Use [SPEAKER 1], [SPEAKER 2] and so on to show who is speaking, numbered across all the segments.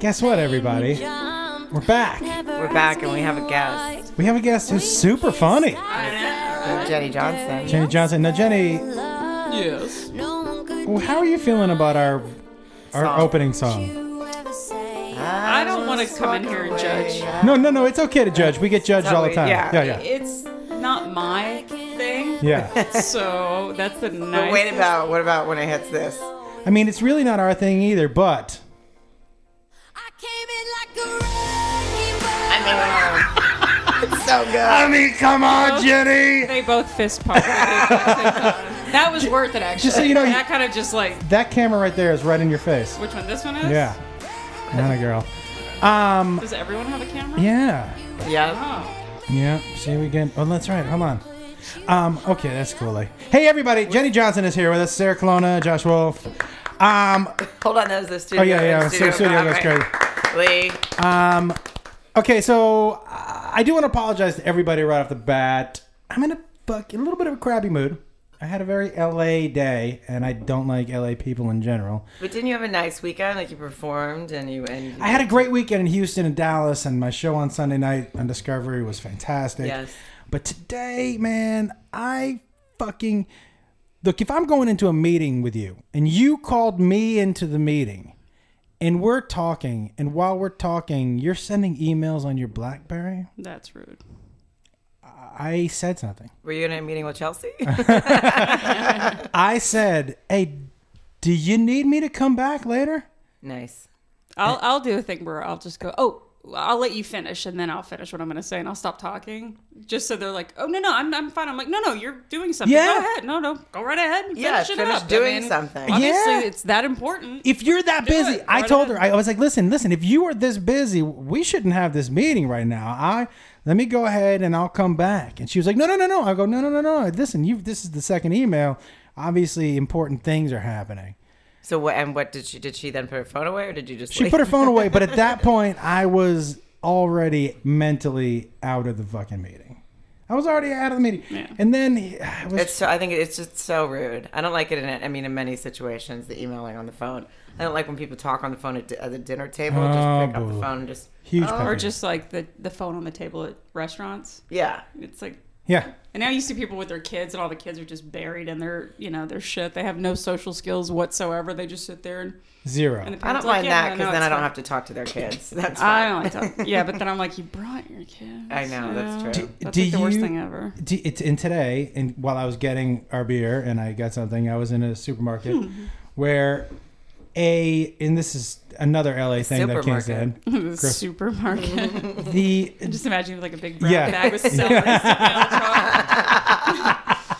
[SPEAKER 1] Guess what, everybody? We're back.
[SPEAKER 2] We're back and we have a guest,
[SPEAKER 1] We have a guest who's super funny.
[SPEAKER 2] Jenny Johnson.
[SPEAKER 1] Jenny Johnson. Now, Jenny,
[SPEAKER 3] Yes.
[SPEAKER 1] well, how are you feeling about our our
[SPEAKER 2] Song.
[SPEAKER 1] opening song?
[SPEAKER 3] I don't want to come in here and judge.
[SPEAKER 1] No, no, no. It's okay to judge. We get judged all the time.
[SPEAKER 2] Yeah.
[SPEAKER 1] yeah, yeah.
[SPEAKER 3] It's not my thing.
[SPEAKER 1] Yeah.
[SPEAKER 3] So that's the
[SPEAKER 2] But wait
[SPEAKER 3] nice.
[SPEAKER 2] about what about when it hits this?
[SPEAKER 1] I mean, it's really not our thing either, but
[SPEAKER 2] So good.
[SPEAKER 1] mean, come on, Jenny.
[SPEAKER 3] They both fist pump. that was worth it, actually.
[SPEAKER 1] Just so you know,
[SPEAKER 3] that kind of just like
[SPEAKER 1] That camera right there is right in your face.
[SPEAKER 3] which one? This one is.
[SPEAKER 1] Yeah. Not a girl.
[SPEAKER 3] Does everyone have a camera?
[SPEAKER 1] Yeah.
[SPEAKER 2] Yeah.
[SPEAKER 3] Oh.
[SPEAKER 1] Yeah. See we again. Oh, that's right. Hold on. Um, okay, that's cool. eh? Hey, everybody. Jenny Johnson is here with us. Sarah Colonna, Josh Wolf. Um,
[SPEAKER 2] Hold on, that was the studio.
[SPEAKER 1] oh yeah, yeah. So, studio
[SPEAKER 2] All
[SPEAKER 1] goes
[SPEAKER 2] right.
[SPEAKER 1] crazy.
[SPEAKER 2] Lee.
[SPEAKER 1] Um, okay, so uh, I do want to apologize to everybody right off the bat. I'm in a fuck a little bit of a crabby mood. I had a very LA day, and I don't like LA people in general.
[SPEAKER 2] But didn't you have a nice weekend? Like you performed and you and
[SPEAKER 1] I had a great weekend in Houston and Dallas, and my show on Sunday night on Discovery was fantastic.
[SPEAKER 2] Yes.
[SPEAKER 1] But today, man, I fucking look. If I'm going into a meeting with you, and you called me into the meeting, and we're talking, and while we're talking, you're sending emails on your BlackBerry.
[SPEAKER 3] That's rude.
[SPEAKER 1] I said something.
[SPEAKER 2] were you in a meeting with Chelsea?
[SPEAKER 1] I said, "Hey, do you need me to come back later?"
[SPEAKER 2] nice.
[SPEAKER 3] I'll I'll do a thing where I'll just go. Oh, I'll let you finish, and then I'll finish what I'm gonna say, and I'll stop talking, just so they're like, oh no no, I'm I'm fine. I'm like, no no, you're doing something.
[SPEAKER 1] Yeah.
[SPEAKER 3] Go ahead. No no, go right ahead. And
[SPEAKER 2] Yeah,
[SPEAKER 3] finish it
[SPEAKER 2] finish
[SPEAKER 3] up. I
[SPEAKER 2] doing
[SPEAKER 3] mean,
[SPEAKER 2] something.
[SPEAKER 3] Obviously,
[SPEAKER 1] Yeah.
[SPEAKER 3] it's that important.
[SPEAKER 1] If you're that
[SPEAKER 3] Do
[SPEAKER 1] busy,
[SPEAKER 3] it.
[SPEAKER 1] I
[SPEAKER 3] Go
[SPEAKER 1] told her.
[SPEAKER 3] ahead.
[SPEAKER 1] I was like, "Listen, listen. If you are this busy, we shouldn't have this meeting right now. I let me go ahead and I'll come back." And she was like, "No, no, no, no." I go, "No, no, no, no. Listen, you. This is the second email. Obviously, important things are happening."
[SPEAKER 2] So what and what did she did she then put her phone away or did you just
[SPEAKER 1] She
[SPEAKER 2] leave?
[SPEAKER 1] put her phone away, but at that point, I was already mentally out of the fucking meeting. I was already out of the meeting,
[SPEAKER 3] Yeah.
[SPEAKER 1] and then I was
[SPEAKER 2] It's so, I think it's just so rude. I don't like it in I mean in many situations the emailing on the phone. I don't like when people talk on the phone at, di- at the dinner table.
[SPEAKER 1] Oh,
[SPEAKER 2] just pick up
[SPEAKER 1] boo.
[SPEAKER 2] the phone and just
[SPEAKER 1] huge.
[SPEAKER 3] Or
[SPEAKER 1] panic.
[SPEAKER 3] just like the the phone on the table at restaurants.
[SPEAKER 2] yeah.
[SPEAKER 3] It's like.
[SPEAKER 1] yeah.
[SPEAKER 3] And now you see people with their kids, and all the kids are just buried in their, you know, their shit. They have no social skills whatsoever. They just sit there, and,
[SPEAKER 1] Zero.
[SPEAKER 3] and the
[SPEAKER 2] I don't
[SPEAKER 3] parents like,
[SPEAKER 2] mind
[SPEAKER 3] yeah,
[SPEAKER 2] that
[SPEAKER 3] no,
[SPEAKER 2] because
[SPEAKER 3] no,
[SPEAKER 2] then
[SPEAKER 3] it's
[SPEAKER 2] I don't
[SPEAKER 3] fine.
[SPEAKER 2] have to talk to their kids. That's
[SPEAKER 3] I
[SPEAKER 2] fine.
[SPEAKER 3] don't like that. Yeah, but then I'm like, you brought your kids.
[SPEAKER 2] I know, that's
[SPEAKER 3] you know?
[SPEAKER 2] true.
[SPEAKER 3] That's
[SPEAKER 1] Do
[SPEAKER 3] like the worst
[SPEAKER 1] you-
[SPEAKER 3] thing ever.
[SPEAKER 1] D- it's in today and while i was getting our beer and i got something i was in a supermarket
[SPEAKER 3] Hmm.
[SPEAKER 1] where a and this is another la thing that can't stand
[SPEAKER 2] Supermarket.
[SPEAKER 3] the supermarket.
[SPEAKER 1] the
[SPEAKER 3] Just imagine like a big brown
[SPEAKER 1] Yeah.
[SPEAKER 3] bag with celery sticking out the top.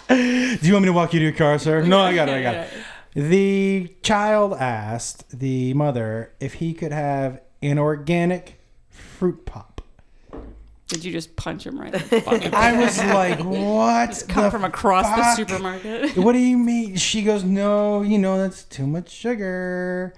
[SPEAKER 1] do you want me to walk you to your car sir no i got it i got
[SPEAKER 3] Yeah,
[SPEAKER 1] it the child asked the mother if he could have an organic fruit pop
[SPEAKER 3] Did you just punch him right in the fucking
[SPEAKER 1] i was like what
[SPEAKER 3] Come
[SPEAKER 1] the
[SPEAKER 3] from across the
[SPEAKER 1] fuck?
[SPEAKER 3] supermarket.
[SPEAKER 1] what do you mean? She goes, no, you know that's too much sugar.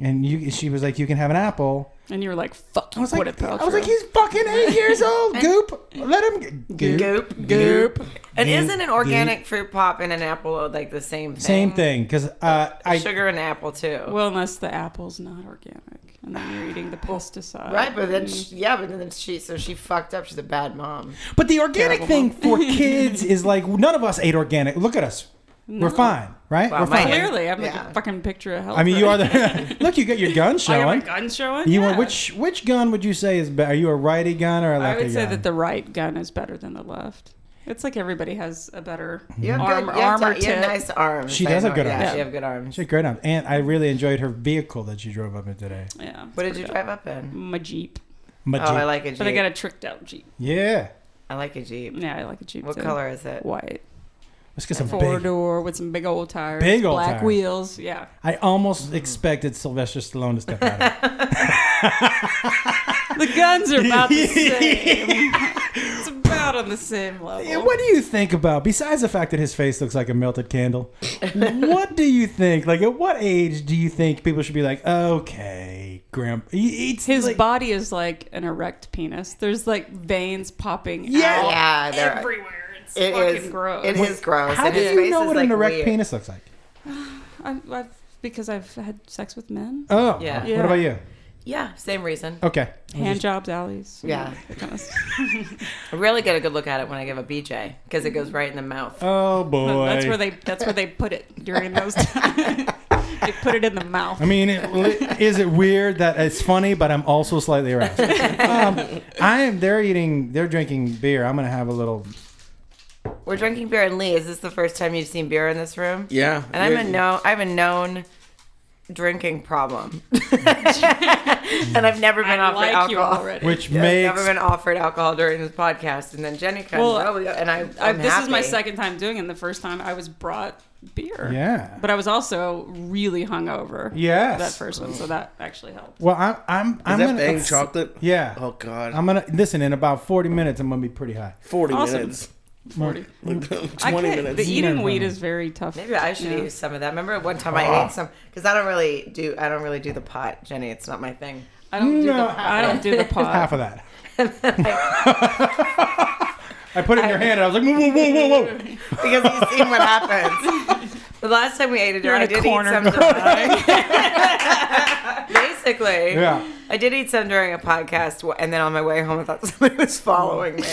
[SPEAKER 1] And you, she was like, you can have an apple.
[SPEAKER 3] And you were like, fuck
[SPEAKER 1] I
[SPEAKER 3] you,
[SPEAKER 1] was
[SPEAKER 3] Gwyneth
[SPEAKER 1] like,
[SPEAKER 3] Paltrow.
[SPEAKER 1] I was like, he's fucking eight years old. Goop, let him g- goop.
[SPEAKER 2] Goop.
[SPEAKER 3] Goop.
[SPEAKER 2] And
[SPEAKER 1] Goop,
[SPEAKER 2] isn't an organic fruit pop and an apple like the same thing?
[SPEAKER 1] Same thing, because uh, I
[SPEAKER 2] Sugar and apple too.
[SPEAKER 3] Well, unless the apple's not organic. And then you're eating the pesticide.
[SPEAKER 2] right, but then she, yeah, but then she so she fucked up. She's a bad mom.
[SPEAKER 1] but the organic
[SPEAKER 3] Terrible
[SPEAKER 1] thing for kids is like none of us ate organic. Look at us, we're fine, right?
[SPEAKER 2] Wow,
[SPEAKER 1] we're
[SPEAKER 2] my-
[SPEAKER 1] fine.
[SPEAKER 3] Clearly, I'm like
[SPEAKER 2] Yeah.
[SPEAKER 3] a fucking picture of health.
[SPEAKER 1] I mean, you are the look. You got your gun
[SPEAKER 3] I have
[SPEAKER 1] showing.
[SPEAKER 3] Oh, a gun showing.
[SPEAKER 1] You
[SPEAKER 3] yeah.
[SPEAKER 1] want which which gun would you say is better? Are you a righty gun or a
[SPEAKER 3] I
[SPEAKER 1] lefty
[SPEAKER 3] would say
[SPEAKER 1] gun?
[SPEAKER 3] that the right gun is better than the left. It's like everybody has a better
[SPEAKER 2] You have
[SPEAKER 3] arm,
[SPEAKER 2] good, you have
[SPEAKER 3] armor
[SPEAKER 2] ti- you have
[SPEAKER 3] tip.
[SPEAKER 2] nice arms.
[SPEAKER 1] She does have good
[SPEAKER 2] Yeah,
[SPEAKER 1] arms.
[SPEAKER 2] she have good arms.
[SPEAKER 1] She's great on, and I really enjoyed her vehicle that she drove up in today.
[SPEAKER 3] Yeah.
[SPEAKER 2] What did you drive up in?
[SPEAKER 3] My Jeep.
[SPEAKER 1] My
[SPEAKER 2] Oh,
[SPEAKER 1] Jeep.
[SPEAKER 2] I like a jeep.
[SPEAKER 3] But I got a tricked out Jeep.
[SPEAKER 1] yeah,
[SPEAKER 2] I like a jeep.
[SPEAKER 3] Yeah, I like a Jeep.
[SPEAKER 2] What
[SPEAKER 3] too.
[SPEAKER 2] color is it?
[SPEAKER 3] White.
[SPEAKER 1] let's get some
[SPEAKER 3] Four
[SPEAKER 1] big.
[SPEAKER 3] door with some big old tires.
[SPEAKER 1] Big old
[SPEAKER 3] Black
[SPEAKER 1] tires.
[SPEAKER 3] wheels. Yeah.
[SPEAKER 1] I almost expected Sylvester Stallone to step out. of it.
[SPEAKER 3] The guns are about the same. it's about on the same level.
[SPEAKER 1] Yeah, what do you think about besides the fact that his face looks like a melted candle? what do you think? Like, at what age do you think people should be like, okay, Grandpa? It's
[SPEAKER 3] His
[SPEAKER 1] like,
[SPEAKER 3] body is like an erect penis. There's like veins popping
[SPEAKER 1] Yeah.
[SPEAKER 3] out
[SPEAKER 2] Yeah, they're-
[SPEAKER 3] everywhere. It's
[SPEAKER 2] It
[SPEAKER 3] fucking
[SPEAKER 2] is
[SPEAKER 3] gross.
[SPEAKER 2] It is gross.
[SPEAKER 1] How
[SPEAKER 2] and
[SPEAKER 1] do
[SPEAKER 2] his
[SPEAKER 1] you
[SPEAKER 2] face
[SPEAKER 1] know
[SPEAKER 2] is,
[SPEAKER 1] what
[SPEAKER 2] like,
[SPEAKER 1] an erect
[SPEAKER 2] weird.
[SPEAKER 1] penis looks like?
[SPEAKER 3] I've, I've, because I've had sex with men.
[SPEAKER 1] Oh,
[SPEAKER 2] Yeah.
[SPEAKER 1] What
[SPEAKER 2] Yeah.
[SPEAKER 1] about you?
[SPEAKER 2] Yeah, same reason.
[SPEAKER 1] Okay.
[SPEAKER 3] Hand jobs, alleys.
[SPEAKER 2] Yeah.
[SPEAKER 3] that kind of stuff.
[SPEAKER 2] I really get a good look at it when I give a BJ because it goes right in the mouth.
[SPEAKER 1] Oh boy.
[SPEAKER 3] That's where they. That's where they put it during those times. they put it in the mouth.
[SPEAKER 1] I mean, it, is it weird that it's funny, but I'm also slightly aroused? Um, I am. They're eating. They're drinking beer. I'm gonna have a little.
[SPEAKER 2] We're drinking beer, and Lee, is this the first time you've seen beer in this room?
[SPEAKER 4] Yeah.
[SPEAKER 2] And I'm
[SPEAKER 4] you're-
[SPEAKER 2] a no. I have a known drinking problem, and I've never been
[SPEAKER 3] I
[SPEAKER 2] offered
[SPEAKER 3] like you
[SPEAKER 2] alcohol.
[SPEAKER 3] already.
[SPEAKER 1] Which
[SPEAKER 2] I've
[SPEAKER 1] makes
[SPEAKER 2] never been offered alcohol during this podcast, and then Jenny comes
[SPEAKER 3] Well,
[SPEAKER 2] oh, yeah, and I.
[SPEAKER 3] I,
[SPEAKER 2] I'm
[SPEAKER 3] this is my
[SPEAKER 2] happy.
[SPEAKER 3] second time doing it. The first time I was brought beer.
[SPEAKER 1] yeah.
[SPEAKER 3] But I was also really hungover.
[SPEAKER 1] Yes.
[SPEAKER 3] That first one, so that actually helped.
[SPEAKER 1] Well, I'm. I'm.
[SPEAKER 4] Is
[SPEAKER 1] I'm
[SPEAKER 4] that
[SPEAKER 1] gonna,
[SPEAKER 4] bang chocolate?
[SPEAKER 1] Yeah.
[SPEAKER 4] Oh God.
[SPEAKER 1] I'm gonna listen. In about 40 minutes, I'm gonna be pretty high.
[SPEAKER 4] Forty
[SPEAKER 3] Awesome.
[SPEAKER 4] minutes.
[SPEAKER 3] Forty.
[SPEAKER 4] Like,
[SPEAKER 3] I
[SPEAKER 4] Twenty
[SPEAKER 3] can't-
[SPEAKER 4] minutes.
[SPEAKER 3] The eating
[SPEAKER 1] Never
[SPEAKER 3] weed
[SPEAKER 1] mind.
[SPEAKER 3] is very tough.
[SPEAKER 2] Maybe I should
[SPEAKER 3] Yeah.
[SPEAKER 2] use some of that. Remember one time
[SPEAKER 4] Ah.
[SPEAKER 2] I ate some because I don't really do. I don't really do the pot, Jenny. It's not my thing.
[SPEAKER 3] I don't do
[SPEAKER 1] No.
[SPEAKER 3] the. I don't do the pot.
[SPEAKER 1] Half of that. I put it in your hand, and I was like, whoa, whoa, whoa, whoa, whoa.
[SPEAKER 2] because you've seen what happens. The last time we ate it,
[SPEAKER 3] You're in
[SPEAKER 2] I
[SPEAKER 3] a
[SPEAKER 2] did
[SPEAKER 3] corner.
[SPEAKER 2] eat some. During, basically,
[SPEAKER 1] Yeah.
[SPEAKER 2] I did eat some during a podcast, wh- and then on my way home, I thought somebody was following me.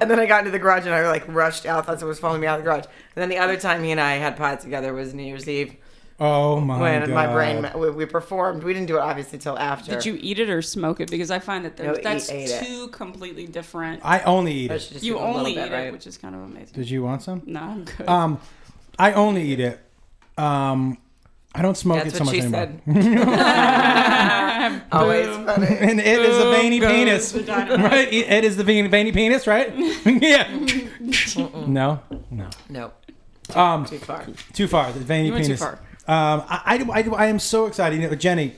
[SPEAKER 2] and then I got into the garage, and I like rushed out, thought someone was following me out of the garage. And then the other time he and I had pot together was New Year's Eve
[SPEAKER 1] Oh my
[SPEAKER 2] when
[SPEAKER 1] god.
[SPEAKER 2] my brain we, we performed. We didn't do it obviously till after.
[SPEAKER 3] Did you eat it or smoke it? Because I find that there's,
[SPEAKER 2] No,
[SPEAKER 3] that's
[SPEAKER 2] eat- ate it.
[SPEAKER 3] two completely different.
[SPEAKER 1] I only eat
[SPEAKER 2] I
[SPEAKER 1] it.
[SPEAKER 2] should just
[SPEAKER 3] you
[SPEAKER 2] do a little
[SPEAKER 3] only
[SPEAKER 2] bit,
[SPEAKER 3] eat
[SPEAKER 2] right?
[SPEAKER 3] it, which is kind of amazing.
[SPEAKER 1] Did you want some?
[SPEAKER 3] No, I'm good.
[SPEAKER 1] Um, I only eat it. Um, I don't smoke
[SPEAKER 2] That's
[SPEAKER 1] it so
[SPEAKER 2] what
[SPEAKER 1] much
[SPEAKER 2] she
[SPEAKER 1] anymore.
[SPEAKER 2] said. Always funny.
[SPEAKER 1] And it is a
[SPEAKER 3] Boom
[SPEAKER 1] veiny
[SPEAKER 3] goes
[SPEAKER 1] penis,
[SPEAKER 3] the dynamite.
[SPEAKER 1] right? It it is the veiny, veiny penis, right? yeah. no, no.
[SPEAKER 2] No,
[SPEAKER 1] Um,
[SPEAKER 2] too far.
[SPEAKER 1] too far. The veiny
[SPEAKER 3] You went too
[SPEAKER 1] penis.
[SPEAKER 3] far.
[SPEAKER 1] Um, I, I, do- I, do- I am so excited, you know, Jenny.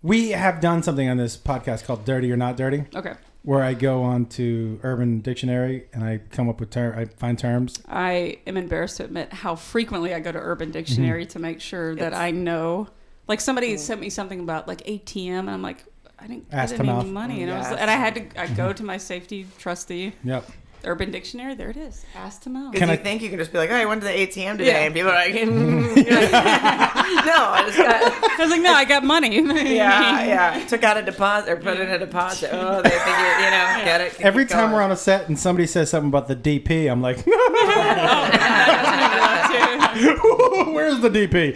[SPEAKER 1] We have done something on this podcast called "Dirty or Not Dirty,"
[SPEAKER 3] okay.
[SPEAKER 1] where I go on to Urban Dictionary and I come up with term. I find terms.
[SPEAKER 3] I am embarrassed to admit how frequently I go to Urban
[SPEAKER 2] Mhm.
[SPEAKER 3] Dictionary to make sure that I know. Like somebody
[SPEAKER 2] Mm.
[SPEAKER 3] sent me something about like ATM, and I'm like, I didn't
[SPEAKER 1] Ass
[SPEAKER 3] get
[SPEAKER 1] to
[SPEAKER 3] any
[SPEAKER 1] mouth.
[SPEAKER 3] money, and I was,
[SPEAKER 2] Yes.
[SPEAKER 3] and I had to I go to my safety trustee
[SPEAKER 1] Yep.
[SPEAKER 3] Urban Dictionary. There it is, ass to mouth.
[SPEAKER 1] Can
[SPEAKER 2] Because you
[SPEAKER 1] I-
[SPEAKER 2] think you can just be like, oh, I went to the ATM today,
[SPEAKER 3] Yeah.
[SPEAKER 2] and people are like, mm. You're like, no, I just got,
[SPEAKER 3] I was like, no, I got money.
[SPEAKER 2] yeah, yeah, took out a deposit or put in a deposit. Oh, they think you, you know, get it.
[SPEAKER 3] Oh
[SPEAKER 1] Every time we're on a set and somebody says something about the DP, I'm like, where's the DP?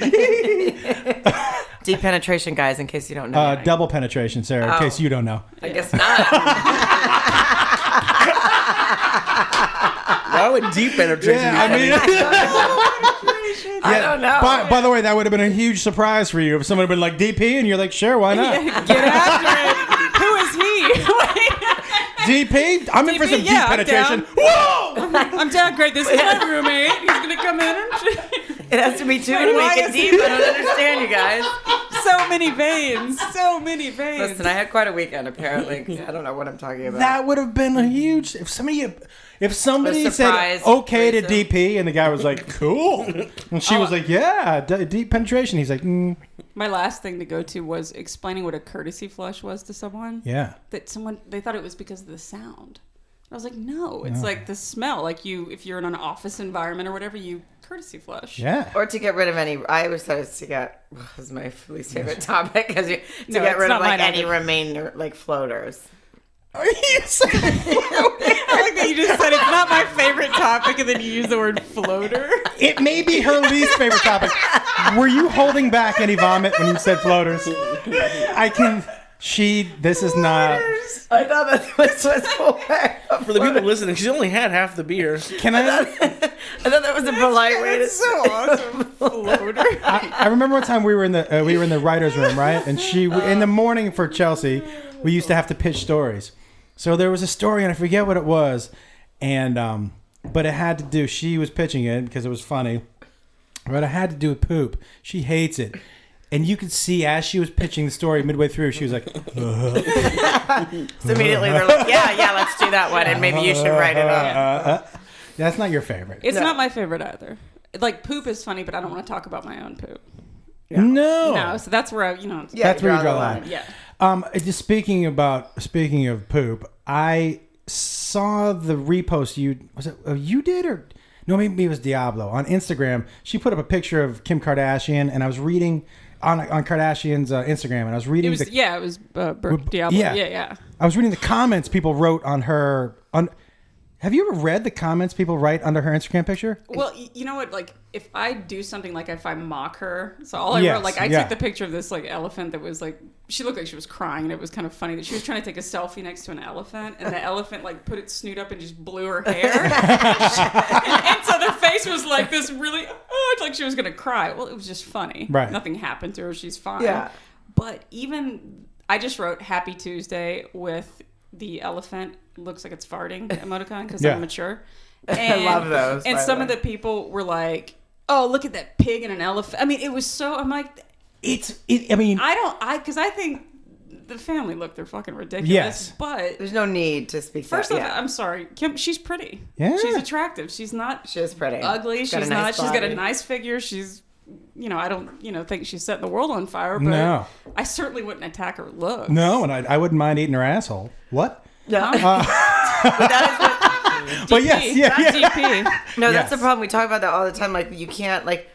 [SPEAKER 2] deep penetration, guys, in case you don't know.
[SPEAKER 1] Uh, double penetration, Sarah, in
[SPEAKER 2] Oh.
[SPEAKER 1] case you don't know.
[SPEAKER 2] I guess not.
[SPEAKER 4] Why would deep penetration?
[SPEAKER 1] Yeah,
[SPEAKER 4] be
[SPEAKER 1] I mean,
[SPEAKER 2] I don't know.
[SPEAKER 1] by, by the way, that would have been a huge surprise for you if someone had been like DP and you're like, sure, why not?
[SPEAKER 3] Get after it. Who is he?
[SPEAKER 1] DP? I'm in for
[SPEAKER 3] DP?
[SPEAKER 1] some
[SPEAKER 3] Yeah, I'm
[SPEAKER 1] deep penetration.
[SPEAKER 3] down.
[SPEAKER 1] Whoa!
[SPEAKER 3] I'm down. Great. This is my roommate. He's gonna come in. And
[SPEAKER 2] it has to be two
[SPEAKER 3] Wait,
[SPEAKER 2] to
[SPEAKER 3] why
[SPEAKER 2] make it
[SPEAKER 3] is-
[SPEAKER 2] deep. I don't understand you guys.
[SPEAKER 3] so many veins. So many veins.
[SPEAKER 2] Listen, I had quite a weekend apparently. 'cause I don't know what I'm talking about.
[SPEAKER 1] That would have been a huge. If somebody, if somebody
[SPEAKER 2] A
[SPEAKER 1] said
[SPEAKER 2] surprise
[SPEAKER 1] okay to
[SPEAKER 2] threesome.
[SPEAKER 1] DP, and the guy was like, "Cool," and
[SPEAKER 2] Oh.
[SPEAKER 1] she was like, "Yeah, d- deep penetration." He's like, mm,
[SPEAKER 3] My last thing to go to was explaining what a courtesy flush was to someone.
[SPEAKER 1] "Yeah,
[SPEAKER 3] That someone they thought it was because of the sound. And I was like, no, it's like the smell. Like you, if you're in an office environment or whatever, you courtesy flush.
[SPEAKER 1] yeah."
[SPEAKER 2] Or to get rid of any, I always thought it's to get was my least favorite topic because to
[SPEAKER 3] No,
[SPEAKER 2] get
[SPEAKER 3] it's
[SPEAKER 2] rid of
[SPEAKER 3] not
[SPEAKER 2] like
[SPEAKER 3] mine
[SPEAKER 2] any
[SPEAKER 3] either.
[SPEAKER 2] remainder, like floaters.
[SPEAKER 1] Are you saying-
[SPEAKER 3] I like that you just said it's not my favorite topic, and then you use the word floater.
[SPEAKER 1] it may be her least favorite topic. Were you holding back any vomit when you said floaters? I can. She. This is not.
[SPEAKER 2] I thought that was was polite.
[SPEAKER 4] For the people listening, she only had half the beer.
[SPEAKER 1] Can I?
[SPEAKER 2] I thought that was a polite way to
[SPEAKER 3] That's so awesome. Floater.
[SPEAKER 1] I, I remember one time we were in the uh, we were in the writers' room, right? And she in the morning for Chelsea, we used to have to pitch stories. So there was a story, and I forget what it was, and um, but it had to do. She was pitching it because it was funny, but it had to do with poop. She hates it, and you could see as she was pitching the story midway through, she was like,
[SPEAKER 2] So immediately they're like, yeah, yeah, let's do that one, and maybe you should write it up.
[SPEAKER 1] "That's not your favorite."
[SPEAKER 3] It's not my favorite either. Like poop is funny, but I don't want to talk about my own poop.
[SPEAKER 1] No,
[SPEAKER 3] No, so that's where I, you know,
[SPEAKER 2] Yeah,
[SPEAKER 1] that's where you draw
[SPEAKER 2] draw
[SPEAKER 1] the
[SPEAKER 2] the
[SPEAKER 1] line.
[SPEAKER 3] yeah.
[SPEAKER 1] Um, just speaking about speaking of poop, I saw the repost you was it uh, you did or no maybe it was Diablo on Instagram. She put up a picture of Kim Kardashian, and I was reading on on Kardashian's uh, Instagram, and I was reading
[SPEAKER 3] It was
[SPEAKER 1] the
[SPEAKER 3] yeah, it was uh, Brooke Diablo.
[SPEAKER 1] yeah.
[SPEAKER 3] Yeah, yeah.
[SPEAKER 1] I was reading the comments people wrote on her on. Have you ever read the comments people write under her Instagram picture?
[SPEAKER 3] Well, y- you know what? Like, if I do something, like if I mock her, so all I
[SPEAKER 1] Yes,
[SPEAKER 3] wrote, like, I
[SPEAKER 1] yeah.
[SPEAKER 3] took the picture of this like elephant that was like, she looked like she was crying, and it was kind of funny that she was trying to take a selfie next to an elephant, and the elephant like put its snoot up and just blew her hair, and, and so the face was like this really, oh, it's like she was gonna cry. Well, it was just funny.
[SPEAKER 1] Right.
[SPEAKER 3] Nothing happened to her. She's fine.
[SPEAKER 2] Yeah.
[SPEAKER 3] But even I just wrote Happy Tuesday with the elephant looks like it's farting emoticon because
[SPEAKER 1] Yeah.
[SPEAKER 3] I'm mature. And,
[SPEAKER 2] love those,
[SPEAKER 3] And
[SPEAKER 2] by the
[SPEAKER 3] some
[SPEAKER 2] way.
[SPEAKER 3] of the people were like, "Oh, look at that pig and an elephant." I mean, it was so. I'm like,
[SPEAKER 1] It's. It, I mean,
[SPEAKER 3] I don't. I because I think the family look they're fucking ridiculous.
[SPEAKER 1] Yes.
[SPEAKER 3] But
[SPEAKER 2] There's no need to speak.
[SPEAKER 3] first
[SPEAKER 2] that,
[SPEAKER 3] of all,
[SPEAKER 2] yeah.
[SPEAKER 3] I'm sorry, Kim. She's pretty.
[SPEAKER 1] Yeah.
[SPEAKER 3] She's attractive. She's not
[SPEAKER 2] she is pretty.
[SPEAKER 3] ugly.
[SPEAKER 2] She's
[SPEAKER 3] She's
[SPEAKER 2] got a
[SPEAKER 3] not.
[SPEAKER 2] nice
[SPEAKER 3] She's got a
[SPEAKER 2] body.
[SPEAKER 3] nice figure. She's. You know, I don't, you know, think she's setting the world on fire, but
[SPEAKER 1] No.
[SPEAKER 3] I certainly wouldn't attack her look.
[SPEAKER 1] no, and I, I wouldn't mind eating her asshole. What?
[SPEAKER 2] Yeah.
[SPEAKER 1] But yes, yeah, yeah.
[SPEAKER 2] No, that's the
[SPEAKER 1] Yes.
[SPEAKER 2] problem. We talk about that all the time. Like you can't like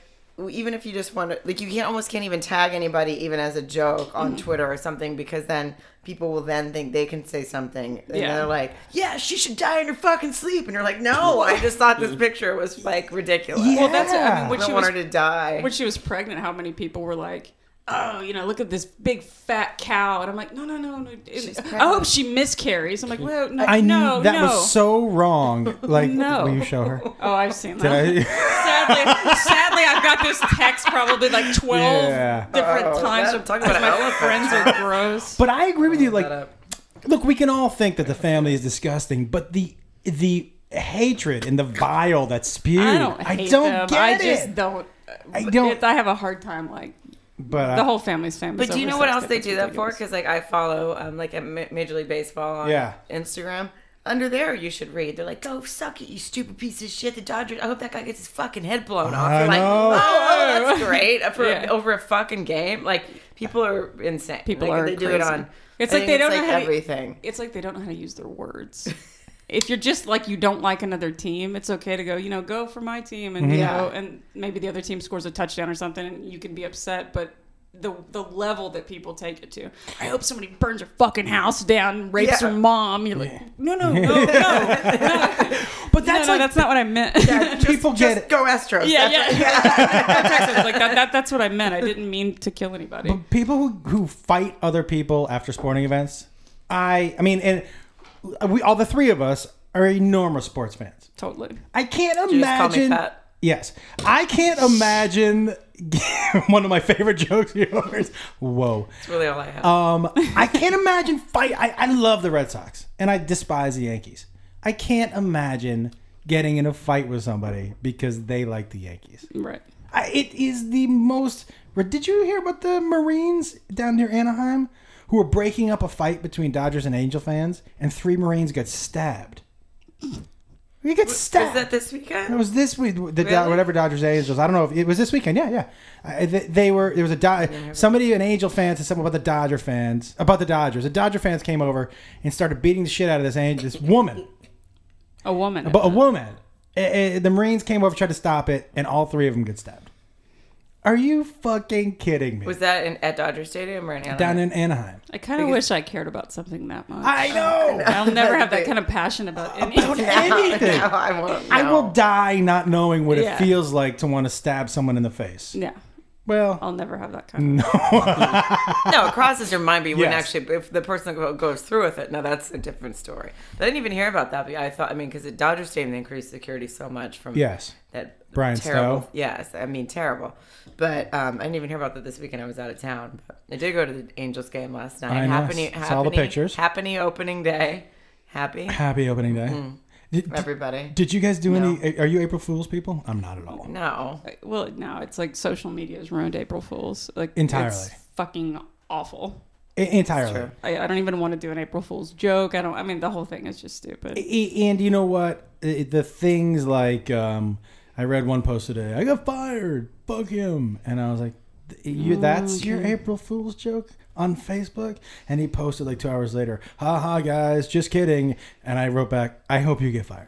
[SPEAKER 2] even if you just want to like you can't almost can't even tag anybody even as a joke
[SPEAKER 1] Mm-hmm.
[SPEAKER 2] on Twitter or something because then people will then think they can say something and
[SPEAKER 3] Yeah.
[SPEAKER 2] they're like, yeah, she should die in her fucking sleep, and you're like, no, I just thought this picture was like ridiculous.
[SPEAKER 1] Yeah.
[SPEAKER 3] Well, that's I mean,
[SPEAKER 2] I
[SPEAKER 3] when
[SPEAKER 2] don't
[SPEAKER 3] she
[SPEAKER 2] want
[SPEAKER 3] was
[SPEAKER 2] her to die.
[SPEAKER 3] when she was pregnant, how many people were like, "Oh, you know, look at this big fat cow," and I'm like, "No, no, no, no."
[SPEAKER 2] She's
[SPEAKER 3] I hope she miscarries. I'm like, "Well, no,
[SPEAKER 1] I
[SPEAKER 3] no,
[SPEAKER 1] that
[SPEAKER 3] no."
[SPEAKER 1] was so wrong. Like,
[SPEAKER 3] No.
[SPEAKER 1] will you show her?
[SPEAKER 3] oh, I've seen
[SPEAKER 1] Did
[SPEAKER 3] that.
[SPEAKER 1] I?
[SPEAKER 3] Sadly, sadly, I've got this text probably like twelve
[SPEAKER 1] Yeah.
[SPEAKER 3] different
[SPEAKER 2] Oh,
[SPEAKER 3] times
[SPEAKER 2] that-
[SPEAKER 3] of
[SPEAKER 2] talking about
[SPEAKER 3] my
[SPEAKER 2] elephants.
[SPEAKER 3] friends are gross.
[SPEAKER 1] But I agree with you. Like,
[SPEAKER 2] That up.
[SPEAKER 1] look, we can all think that the family is disgusting, but the the hatred and the vile that's spewed,
[SPEAKER 3] I don't
[SPEAKER 1] I
[SPEAKER 3] hate
[SPEAKER 1] don't
[SPEAKER 3] them.
[SPEAKER 1] get
[SPEAKER 3] I
[SPEAKER 1] it.
[SPEAKER 3] just don't.
[SPEAKER 1] I don't-
[SPEAKER 3] it- I have a hard time like
[SPEAKER 1] but uh,
[SPEAKER 3] the whole family's family.
[SPEAKER 2] But do you know what else they do that for? Because like I follow um like at Ma- Major League Baseball on
[SPEAKER 1] Yeah.
[SPEAKER 2] Instagram. Under there, you should read. They're like, "Go suck it, you stupid piece of shit." The Dodgers. I hope that guy gets his fucking head blown off.
[SPEAKER 1] I
[SPEAKER 2] You're like,
[SPEAKER 1] know.
[SPEAKER 2] oh, oh, that's great for
[SPEAKER 3] Yeah.
[SPEAKER 2] over a fucking game. Like people are insane.
[SPEAKER 3] People
[SPEAKER 2] like,
[SPEAKER 3] are
[SPEAKER 2] They do it
[SPEAKER 3] crazy.
[SPEAKER 2] on.
[SPEAKER 3] It's
[SPEAKER 2] I
[SPEAKER 3] like
[SPEAKER 2] think
[SPEAKER 3] they don't know how to-
[SPEAKER 2] everything.
[SPEAKER 3] it's like they don't know how to use their words. if you're just like you don't like another team, it's okay to go, you know, go for my team and you
[SPEAKER 1] Mhm.
[SPEAKER 2] Yeah.
[SPEAKER 3] know, and maybe the other team scores a touchdown or something and you can be upset, but the the level that people take it to. I hope somebody burns her fucking house down, and rapes
[SPEAKER 2] Yeah.
[SPEAKER 3] her mom. You're like, no, no, no, no, no.
[SPEAKER 1] but that's
[SPEAKER 3] no,
[SPEAKER 1] like
[SPEAKER 3] that's not what I meant. Yeah,
[SPEAKER 1] people get
[SPEAKER 2] Just
[SPEAKER 1] it.
[SPEAKER 2] go Astros.
[SPEAKER 3] yeah.
[SPEAKER 2] That's-
[SPEAKER 3] Texas, like that, that, that's what I meant. I didn't mean to kill anybody.
[SPEAKER 1] But people who who fight other people after sporting events, I I mean, and we all the three of us are enormous sports fans.
[SPEAKER 3] totally.
[SPEAKER 1] I can't
[SPEAKER 2] you just call me
[SPEAKER 1] imagine.
[SPEAKER 2] fat?
[SPEAKER 1] Yes, I can't imagine. one of my favorite jokes of yours. Whoa.
[SPEAKER 2] That's really all I have.
[SPEAKER 1] Um, I can't imagine fight. I, I love the Red Sox and I despise the Yankees. I can't imagine getting in a fight with somebody because they like the Yankees.
[SPEAKER 3] Right.
[SPEAKER 1] I, it is the most. Did you hear about the Marines down near Anaheim who were breaking up a fight between Dodgers and Angel fans, and three Marines got stabbed? You get stabbed.
[SPEAKER 2] Is that this
[SPEAKER 1] It
[SPEAKER 2] weekend?
[SPEAKER 1] was this week. The,
[SPEAKER 2] Really?
[SPEAKER 1] Whatever Dodgers Angels. I don't know if it was this weekend. Yeah, yeah. I, they, they were. There was a Do- somebody an Angel fan said something about the Dodger fans about the Dodgers. The Dodger fans came over and started beating the shit out of this angel, this woman,
[SPEAKER 3] A woman.
[SPEAKER 1] but a woman. Eh, eh, the Marines came over, tried to stop it, and all three of them get stabbed. Are you fucking kidding me?
[SPEAKER 2] Was that in, at Dodger Stadium or in Anaheim?
[SPEAKER 1] Down in Anaheim.
[SPEAKER 3] I kind of wish I cared about something that much.
[SPEAKER 1] I know.
[SPEAKER 3] I'll never have that kind of passion about anything.
[SPEAKER 1] Anything.
[SPEAKER 2] No, I won't.
[SPEAKER 1] I
[SPEAKER 2] no.
[SPEAKER 1] will die not knowing what
[SPEAKER 3] Yeah.
[SPEAKER 1] it feels like to want to stab someone in the face.
[SPEAKER 3] Yeah,
[SPEAKER 1] Well,
[SPEAKER 3] I'll never have that kind. of
[SPEAKER 2] No, it crosses your mind, but you wouldn't
[SPEAKER 1] Yes.
[SPEAKER 2] actually. If the person go- goes through with it, now that's a different story. But I didn't even hear about that. But I thought, I mean, because at Dodger Stadium they increased security so much from
[SPEAKER 1] yes.
[SPEAKER 2] that
[SPEAKER 1] Brian
[SPEAKER 2] terrible.
[SPEAKER 1] Stowe.
[SPEAKER 2] Yes, I mean terrible. But um, I didn't even hear about that this weekend. I was out of town. But I did go to the Angels game last night.
[SPEAKER 1] I know.
[SPEAKER 2] Happy,
[SPEAKER 1] I saw the pictures.
[SPEAKER 2] Happy opening day. Happy
[SPEAKER 1] Happy opening day. Did,
[SPEAKER 2] everybody.
[SPEAKER 1] Did you guys do any? Are you April Fools people? I'm not at all.
[SPEAKER 2] No,
[SPEAKER 3] Well, now it's like social media has ruined April Fools. Like
[SPEAKER 1] Entirely.
[SPEAKER 3] it's fucking awful.
[SPEAKER 1] I- E-, entirely.
[SPEAKER 2] true.
[SPEAKER 3] I, I don't even want to do an April Fool's joke. I don't. I mean, the whole thing is just stupid.
[SPEAKER 1] I- And you know what? I- The things like um, I read one post today. I got fired. Fuck him. And I was like,
[SPEAKER 2] Oh,
[SPEAKER 1] you, that's your April Fool's joke on Facebook. And he posted like two hours later. Ha ha, guys, just kidding. And I wrote back, I hope you get fired.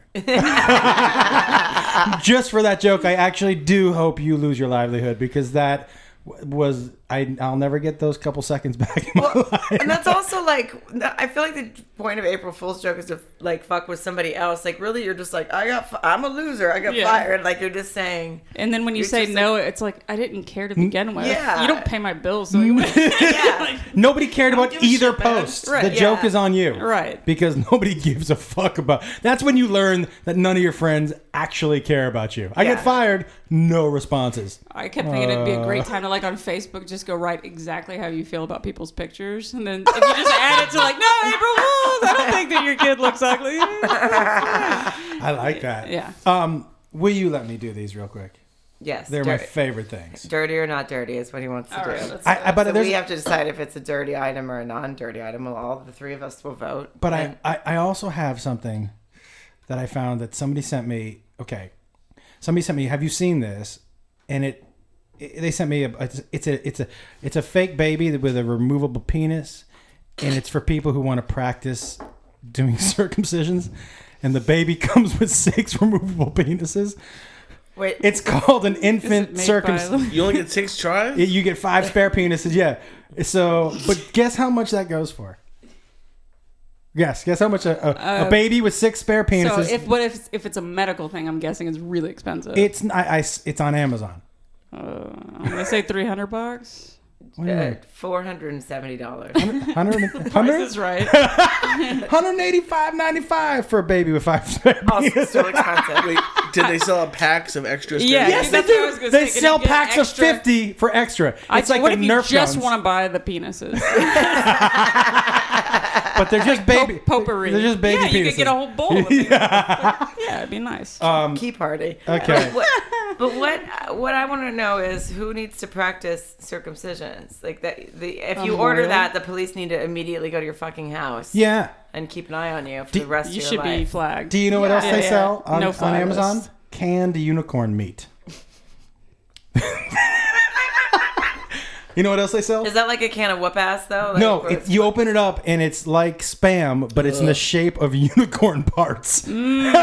[SPEAKER 1] just for that joke, I actually do hope you lose your livelihood because that w- was I I'll never get those couple seconds back in my life.
[SPEAKER 2] and that's also like I feel like the point of April Fool's joke is to like fuck with somebody else. Like really, you're just like I got, f- I'm a loser. I got
[SPEAKER 3] Yeah.
[SPEAKER 2] fired. Like you're just saying,
[SPEAKER 3] And then when you
[SPEAKER 2] You're
[SPEAKER 3] say
[SPEAKER 2] just
[SPEAKER 3] no, it's like I didn't care to
[SPEAKER 1] Mm.
[SPEAKER 3] begin with.
[SPEAKER 2] Yeah.
[SPEAKER 3] You don't pay my bills. So you
[SPEAKER 2] yeah,
[SPEAKER 1] Nobody cared
[SPEAKER 3] give
[SPEAKER 1] about
[SPEAKER 3] a shit,
[SPEAKER 1] either
[SPEAKER 3] man.
[SPEAKER 1] post.
[SPEAKER 3] Right,
[SPEAKER 1] the
[SPEAKER 2] yeah.
[SPEAKER 1] joke is on you.
[SPEAKER 3] Right.
[SPEAKER 1] Because nobody gives a fuck about. That's when you learn that none of your friends actually care about you. I
[SPEAKER 2] Yeah.
[SPEAKER 1] get fired, no responses.
[SPEAKER 3] I kept thinking it'd be a
[SPEAKER 1] Uh.
[SPEAKER 3] great time to like on Facebook just go write exactly how you feel about people's pictures, and then if you just add it to like, no, April Fools, I don't think that your kid looks ugly.
[SPEAKER 1] I like that.
[SPEAKER 3] Yeah.
[SPEAKER 1] Um, will you let me do these real quick?
[SPEAKER 2] yes,
[SPEAKER 1] They're my
[SPEAKER 2] dirty.
[SPEAKER 1] favorite things.
[SPEAKER 2] dirty or not dirty is what he wants to
[SPEAKER 3] All
[SPEAKER 2] do.
[SPEAKER 3] right, let's-
[SPEAKER 1] I, I but
[SPEAKER 2] so
[SPEAKER 1] there's
[SPEAKER 2] we have to decide if it's a dirty item or a non-dirty item. Well, all the three of us will vote.
[SPEAKER 1] But I, I, I also have something that I found that somebody sent me. Okay, somebody sent me. Have you seen this? And it, it- they sent me a. It's, it's a it's a it's a fake baby with a removable penis, and it's for people who want to practice doing circumcisions. And the baby comes with six removable penises.
[SPEAKER 2] Wait,
[SPEAKER 1] It's called an
[SPEAKER 3] Is it
[SPEAKER 1] infant
[SPEAKER 3] made
[SPEAKER 1] circumcision.
[SPEAKER 3] by-
[SPEAKER 4] You only get six tries?
[SPEAKER 1] You get five spare penises, yeah. So, but guess how much that goes for? Guess, guess how much a, a, a baby with six spare
[SPEAKER 3] Uh, So
[SPEAKER 1] penises.
[SPEAKER 3] if what if if it's a medical thing, I'm guessing it's really expensive.
[SPEAKER 1] it's I, I- it's on Amazon.
[SPEAKER 3] uh, I'm gonna say 300 bucks.
[SPEAKER 1] What do you mean?
[SPEAKER 2] uh, four hundred and seventy dollars.
[SPEAKER 1] 100,
[SPEAKER 3] Price
[SPEAKER 1] 100,
[SPEAKER 3] is right. Oh,
[SPEAKER 1] 185.95 for a baby with five spare
[SPEAKER 2] Also,
[SPEAKER 1] penises.
[SPEAKER 2] still expensive.
[SPEAKER 4] Oh, Wait, did they sell packs of extra
[SPEAKER 3] Yeah.
[SPEAKER 4] stimulus?
[SPEAKER 1] Yes, they
[SPEAKER 3] That's what I was
[SPEAKER 1] do.
[SPEAKER 3] gonna
[SPEAKER 1] They
[SPEAKER 3] say. Can
[SPEAKER 1] sell
[SPEAKER 3] you get
[SPEAKER 1] packs
[SPEAKER 3] extra-
[SPEAKER 1] of fifty for extra.
[SPEAKER 3] I-
[SPEAKER 1] It's like
[SPEAKER 3] what
[SPEAKER 1] the
[SPEAKER 3] if you
[SPEAKER 1] Nerf
[SPEAKER 3] just
[SPEAKER 1] guns,
[SPEAKER 3] want to buy the penises?
[SPEAKER 1] but they're just baby
[SPEAKER 3] Potpourri.
[SPEAKER 1] They're just baby
[SPEAKER 3] Yeah, you
[SPEAKER 1] penises. Uh,
[SPEAKER 3] could get a whole bowl. Of it. yeah, it'd be nice.
[SPEAKER 2] Key party.
[SPEAKER 1] Okay.
[SPEAKER 2] But what, but what what I want to know is who needs to practice circumcisions? Like that the if you
[SPEAKER 3] Um,
[SPEAKER 2] order
[SPEAKER 3] really?
[SPEAKER 2] that, the police need to immediately go to your fucking house.
[SPEAKER 1] yeah.
[SPEAKER 2] And keep an eye on you for
[SPEAKER 1] Do-
[SPEAKER 2] the rest
[SPEAKER 3] you
[SPEAKER 2] of
[SPEAKER 3] should
[SPEAKER 2] your
[SPEAKER 3] be
[SPEAKER 2] life.
[SPEAKER 3] flagged.
[SPEAKER 1] Do you know what else they
[SPEAKER 3] yeah.
[SPEAKER 1] sell on,
[SPEAKER 3] No
[SPEAKER 1] on
[SPEAKER 3] fly
[SPEAKER 1] Amazon?
[SPEAKER 3] list.
[SPEAKER 1] Canned unicorn meat. you know what else they sell?
[SPEAKER 2] Is that like a can of whoop ass though? Like,
[SPEAKER 1] no,
[SPEAKER 2] where
[SPEAKER 1] it,
[SPEAKER 2] it's-
[SPEAKER 1] you open it up and it's like spam, but it's in the shape of unicorn parts.
[SPEAKER 3] Mm.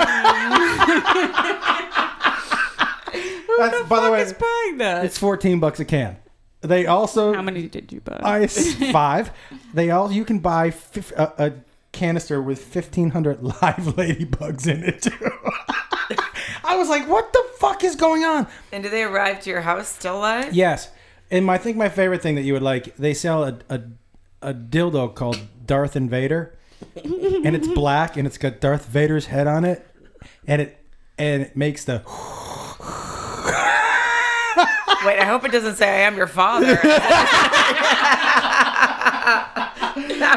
[SPEAKER 1] That's, by the way,
[SPEAKER 3] Who's buying that?
[SPEAKER 1] it's fourteen bucks a can. They also
[SPEAKER 3] How many did you buy?
[SPEAKER 1] I five. They all you can buy fif- a, a canister with fifteen hundred live ladybugs in it too. I was like, what the fuck is going on?
[SPEAKER 2] And do they arrive to your house still alive?
[SPEAKER 1] Yes, and my, I think my favorite thing that you would like, they sell a a, a dildo called Darth Invader, and it's black and it's got Darth Vader's head on it, and it and it makes the
[SPEAKER 2] Wait, I hope it doesn't say I am your father. that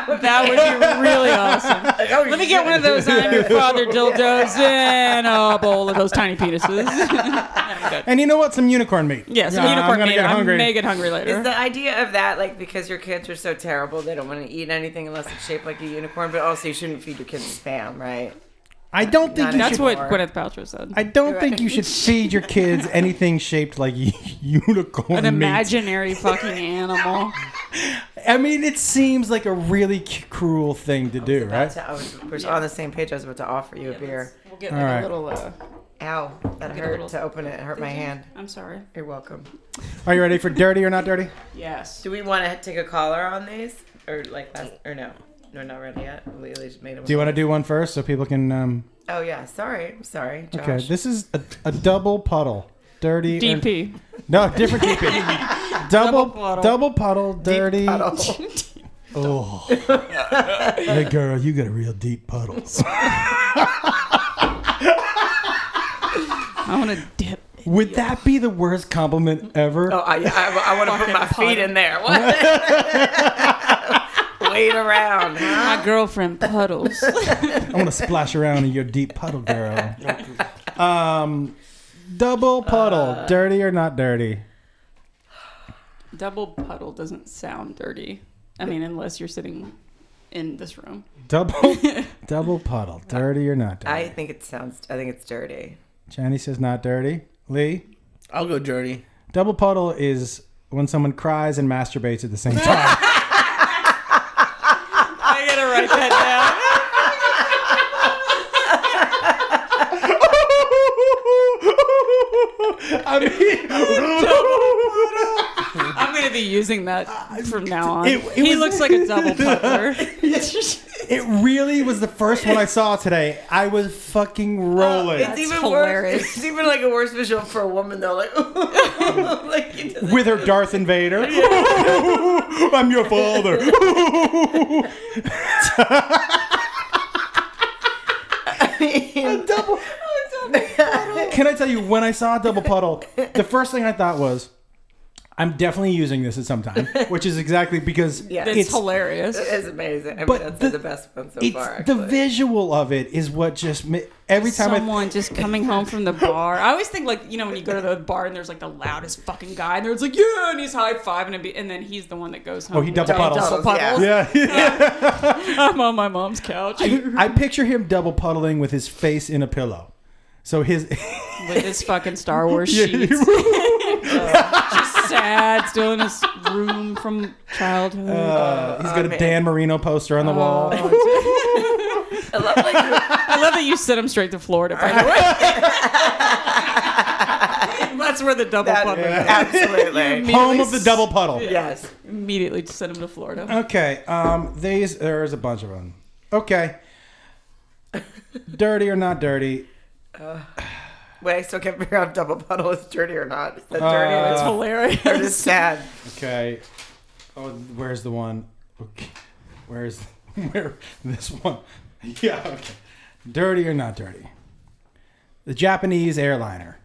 [SPEAKER 2] would,
[SPEAKER 3] that would be really awesome. Let me get one of those I'm your father dildos and a bowl of those tiny penises.
[SPEAKER 1] and you know what? Some unicorn meat.
[SPEAKER 3] yeah, some
[SPEAKER 1] Uh,
[SPEAKER 3] unicorn meat. I
[SPEAKER 1] hungry.
[SPEAKER 3] may get hungry later.
[SPEAKER 2] Is the idea of that like because your kids are so terrible they don't want to eat anything unless it's shaped like a unicorn, but also you shouldn't feed your kids spam, right?
[SPEAKER 1] I don't think
[SPEAKER 2] Not
[SPEAKER 1] you
[SPEAKER 2] enough.
[SPEAKER 3] That's
[SPEAKER 1] should.
[SPEAKER 3] what
[SPEAKER 2] Sure.
[SPEAKER 3] Gwyneth Paltrow said.
[SPEAKER 1] I don't think you should feed your kids anything shaped like unicorn
[SPEAKER 3] An
[SPEAKER 1] meat.
[SPEAKER 3] imaginary fucking animal.
[SPEAKER 1] I mean, it seems like a really c- cruel thing to do, right?
[SPEAKER 2] That's how I was, we're on the same page. I was about to offer you a beer.
[SPEAKER 3] We'll get
[SPEAKER 1] All right.
[SPEAKER 3] a little. Uh,
[SPEAKER 2] Ow, that
[SPEAKER 3] get a
[SPEAKER 2] hurt
[SPEAKER 3] little-
[SPEAKER 2] to open it. It hurt my hand.
[SPEAKER 3] I'm sorry.
[SPEAKER 2] You're welcome.
[SPEAKER 1] Are you ready for dirty or not dirty?
[SPEAKER 3] Yes.
[SPEAKER 2] Do we want to take a caller on these or like last or no? We're not ready yet. We at least made a
[SPEAKER 1] Do you want to do one first so people can? Um,
[SPEAKER 2] Oh yeah, sorry, I'm sorry, Josh.
[SPEAKER 1] okay, this is a, a double puddle, dirty. or-
[SPEAKER 3] DP.
[SPEAKER 1] no, different DP. double
[SPEAKER 3] Double puddle.
[SPEAKER 1] double puddle, dirty.
[SPEAKER 2] Puddle.
[SPEAKER 1] Oh, hey girl, you got a real deep puddle.
[SPEAKER 3] I want to dip.
[SPEAKER 1] Would that be the worst compliment ever?
[SPEAKER 2] Oh, I, I, want to put my feet in there. What? Wait around. Huh?
[SPEAKER 3] My girlfriend puddles.
[SPEAKER 1] I want to splash around in your deep puddle, girl. um, double puddle, dirty or not dirty?
[SPEAKER 3] Double puddle doesn't sound dirty. I mean, unless you're sitting in this room.
[SPEAKER 1] Double double puddle, dirty or not dirty?
[SPEAKER 2] I think it sounds. I think it's dirty.
[SPEAKER 1] Channy says not dirty. Lee,
[SPEAKER 4] I'll go dirty.
[SPEAKER 1] double puddle is when someone cries and masturbates at the same time.
[SPEAKER 3] I gotta write that
[SPEAKER 1] I mean,
[SPEAKER 3] down. I'm gonna be using that from now on.
[SPEAKER 1] it- it
[SPEAKER 3] he
[SPEAKER 1] was-
[SPEAKER 3] looks like a double pucker.
[SPEAKER 1] It really was the first one I saw today. I was fucking rolling.
[SPEAKER 2] It's even
[SPEAKER 3] hilarious.
[SPEAKER 2] worse. It's even like a worse visual for a woman though. Like, like it doesn't-
[SPEAKER 1] with her Darth Invader. I'm your father. double. Can I tell you when I saw a double puddle? The first thing I thought was, I'm definitely using this at some time, which is exactly because
[SPEAKER 2] Yes.
[SPEAKER 3] It's, hilarious.
[SPEAKER 2] it's amazing. I mean,
[SPEAKER 1] But
[SPEAKER 2] that's
[SPEAKER 1] the-
[SPEAKER 2] the, best one so
[SPEAKER 1] it's
[SPEAKER 2] far.
[SPEAKER 1] the
[SPEAKER 2] actually.
[SPEAKER 1] visual of it is what just ma- every time I
[SPEAKER 3] Someone just coming home from the bar. I always think like you know when you go to the bar and there's like the loudest fucking guy and there's like yeah and he's high five and, be, and then he's the one that goes home.
[SPEAKER 1] Oh, he double
[SPEAKER 3] Double
[SPEAKER 1] puddles.
[SPEAKER 3] double
[SPEAKER 2] Doubles, yeah.
[SPEAKER 3] puddles.
[SPEAKER 1] yeah.
[SPEAKER 3] I'm on my mom's couch
[SPEAKER 1] I picture him double puddling with his face in a pillow. So his uh,
[SPEAKER 3] with his fucking Star Wars sheets. Just sad, still in his room from childhood.
[SPEAKER 1] Uh, he's got a
[SPEAKER 2] man.
[SPEAKER 1] Dan Marino poster on the wall.
[SPEAKER 2] I love like
[SPEAKER 3] I love that you sent him straight to Florida, by the way. That's where the double
[SPEAKER 2] that.
[SPEAKER 3] puddle.
[SPEAKER 2] Absolutely.
[SPEAKER 1] Home of the double puddle.
[SPEAKER 2] yes.
[SPEAKER 3] Immediately just sent him to Florida.
[SPEAKER 1] Okay. Um. These there's a bunch of them. Okay. dirty or not dirty?
[SPEAKER 2] Wait, I still can't figure out if double puddle is dirty or not. Is that dirty?
[SPEAKER 1] Uh,
[SPEAKER 3] it's
[SPEAKER 2] it's or
[SPEAKER 3] hilarious.
[SPEAKER 2] just sad.
[SPEAKER 1] Okay. Oh, where's the one? Okay. Where's where this one? Yeah. Okay. Dirty or not dirty? The Japanese airliner.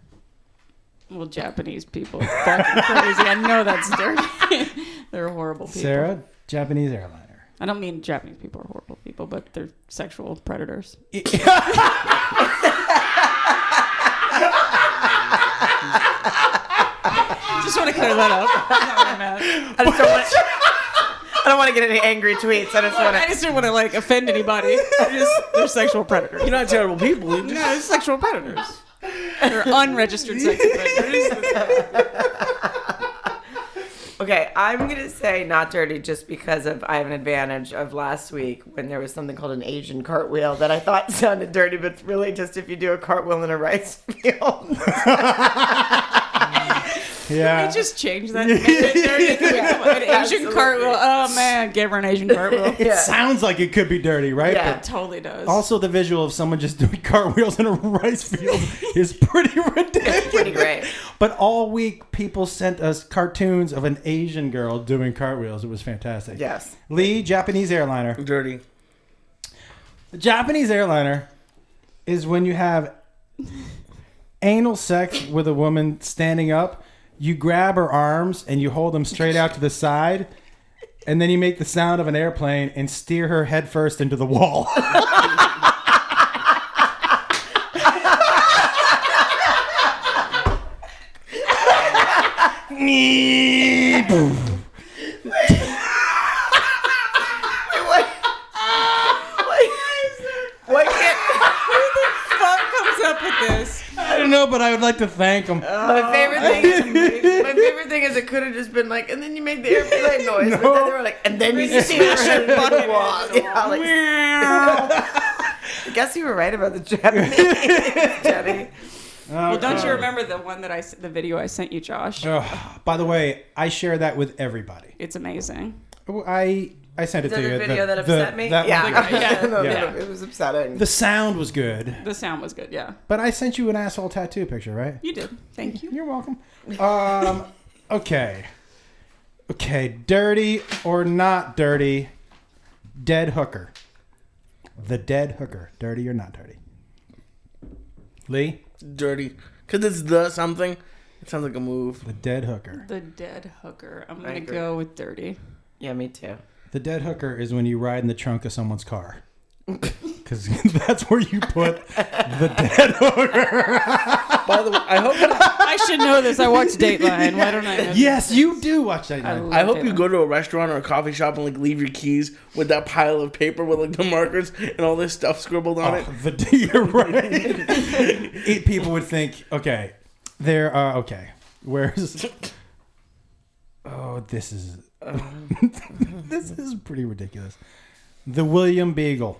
[SPEAKER 3] Well, Japanese people are fucking crazy. I know that's dirty. they're horrible people.
[SPEAKER 1] Sarah, Japanese airliner.
[SPEAKER 3] I don't mean Japanese people are horrible people, but they're sexual predators. Just want to clear that up. That's not what I meant.
[SPEAKER 2] I just don't want. I don't want to get any angry tweets. I just want
[SPEAKER 3] I
[SPEAKER 2] to.
[SPEAKER 3] just didn't want to like offend anybody. They're, just, they're sexual predators.
[SPEAKER 4] You're not terrible people. You
[SPEAKER 3] No, it's sexual predators. They're unregistered sex offenders.
[SPEAKER 2] Okay, I'm gonna say not dirty just because of I have an advantage of last week when there was something called an Asian cartwheel that I thought sounded dirty, but it's really just if you do a cartwheel in a rice field.
[SPEAKER 1] Yeah.
[SPEAKER 3] They just changed that. Make it dirty. An Asian
[SPEAKER 2] Absolutely.
[SPEAKER 3] cartwheel. Oh man, give her an Asian cartwheel.
[SPEAKER 1] It sounds like it could be dirty, right?
[SPEAKER 2] Yeah.
[SPEAKER 1] But
[SPEAKER 3] Totally does.
[SPEAKER 1] also, the visual of someone just doing cartwheels in a rice field is pretty ridiculous.
[SPEAKER 2] pretty great.
[SPEAKER 1] But all week, people sent us cartoons of an Asian girl doing cartwheels. It was fantastic.
[SPEAKER 2] Yes.
[SPEAKER 1] Lee, Japanese airliner.
[SPEAKER 4] dirty.
[SPEAKER 1] The Japanese airliner is when you have anal sex with a woman standing up. You grab her arms and you hold them straight out to the side, and then you make the sound of an airplane and steer her headfirst into the wall.
[SPEAKER 2] What? What? What can't,
[SPEAKER 3] fuck comes up with this?
[SPEAKER 1] I don't know, but I would like to thank them.
[SPEAKER 2] my favorite thing. Is, my favorite thing is it could have just been like, and then you make the airplane noise, but then they were like, and then you smash it butt wall. Yeah, like, I guess you were right about the Japanese, Jenny.
[SPEAKER 3] Well, don't you remember the one that I, s- the video I sent you, Josh?
[SPEAKER 1] Ugh, by the way, I share that with everybody.
[SPEAKER 3] It's amazing.
[SPEAKER 1] Oh, I I sent it
[SPEAKER 2] The
[SPEAKER 1] to you.
[SPEAKER 2] other video that
[SPEAKER 1] the-
[SPEAKER 2] upset me.
[SPEAKER 1] that one-
[SPEAKER 2] yeah,
[SPEAKER 3] Yeah.
[SPEAKER 2] No, no,
[SPEAKER 3] Yeah.
[SPEAKER 2] it was upsetting.
[SPEAKER 1] The sound was good,
[SPEAKER 3] The sound was good. Yeah,
[SPEAKER 1] but I sent you an asshole tattoo picture, right?
[SPEAKER 3] you did. Thank you.
[SPEAKER 1] You're welcome. Um, okay, okay, dirty or not dirty, dead hooker. The dead hooker, dirty or not dirty. Lee,
[SPEAKER 4] Dirty. Because it's the something. It sounds like a move.
[SPEAKER 1] the dead hooker.
[SPEAKER 3] The dead hooker. I'm gonna
[SPEAKER 2] agree.
[SPEAKER 3] go with dirty.
[SPEAKER 2] yeah, me too.
[SPEAKER 1] The dead hooker is when you ride in the trunk of someone's car. Because that's where you put the dead hooker.
[SPEAKER 4] By the way, I hope
[SPEAKER 3] I should know this. I watched Dateline. Why don't I? Know
[SPEAKER 1] Yes, you do watch that.
[SPEAKER 3] I, love
[SPEAKER 4] I hope you
[SPEAKER 3] Dateline.
[SPEAKER 4] go to a restaurant or a coffee shop and like leave your keys with that pile of paper with like the markers and all this stuff scribbled on it.
[SPEAKER 1] Oh, the, you're right. It- people would think, okay, they're uh, okay. Where's? Oh, this is this is pretty ridiculous. The William Beagle,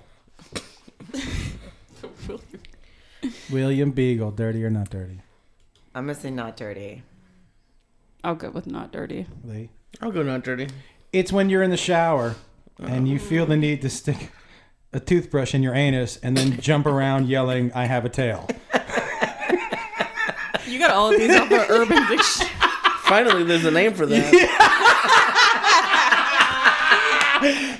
[SPEAKER 1] William Beagle, dirty or not dirty?
[SPEAKER 2] I'm gonna say not dirty.
[SPEAKER 3] I'll go with not dirty.
[SPEAKER 1] Lee,
[SPEAKER 4] I'll go not dirty.
[SPEAKER 1] It's when you're in the shower and you feel the need to stick a toothbrush in your anus and then jump around yelling, I have a tail.
[SPEAKER 3] You got all of these off of Urban Dictionary.
[SPEAKER 4] Finally, there's a name for that.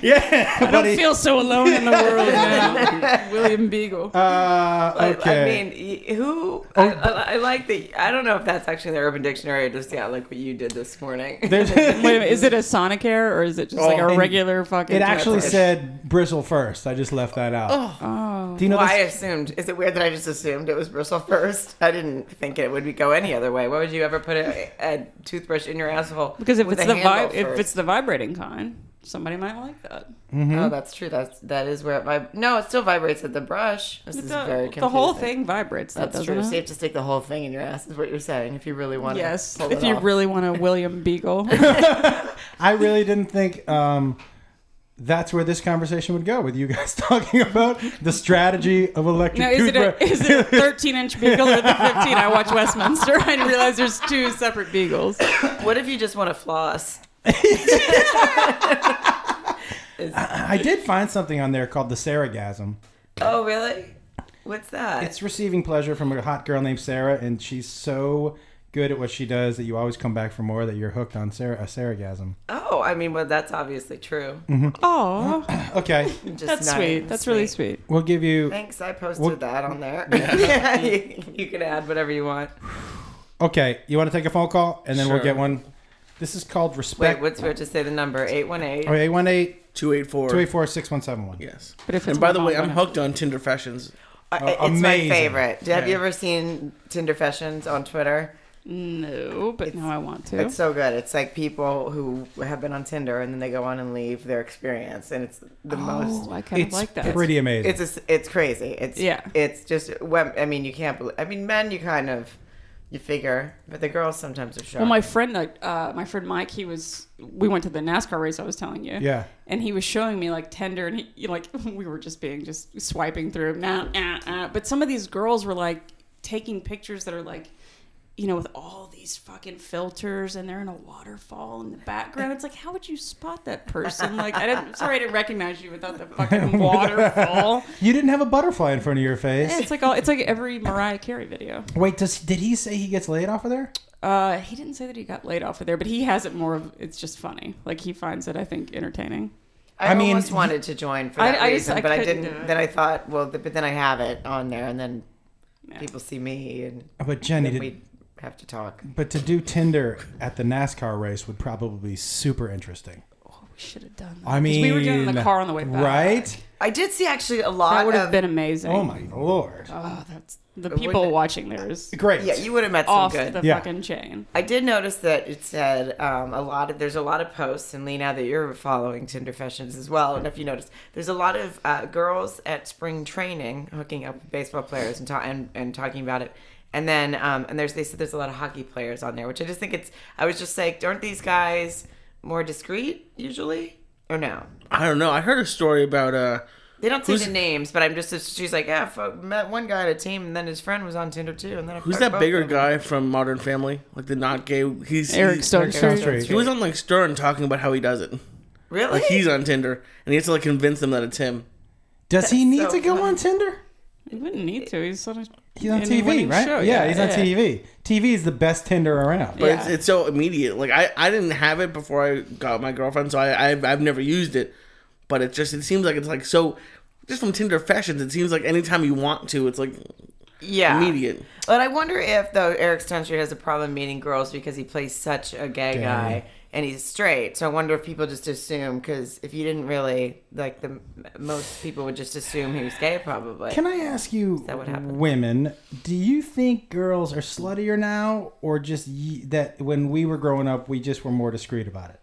[SPEAKER 1] Yeah.
[SPEAKER 3] I don't feel so alone in the world now. William Beagle.
[SPEAKER 1] uh,
[SPEAKER 2] But,
[SPEAKER 1] okay. Oh,
[SPEAKER 2] I mean, y- who? I, I, I like the. I don't know if that's actually the Urban Dictionary or just yeah, like what you did this morning.
[SPEAKER 1] There's,
[SPEAKER 3] Wait a minute, is it a Sonic air or is it just like
[SPEAKER 4] Oh,
[SPEAKER 1] and
[SPEAKER 3] a regular fucking?
[SPEAKER 1] it actually
[SPEAKER 3] toothbrush?
[SPEAKER 1] said bristle first. I just left that out.
[SPEAKER 3] Oh.
[SPEAKER 1] Do you know
[SPEAKER 2] well, I
[SPEAKER 1] this?
[SPEAKER 2] assumed. Is it weird that I just assumed it was bristle first? I didn't think it would be go any other way. Why would you ever put a, a toothbrush in your asshole?
[SPEAKER 3] Because if
[SPEAKER 2] with
[SPEAKER 3] it's
[SPEAKER 2] a
[SPEAKER 3] the vi-
[SPEAKER 2] handle
[SPEAKER 3] if
[SPEAKER 2] first?
[SPEAKER 3] it's the vibrating kind, somebody might like that.
[SPEAKER 2] oh, that's true. That's that is where it vib- No, it still vibrates at the brush. This is very
[SPEAKER 3] The,
[SPEAKER 2] confusing.
[SPEAKER 3] the whole thing vibrates. That
[SPEAKER 2] That's
[SPEAKER 3] doesn't
[SPEAKER 2] true. So you
[SPEAKER 3] It?
[SPEAKER 2] have to stick the whole thing in your ass. Is what you're saying? If you really want
[SPEAKER 3] Yes,
[SPEAKER 2] to.
[SPEAKER 3] if you really want a William Beagle.
[SPEAKER 1] I really didn't think um, that's where this conversation would go with you guys talking about the strategy of electric
[SPEAKER 3] Now, is it,
[SPEAKER 1] toothbrush.
[SPEAKER 3] a, is it a 13 inch beagle or the 15? I watch Westminster and realize there's two separate beagles.
[SPEAKER 2] What if you just want to floss?
[SPEAKER 1] I did find something on there called the Sarahgasm.
[SPEAKER 2] Oh, really? What's that?
[SPEAKER 1] It's receiving pleasure from a hot girl named Sarah, and she's so good at what she does that you always come back for more. That you're hooked on Sarah a Sarahgasm.
[SPEAKER 2] oh, I mean, well, that's obviously true.
[SPEAKER 3] Oh,
[SPEAKER 1] Okay,
[SPEAKER 2] Just
[SPEAKER 3] that's
[SPEAKER 2] not
[SPEAKER 3] sweet.
[SPEAKER 2] even
[SPEAKER 3] That's really sweet.
[SPEAKER 1] we'll give you.
[SPEAKER 2] Thanks. I posted
[SPEAKER 1] What-
[SPEAKER 2] that on there. Yeah, you, you can add whatever you want.
[SPEAKER 1] Okay, you want to take a phone call, and then we'll
[SPEAKER 4] Sure.
[SPEAKER 1] get one. This is called respect.
[SPEAKER 2] Wait, what's we have to say the number?
[SPEAKER 3] Oh,
[SPEAKER 2] 818.
[SPEAKER 1] Okay, one eight
[SPEAKER 4] 284.
[SPEAKER 1] two eight four six one seven one.
[SPEAKER 4] Yes.
[SPEAKER 3] But if it's
[SPEAKER 4] And by the
[SPEAKER 3] my
[SPEAKER 4] way,
[SPEAKER 3] mom,
[SPEAKER 4] I'm
[SPEAKER 3] I-
[SPEAKER 4] hooked on Tinder fashions.
[SPEAKER 2] Uh, it's
[SPEAKER 1] amazing.
[SPEAKER 2] my favorite. Have you
[SPEAKER 4] Okay.
[SPEAKER 2] ever seen Tinder Fashions on Twitter?
[SPEAKER 3] No, but now I want to.
[SPEAKER 2] It's so good. It's like people who have been on Tinder and then they go on and leave their experience, and it's the most.
[SPEAKER 3] Oh, I kind of
[SPEAKER 1] It's
[SPEAKER 3] like that.
[SPEAKER 1] pretty amazing.
[SPEAKER 2] It's a s it's crazy. It's
[SPEAKER 3] Yeah.
[SPEAKER 2] It's just wom- I mean you can't. Believe, I mean men you kind of you figure, but the girls sometimes are shocked.
[SPEAKER 3] Well, my friend, like, uh, my friend Mike, he was. We went to the NASCAR race I was telling you.
[SPEAKER 1] Yeah.
[SPEAKER 3] And he was showing me like Tinder, and he you know, like we were just being just swiping through. Nah, nah, nah. But some of these girls were like taking pictures that are like, you know, with all these fucking filters, and they're in a waterfall in the background. It's like, how would you spot that person? Like, I didn't. Sorry, I didn't recognize you without the fucking waterfall.
[SPEAKER 1] you didn't have a butterfly in front of your face.
[SPEAKER 3] Yeah, it's like all. It's like every Mariah Carey video.
[SPEAKER 1] Wait, does did he say he gets laid off of there?
[SPEAKER 3] Uh, he didn't say that he got laid off of there, but he has it more of it's just funny. Like he finds it, I think, entertaining.
[SPEAKER 2] I,
[SPEAKER 1] I mean,
[SPEAKER 2] almost wanted to join for
[SPEAKER 3] I-
[SPEAKER 2] that
[SPEAKER 3] I just-
[SPEAKER 2] reason,
[SPEAKER 3] I
[SPEAKER 2] but I
[SPEAKER 3] couldn't
[SPEAKER 2] didn't.
[SPEAKER 3] do it.
[SPEAKER 2] Then I thought, well, th- but then I have it on there, and then people see me, and
[SPEAKER 1] But Jenny,
[SPEAKER 2] then
[SPEAKER 1] did,
[SPEAKER 2] we have to talk.
[SPEAKER 1] but to do Tinder at the NASCAR race would probably be super interesting.
[SPEAKER 3] Oh, we should have done. That.
[SPEAKER 1] I
[SPEAKER 3] 'Cause
[SPEAKER 1] mean,
[SPEAKER 3] we were doing it in the car on the way back,
[SPEAKER 1] right?
[SPEAKER 2] I did see actually a lot.
[SPEAKER 3] That would have
[SPEAKER 2] of-
[SPEAKER 3] been amazing.
[SPEAKER 1] Oh my lord!
[SPEAKER 3] Oh, that's the
[SPEAKER 2] wouldn't
[SPEAKER 3] people
[SPEAKER 2] it-
[SPEAKER 3] watching there is
[SPEAKER 1] Great.
[SPEAKER 2] Yeah, you would have met some
[SPEAKER 3] off
[SPEAKER 2] good.
[SPEAKER 3] the
[SPEAKER 1] Yeah.
[SPEAKER 3] fucking chain.
[SPEAKER 2] I did notice that it said um, a lot of there's a lot of posts, and Lena, that you're following Tinder fashions as well. And if you notice, there's a lot of uh, girls at spring training hooking up with baseball players and, ta- and and talking about it. And then um, and there's they said there's a lot of hockey players on there, which I just think it's. I was just like, aren't these guys more discreet usually, or no?
[SPEAKER 4] I don't know. I heard a story about uh
[SPEAKER 2] They don't say
[SPEAKER 4] Who's-
[SPEAKER 2] the names, but I'm just she's like, yeah, fuck, met one guy at a team, and then his friend was on Tinder too, and then I
[SPEAKER 4] who's
[SPEAKER 2] fucked
[SPEAKER 4] that
[SPEAKER 2] both
[SPEAKER 4] bigger
[SPEAKER 2] of them.
[SPEAKER 4] guy from Modern Family? Like the not gay. He's
[SPEAKER 3] Eric
[SPEAKER 4] he-
[SPEAKER 3] Stone
[SPEAKER 1] Stone
[SPEAKER 3] Street.
[SPEAKER 1] Street.
[SPEAKER 4] He was on like Stern talking about how he does it.
[SPEAKER 2] Really?
[SPEAKER 4] Like he's on Tinder and he has to like convince them that it's him.
[SPEAKER 1] Does he need
[SPEAKER 2] so
[SPEAKER 1] to go
[SPEAKER 2] funny.
[SPEAKER 1] on Tinder?
[SPEAKER 3] He wouldn't need to. He's on. A,
[SPEAKER 1] He's on
[SPEAKER 3] in a
[SPEAKER 1] TV,
[SPEAKER 3] winning
[SPEAKER 1] right?
[SPEAKER 3] show,
[SPEAKER 1] yeah, he's on TV. TV is the best Tinder around.
[SPEAKER 4] But
[SPEAKER 3] Yeah.
[SPEAKER 4] it's, it's so immediate. Like I, I didn't have it before I got my girlfriend, so I I've, I've never used it. But it just it seems like it's like so just from Tinder fashions, it seems like anytime you want to, it's like
[SPEAKER 2] yeah.
[SPEAKER 4] immediate.
[SPEAKER 2] But I wonder if though Eric Stuncher has a problem meeting girls because he plays such a gay guy and he's straight. So I wonder if people just assume because if you didn't really like the most people would just assume he was gay probably.
[SPEAKER 1] Can I ask you,
[SPEAKER 2] that what happened?
[SPEAKER 1] women, do you think girls are sluttier now, or just ye- that when we were growing up, we just were more discreet about it?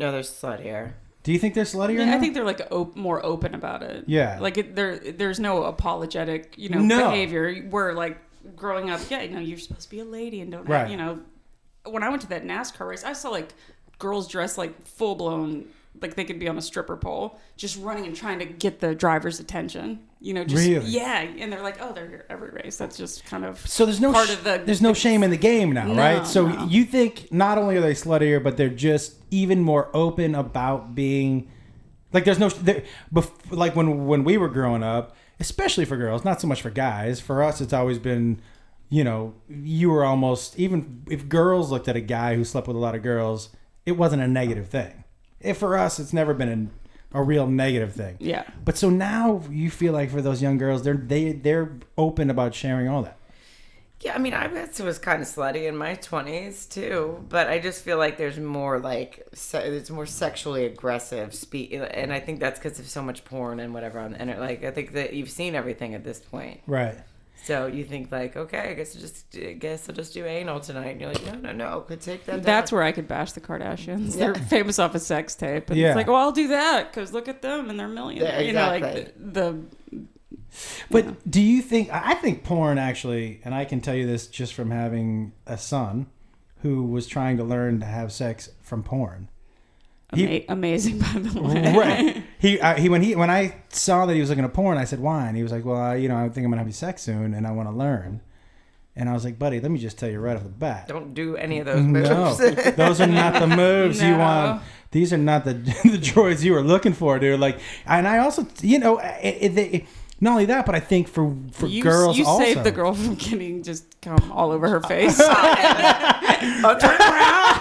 [SPEAKER 2] no, there's slut here.
[SPEAKER 1] Do you think they're sluttier
[SPEAKER 3] Yeah,
[SPEAKER 1] now?
[SPEAKER 3] I think they're like op- more open about it.
[SPEAKER 1] Yeah.
[SPEAKER 3] like it, there, there's no apologetic, you know,
[SPEAKER 1] No.
[SPEAKER 3] behavior. We're like growing up, yeah, you know, you're supposed to be a lady and don't,
[SPEAKER 1] Right.
[SPEAKER 3] have, you know. When I went to that NASCAR race, I saw like girls dressed like full blown like they could be on a stripper pole, just running and trying to get the driver's attention. You know, just
[SPEAKER 1] Really?
[SPEAKER 3] yeah, and they're like, oh, they're here every race. That's just kind of
[SPEAKER 1] So there's no
[SPEAKER 3] part
[SPEAKER 1] sh-
[SPEAKER 3] of the
[SPEAKER 1] there's no shame in the game now,
[SPEAKER 3] No,
[SPEAKER 1] right? So
[SPEAKER 3] no.
[SPEAKER 1] you think not only are they sluttier, but they're just even more open about being like there's no there, bef- like when when we were growing up, especially for girls, not so much for guys. For us, it's always been you know you were almost even if girls looked at a guy who slept with a lot of girls, it wasn't a negative thing. If for us, it's never been a, a real negative thing.
[SPEAKER 3] Yeah.
[SPEAKER 1] But so now you feel like for those young girls, they're they they're open about sharing all that.
[SPEAKER 2] Yeah, I mean, I guess it was kind of slutty in my twenties too, but I just feel like there's more like se- it's more sexually aggressive speak, and I think that's because of so much porn and whatever on the internet. Like, I think that you've seen everything at this point,
[SPEAKER 1] Right.
[SPEAKER 2] so you think like, okay, I guess I just I guess I'll just do anal tonight. And you're like, no, no, no, could take that.
[SPEAKER 3] That's
[SPEAKER 2] down.
[SPEAKER 3] where I could bash the Kardashians. They're famous off a sex tape, and
[SPEAKER 1] Yeah.
[SPEAKER 3] it's like, well, I'll do that because look at them and they're millionaires.
[SPEAKER 2] Yeah,
[SPEAKER 3] You know, like
[SPEAKER 2] exactly.
[SPEAKER 3] the, the
[SPEAKER 1] But do you think I I think porn actually, and I can tell you this just from having a son who was trying to learn to have sex from porn.
[SPEAKER 3] ama- amazing by the way.
[SPEAKER 1] Right. he I, he when he when I saw that he was looking at porn, I said why, and he was like, well, I, you know, I think I'm gonna have sex soon, and I want to learn. And I was like, buddy, let me just tell you right off the bat.
[SPEAKER 2] Don't do any of those moves.
[SPEAKER 1] No, those are not the moves you
[SPEAKER 3] No.
[SPEAKER 1] want. These are not the the droids you were looking for, dude. Like, and I also, you know, it, it, it- not only that, but I think for for
[SPEAKER 3] You,
[SPEAKER 1] girls
[SPEAKER 3] you
[SPEAKER 1] also,
[SPEAKER 3] saved the girl from getting just come all over her face.
[SPEAKER 2] Oh, turn around.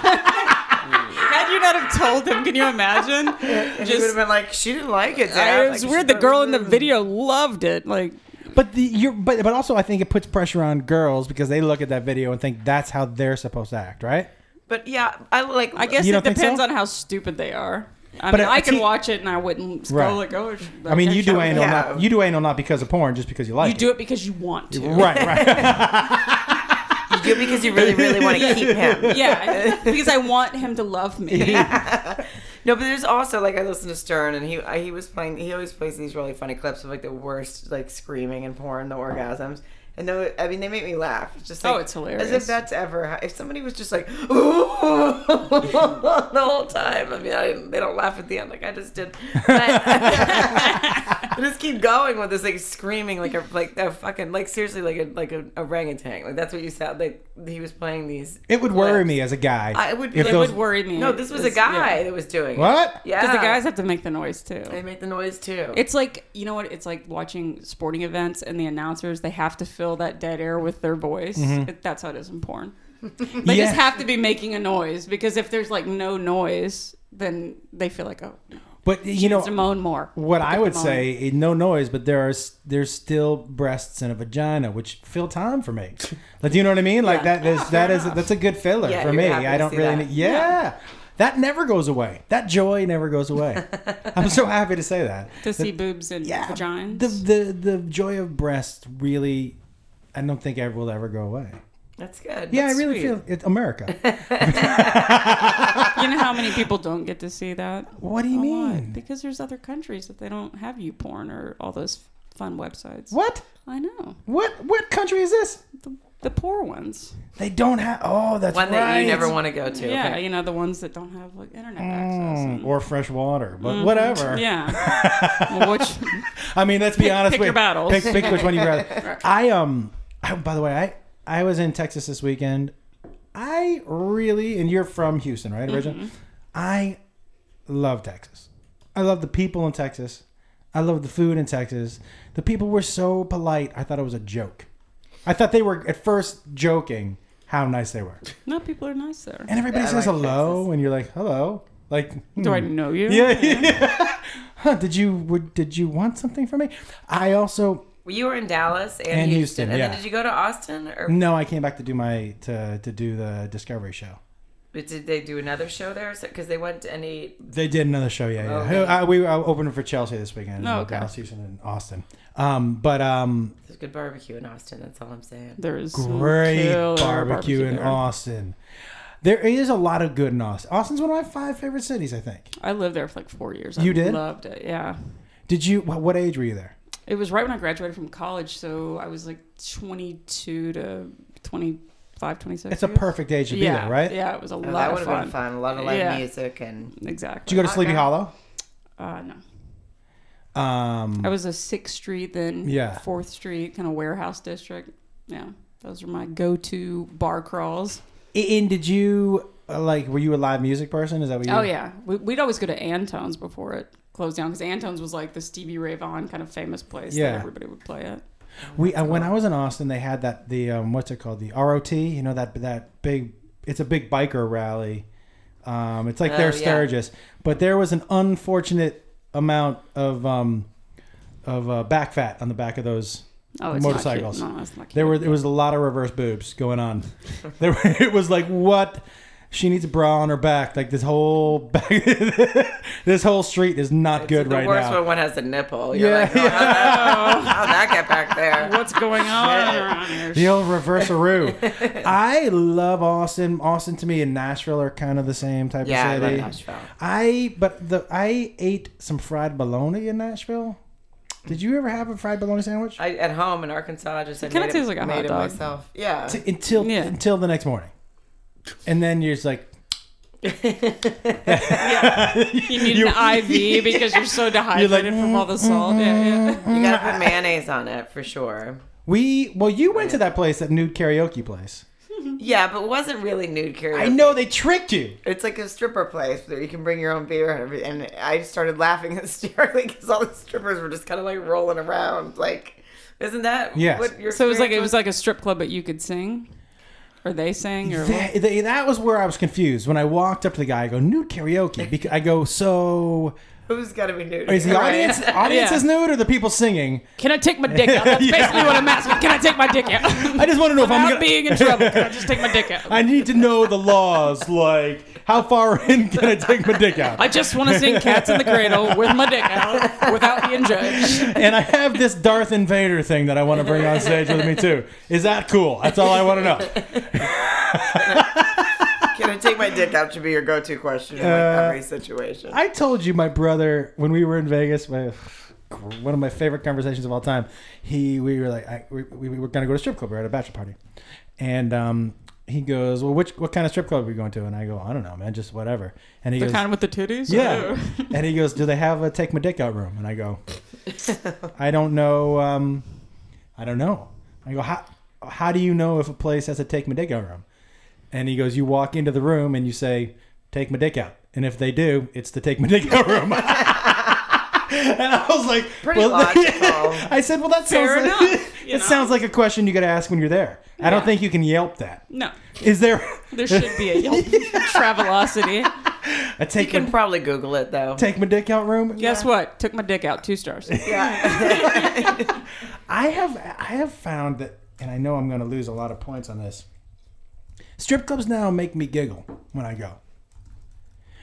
[SPEAKER 3] Had you not have told him, can you imagine?
[SPEAKER 2] And he would have
[SPEAKER 3] Just
[SPEAKER 2] been like, she didn't like it. Dad.
[SPEAKER 3] I
[SPEAKER 2] Like,
[SPEAKER 3] was
[SPEAKER 2] she
[SPEAKER 3] weird. The
[SPEAKER 2] thought it
[SPEAKER 3] girl
[SPEAKER 2] was
[SPEAKER 3] in the
[SPEAKER 2] rude.
[SPEAKER 3] video loved it. Like
[SPEAKER 1] But the you're, but but also I think it puts pressure on girls because they look at that video and think that's how they're supposed to act, right?
[SPEAKER 2] But yeah, I like.
[SPEAKER 3] I guess
[SPEAKER 1] You
[SPEAKER 3] it
[SPEAKER 1] don't think so?
[SPEAKER 3] depends on how stupid they are. I
[SPEAKER 1] But
[SPEAKER 3] mean,
[SPEAKER 1] a-
[SPEAKER 3] I
[SPEAKER 1] a
[SPEAKER 3] could
[SPEAKER 1] teen-
[SPEAKER 3] watch it and I wouldn't
[SPEAKER 1] Right.
[SPEAKER 3] go like, oh. sh-
[SPEAKER 1] I mean, you do
[SPEAKER 3] that-
[SPEAKER 1] anal,
[SPEAKER 2] Yeah.
[SPEAKER 1] not you do anal not because of porn, just because you like
[SPEAKER 3] You do it because you want to.
[SPEAKER 1] it. Right, right.
[SPEAKER 2] you do because you really, really want to keep him.
[SPEAKER 3] Yeah, because I want him to love me.
[SPEAKER 2] No, but there's also like I listened to Stern and he I- he was playing he always plays these really funny clips of like the worst like screaming and porn the orgasms and though I mean they make me laugh it's just
[SPEAKER 3] Oh,
[SPEAKER 2] like,
[SPEAKER 3] it's hilarious.
[SPEAKER 2] as if that's ever if somebody was just like the whole time I mean I didn't, they don't laugh at the end like I just did but I just keep going with this like screaming like a like a fucking like seriously like a like a orangutan like that's what you sound like he was playing these
[SPEAKER 1] It would worry
[SPEAKER 2] clips.
[SPEAKER 1] me as a guy.
[SPEAKER 2] I would be
[SPEAKER 1] if
[SPEAKER 2] like,
[SPEAKER 3] It
[SPEAKER 1] those-
[SPEAKER 3] would worry me.
[SPEAKER 2] no this was a
[SPEAKER 3] It's- yeah.
[SPEAKER 2] guy that was doing it.
[SPEAKER 1] What?
[SPEAKER 2] yeah
[SPEAKER 3] Because the guys have to make the noise too.
[SPEAKER 2] They make the noise too.
[SPEAKER 3] It's like you know what? It's like watching sporting events and the announcers. They have to fill that dead air with their voice. It, that's how it is in porn. They
[SPEAKER 1] Mm-hmm. Yeah.
[SPEAKER 3] just have to be making a noise because if there's like no noise, then they feel like oh,
[SPEAKER 1] But you know,
[SPEAKER 3] it's a moan more.
[SPEAKER 1] What
[SPEAKER 3] Look
[SPEAKER 1] I
[SPEAKER 3] at
[SPEAKER 1] would
[SPEAKER 3] the moan.
[SPEAKER 1] say, eh, no noise, but there are s- there's still breasts and a vagina, which fill time for me. Like, do you know what I mean? Like
[SPEAKER 2] Yeah.
[SPEAKER 1] that is that is that's a good filler
[SPEAKER 2] Yeah,
[SPEAKER 1] for
[SPEAKER 2] you're
[SPEAKER 1] me.
[SPEAKER 2] happy
[SPEAKER 1] I
[SPEAKER 2] to
[SPEAKER 1] don't
[SPEAKER 2] see
[SPEAKER 1] really,
[SPEAKER 2] that.
[SPEAKER 1] need- yeah. that never goes away. That joy never goes away. I'm so happy to say that.
[SPEAKER 3] to see boobs and
[SPEAKER 1] Yeah,
[SPEAKER 3] vaginas.
[SPEAKER 1] the the the joy of breasts really, I don't think ever will ever go away.
[SPEAKER 2] That's good.
[SPEAKER 1] Yeah,
[SPEAKER 2] That's
[SPEAKER 1] I really
[SPEAKER 2] sweet.
[SPEAKER 1] feel it. America.
[SPEAKER 3] you know how many people don't get to see that?
[SPEAKER 1] What do you
[SPEAKER 3] A lot.
[SPEAKER 1] mean?
[SPEAKER 3] Because there's other countries that they don't have you porn or all those fun websites.
[SPEAKER 1] What?
[SPEAKER 3] I know
[SPEAKER 1] What? What country is this?
[SPEAKER 3] the, the poor ones.
[SPEAKER 1] They don't have. Oh, that's
[SPEAKER 2] one
[SPEAKER 1] right.
[SPEAKER 2] that you never want to go to.
[SPEAKER 3] Yeah,
[SPEAKER 2] okay.
[SPEAKER 3] you know the ones that don't have like internet access.
[SPEAKER 1] Mm,
[SPEAKER 3] and-
[SPEAKER 1] or fresh water, but
[SPEAKER 2] Mm.
[SPEAKER 1] whatever.
[SPEAKER 3] Yeah. well, which,
[SPEAKER 1] I mean, let's be
[SPEAKER 3] Pick-
[SPEAKER 1] honest.
[SPEAKER 3] pick
[SPEAKER 1] with-
[SPEAKER 3] your battles.
[SPEAKER 1] Pick, pick which one you rather. I um. I, by the way, I I was in Texas this weekend. I really and you're from Houston, right? Originally,
[SPEAKER 3] Mm-hmm.
[SPEAKER 1] I love Texas. I love the people in Texas. I love the food in Texas. The people were so polite. I thought it was a joke. I thought they were at first joking how nice they were,
[SPEAKER 3] no, people are nice there.
[SPEAKER 1] and everybody
[SPEAKER 2] Yeah, I
[SPEAKER 1] says
[SPEAKER 2] like
[SPEAKER 1] hello,
[SPEAKER 2] Texas.
[SPEAKER 1] and you're like hello, like
[SPEAKER 3] Do I
[SPEAKER 1] hmm.
[SPEAKER 3] know you?
[SPEAKER 1] Yeah. huh, did you would, did you want something from me? I also
[SPEAKER 2] Well, you were in Dallas and,
[SPEAKER 1] And
[SPEAKER 2] Houston.
[SPEAKER 1] Houston,
[SPEAKER 2] And
[SPEAKER 1] yeah. Mm.
[SPEAKER 2] then did you go to Austin or
[SPEAKER 1] no, I came back to do my to to do the Discovery show.
[SPEAKER 2] did they do another show there? Because they went to any.
[SPEAKER 1] They did another show, yeah, yeah.
[SPEAKER 2] Okay.
[SPEAKER 1] I, we were opening for Chelsea this weekend.
[SPEAKER 3] Oh,
[SPEAKER 1] in
[SPEAKER 3] okay.
[SPEAKER 1] Dallas, Houston, and Austin. Um, but um,
[SPEAKER 2] There's good barbecue in Austin. That's all I'm saying.
[SPEAKER 3] There is some
[SPEAKER 1] great
[SPEAKER 3] killer
[SPEAKER 1] barbecue, in
[SPEAKER 3] there.
[SPEAKER 1] Austin. There is a lot of good in Austin. Austin's one of my five favorite cities, I think.
[SPEAKER 3] I lived there for like four years. I
[SPEAKER 1] You did?
[SPEAKER 3] Loved it. Yeah.
[SPEAKER 1] Did you? wh- What age were you there?
[SPEAKER 3] It was right when I graduated from college, so I was like 22 to 20, five, twenty six.
[SPEAKER 1] It's a perfect age to be
[SPEAKER 3] yeah,
[SPEAKER 1] there, right?
[SPEAKER 3] Yeah, it was a
[SPEAKER 2] Oh,
[SPEAKER 3] lot
[SPEAKER 2] that
[SPEAKER 3] of
[SPEAKER 2] would have
[SPEAKER 3] fun.
[SPEAKER 2] been fun. A lot of live
[SPEAKER 3] Yeah.
[SPEAKER 2] music and
[SPEAKER 1] Did
[SPEAKER 3] Exactly.
[SPEAKER 1] you go to Sleepy
[SPEAKER 2] Okay.
[SPEAKER 1] Hollow?
[SPEAKER 3] uh, no,
[SPEAKER 1] Um,
[SPEAKER 3] I was a Sixth Street, then
[SPEAKER 1] Yeah.
[SPEAKER 3] Fourth Street, kind of warehouse district. Yeah, those are my go to bar crawls.
[SPEAKER 1] and did you uh, like? Were you a live music person? Is that what you?
[SPEAKER 3] Oh yeah, we, we'd always go to Antone's before it closed down because Antone's was like the Stevie Ray Vaughan kind of famous place
[SPEAKER 1] Yeah.
[SPEAKER 3] that everybody would play at.
[SPEAKER 1] We uh, when I was in Austin, they had that the um, what's it called the ROT? You know that that big. It's a big biker rally. Um, it's like
[SPEAKER 2] Oh,
[SPEAKER 1] their
[SPEAKER 2] yeah.
[SPEAKER 1] Sturgis, but there was an unfortunate amount of um, of uh, back fat on the back of those
[SPEAKER 3] Oh, it's
[SPEAKER 1] motorcycles.
[SPEAKER 3] Not cute. No, it's not cute.
[SPEAKER 1] There were it was a lot of reverse boobs going on. There were, it was like what she needs a bra on her back. Like this whole back, this whole street is not good
[SPEAKER 2] the
[SPEAKER 1] right
[SPEAKER 2] worst
[SPEAKER 1] now.
[SPEAKER 2] when one has a nipple. You're
[SPEAKER 1] Yeah,
[SPEAKER 2] like, oh, how'd that- how'd that get back there?
[SPEAKER 3] What's going on around here?
[SPEAKER 1] The old reverse roo. I love Austin. Austin to me and Nashville are kind of the same type
[SPEAKER 2] Yeah, I
[SPEAKER 1] of
[SPEAKER 2] love
[SPEAKER 1] city.
[SPEAKER 2] Nashville.
[SPEAKER 1] I- but the I ate some fried bologna in Nashville. Did you ever have a fried bologna sandwich?
[SPEAKER 2] I, at home in Arkansas, I just I
[SPEAKER 3] kinda
[SPEAKER 2] made
[SPEAKER 3] tastes
[SPEAKER 2] it,
[SPEAKER 3] like a hot
[SPEAKER 2] made it
[SPEAKER 3] dog.
[SPEAKER 2] myself. Yeah,
[SPEAKER 1] T- until
[SPEAKER 3] Yeah.
[SPEAKER 1] until the next morning, and then you're just like,
[SPEAKER 3] You need an IV because you're so dehydrated
[SPEAKER 1] like,
[SPEAKER 3] from all the salt. Yeah, yeah.
[SPEAKER 2] you gotta put mayonnaise on it for sure.
[SPEAKER 1] we well, you went to that place, that nude karaoke place.
[SPEAKER 2] Yeah, but it wasn't really nude karaoke.
[SPEAKER 1] I know they tricked you.
[SPEAKER 2] It's like a stripper place where you can bring your own beer and everything. And I started laughing hysterically because all the strippers were just kind of like rolling around. Like, isn't that
[SPEAKER 1] Yes.
[SPEAKER 2] what your
[SPEAKER 3] So it was like it was
[SPEAKER 2] experience
[SPEAKER 3] like a strip club, but you could sing, or they sang, or what?
[SPEAKER 1] That, they- that was where I was confused when I walked up to the guy. I go nude karaoke because I go so
[SPEAKER 2] who's got to be nude?
[SPEAKER 1] is the
[SPEAKER 2] Right.
[SPEAKER 1] audience audience
[SPEAKER 3] Yeah.
[SPEAKER 1] is nude or the people singing?
[SPEAKER 3] can I take my dick out? That's basically what I'm asking. Can I take my dick out?
[SPEAKER 1] I just want to know if I'm
[SPEAKER 3] Without
[SPEAKER 1] gonna-
[SPEAKER 3] being in trouble, can I just take my dick out?
[SPEAKER 1] I
[SPEAKER 3] I,
[SPEAKER 1] need to know the laws, like how far in can I take my dick out?
[SPEAKER 3] just want to sing "Cats in the Cradle" with my dick out, without being judged.
[SPEAKER 1] and I have this Darth Invader thing that I want to bring on stage with me too. Is that cool? That's all I want to know.
[SPEAKER 2] Can I take my dick out should be your go-to question in like every situation.
[SPEAKER 1] Uh, I told you, my brother, when we were in Vegas, my one of my favorite conversations of all time. He, we were like, I, we, we were gonna go to strip club. We were at a bachelor party, and um, he goes, "Well, which what kind of strip club are we going to?" And I go, "I don't know, man, just whatever." And he
[SPEAKER 3] The
[SPEAKER 1] goes,
[SPEAKER 3] kind with the titties.
[SPEAKER 1] Yeah. and he goes, "Do they have a take my dick out room?" And I go, "I don't know. Um, I don't know." I go, "How how do you know if a place has a take my dick out room?" And he goes, "You walk into the room and you say, "Take my dick out." And if they do, it's the take my dick out room. and I was like,
[SPEAKER 2] Pretty
[SPEAKER 1] well,
[SPEAKER 2] logical.
[SPEAKER 1] I said, "Well, that sounds
[SPEAKER 3] Fair
[SPEAKER 1] like,
[SPEAKER 3] enough, you
[SPEAKER 1] it
[SPEAKER 3] know?
[SPEAKER 1] sounds like a question you got to ask when you're there. I don't
[SPEAKER 3] Yeah.
[SPEAKER 1] think you can Yelp that.
[SPEAKER 3] No,
[SPEAKER 1] Is there
[SPEAKER 3] there should be a Yelp Travelocity.
[SPEAKER 1] a
[SPEAKER 2] you
[SPEAKER 1] take
[SPEAKER 2] can
[SPEAKER 1] my,
[SPEAKER 2] probably Google it though.
[SPEAKER 1] take my dick out room?
[SPEAKER 3] Guess what? Took my dick out. Two stars.
[SPEAKER 2] yeah.
[SPEAKER 1] I have I have found that, and I know I'm going to lose a lot of points on this. Strip clubs now make me giggle when I go,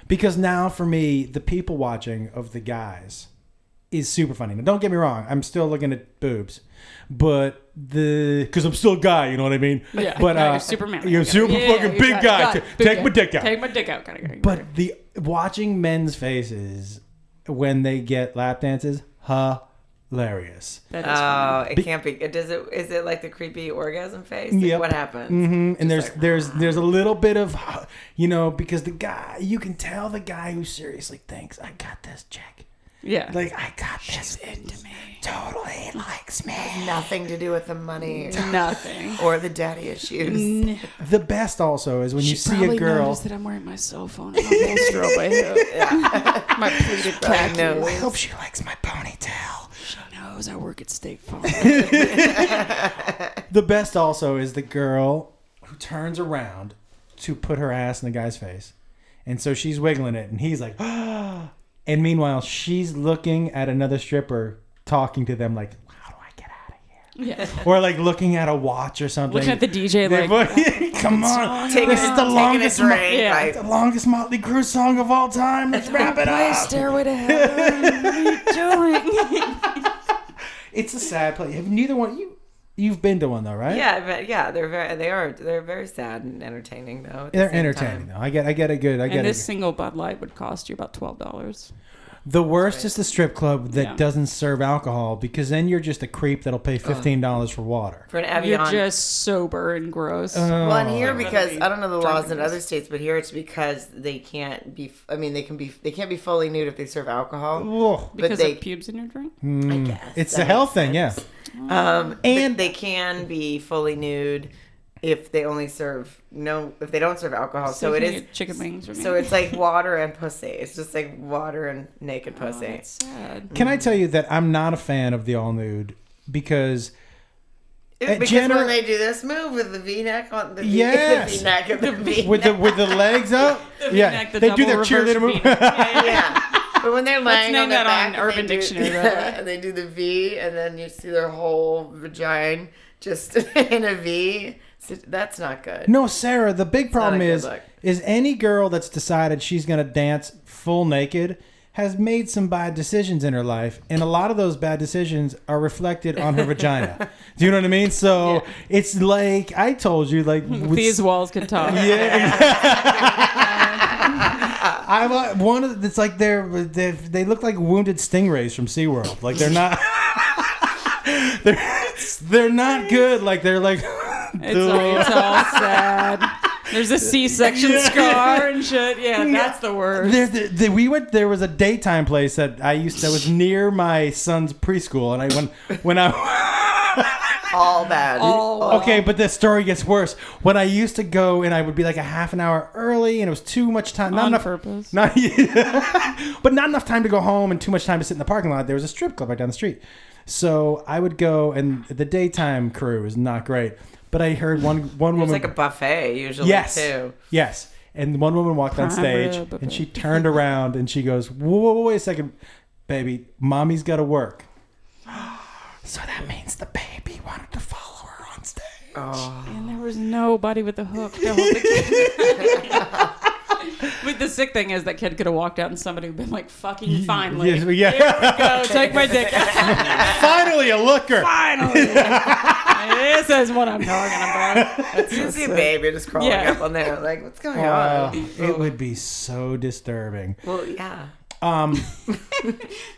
[SPEAKER 1] because now for me the people watching of the guys is super funny. Now don't get me wrong, I'm still looking at boobs, but the because I'm still a guy, you know what I mean?
[SPEAKER 3] Yeah,
[SPEAKER 1] But
[SPEAKER 3] no,
[SPEAKER 1] uh,
[SPEAKER 3] you're Superman.
[SPEAKER 1] you're
[SPEAKER 3] Yeah,
[SPEAKER 1] super
[SPEAKER 3] yeah,
[SPEAKER 1] fucking
[SPEAKER 3] you
[SPEAKER 1] big
[SPEAKER 3] got-
[SPEAKER 1] guy.
[SPEAKER 3] got
[SPEAKER 1] Ta-
[SPEAKER 3] big
[SPEAKER 1] take my dick out.
[SPEAKER 3] Take my dick out, kind of guy.
[SPEAKER 1] But the watching men's faces when they get lap dances, hilarious.
[SPEAKER 3] that is
[SPEAKER 2] Oh, it can't be. It does it. Is it like the creepy orgasm face? Like,
[SPEAKER 1] Yep.
[SPEAKER 2] What happens?
[SPEAKER 1] Mhm, And there's there's there's a little bit of you know because the guy you can tell the guy who seriously thinks I got this chick
[SPEAKER 3] yeah.
[SPEAKER 1] like I got this into me totally likes me.
[SPEAKER 2] Nothing to do with the money
[SPEAKER 1] Mm.
[SPEAKER 3] nothing.
[SPEAKER 2] or the daddy issues.
[SPEAKER 1] The best also is when you see a
[SPEAKER 3] probably
[SPEAKER 1] girl.
[SPEAKER 3] noticed that I'm wearing my cell phone and my holster on my hip. my pleated
[SPEAKER 2] I
[SPEAKER 3] khaki.
[SPEAKER 2] know.
[SPEAKER 1] I hope she likes my ponytail.
[SPEAKER 3] She knows I work at State Farm.
[SPEAKER 1] The best also is the girl who turns around to put her ass in the guy's face. And so she's wiggling it and he's like, and meanwhile, she's looking at another stripper talking to them like, how do I get out of here?
[SPEAKER 3] yeah.
[SPEAKER 1] or like looking at a watch or something.
[SPEAKER 3] Looking at the DJ
[SPEAKER 1] They-
[SPEAKER 3] like
[SPEAKER 1] come on,
[SPEAKER 2] Taking
[SPEAKER 1] this is
[SPEAKER 2] a-
[SPEAKER 1] the
[SPEAKER 2] taking a
[SPEAKER 1] longest, Mo-
[SPEAKER 2] drink,
[SPEAKER 3] Yeah.
[SPEAKER 2] like,
[SPEAKER 1] the longest Motley Crue song of all time. Let's wrap it
[SPEAKER 3] Play
[SPEAKER 1] up.
[SPEAKER 3] Stairway to Heaven. What are you doing?
[SPEAKER 1] It's a sad place. Have neither one you you've been to one though, right?
[SPEAKER 2] Yeah, but yeah, they're very they are they're very sad and entertaining though. at the
[SPEAKER 1] They're
[SPEAKER 2] same
[SPEAKER 1] entertaining
[SPEAKER 2] time.
[SPEAKER 1] though. I get I get it good. I get
[SPEAKER 3] And
[SPEAKER 1] it.
[SPEAKER 3] this single Bud Light would cost you about twelve dollars.
[SPEAKER 1] good. The worst is the strip club that
[SPEAKER 3] Yeah.
[SPEAKER 1] doesn't serve alcohol because then you're just a creep that'll pay fifteen dollars for water.
[SPEAKER 2] for an Evian.
[SPEAKER 3] You're just sober and gross.
[SPEAKER 1] Uh, Oh.
[SPEAKER 2] Well, and here
[SPEAKER 3] I'd rather
[SPEAKER 2] because
[SPEAKER 3] be
[SPEAKER 2] I don't know the
[SPEAKER 3] drunk
[SPEAKER 2] laws
[SPEAKER 3] and
[SPEAKER 2] in
[SPEAKER 3] loose.
[SPEAKER 2] other states, but here it's because they can't be. I mean, they can be. They can't be fully nude if they serve alcohol.
[SPEAKER 1] Ugh.
[SPEAKER 2] but
[SPEAKER 3] because
[SPEAKER 2] they,
[SPEAKER 3] of pubes in your drink.
[SPEAKER 2] I guess
[SPEAKER 1] it's
[SPEAKER 2] that
[SPEAKER 1] a hell
[SPEAKER 2] makes
[SPEAKER 1] thing, yeah.
[SPEAKER 2] sense. Um, and
[SPEAKER 1] And-
[SPEAKER 2] they can be fully nude if they only serve no. If they don't serve alcohol, so,
[SPEAKER 3] So
[SPEAKER 2] it
[SPEAKER 3] can
[SPEAKER 2] is.
[SPEAKER 3] you get chicken wings. Or
[SPEAKER 2] So it's like water and pussy. It's just like water and naked pussy.
[SPEAKER 3] Oh, that's sad.
[SPEAKER 1] Can I tell you that I'm not a fan of the all nude because
[SPEAKER 2] It-
[SPEAKER 1] At
[SPEAKER 2] because
[SPEAKER 1] gener-
[SPEAKER 2] when they do this move with the V-neck on the, v-
[SPEAKER 1] Yes.
[SPEAKER 2] the V-neck and the V-neck,
[SPEAKER 1] with the with the legs up, yeah,
[SPEAKER 3] V-neck, the
[SPEAKER 1] they do
[SPEAKER 3] double
[SPEAKER 1] their
[SPEAKER 3] reverse
[SPEAKER 1] cheerleader move.
[SPEAKER 3] V-neck.
[SPEAKER 2] yeah. But when they're lying
[SPEAKER 3] know
[SPEAKER 2] on their
[SPEAKER 3] that
[SPEAKER 2] back,
[SPEAKER 3] on
[SPEAKER 2] and they
[SPEAKER 3] Urban
[SPEAKER 2] do-
[SPEAKER 3] Dictionary, by the way.
[SPEAKER 2] yeah, and they do the V, and then you see their whole vagina just in a V. So that's not good.
[SPEAKER 1] no, Sarah, the big problem
[SPEAKER 2] good
[SPEAKER 1] is
[SPEAKER 2] look.
[SPEAKER 1] is any girl that's decided she's gonna dance full naked has made some bad decisions in her life, and a lot of those bad decisions are reflected on her vagina. Do you know what I mean? So it's like I told you, like with
[SPEAKER 3] These walls can talk.
[SPEAKER 1] Yeah. I want one of the, it's like they're they they look like wounded stingrays from SeaWorld. Like they're not they're, they're not good. Like they're like
[SPEAKER 3] It's, all, it's all sad. There's a C-section scar and shit. Yeah, that's the worst.
[SPEAKER 1] There, there, there- we went. There was a daytime place that I used that was near my son's preschool, and I when when I
[SPEAKER 2] All bad.
[SPEAKER 3] All
[SPEAKER 1] okay, but the story gets worse. When I used to go, and I would be like a half an hour early, and it was too much time. Not
[SPEAKER 3] on
[SPEAKER 1] enough.
[SPEAKER 3] purpose.
[SPEAKER 1] Not, but not enough time to go home and too much time to sit in the parking lot. There was a strip club right down the street. So I would go, and the daytime crew is not great. But I heard one one
[SPEAKER 2] It's
[SPEAKER 1] woman.
[SPEAKER 2] like a buffet usually
[SPEAKER 1] yes,
[SPEAKER 2] too.
[SPEAKER 1] yes. And one woman walked on
[SPEAKER 3] Prime
[SPEAKER 1] stage,
[SPEAKER 3] rib.
[SPEAKER 1] and she turned around and she goes, "Whoa, whoa, whoa, wait a second, baby, mommy's got to work." So that means the baby wanted to follow her on stage.
[SPEAKER 3] And there was nobody with the hook to hold the kid. But the sick thing is that kid could have walked out and somebody would have been like, fucking finally.
[SPEAKER 1] Yes, yeah.
[SPEAKER 3] Go, take my dick.
[SPEAKER 1] Finally, a looker.
[SPEAKER 3] finally. this is what I'm talking about.
[SPEAKER 2] You see a baby just crawling
[SPEAKER 3] Yeah.
[SPEAKER 2] up on there, like what's going
[SPEAKER 1] Uh,
[SPEAKER 2] on?
[SPEAKER 1] it would be so disturbing.
[SPEAKER 2] Well, yeah.
[SPEAKER 1] Um,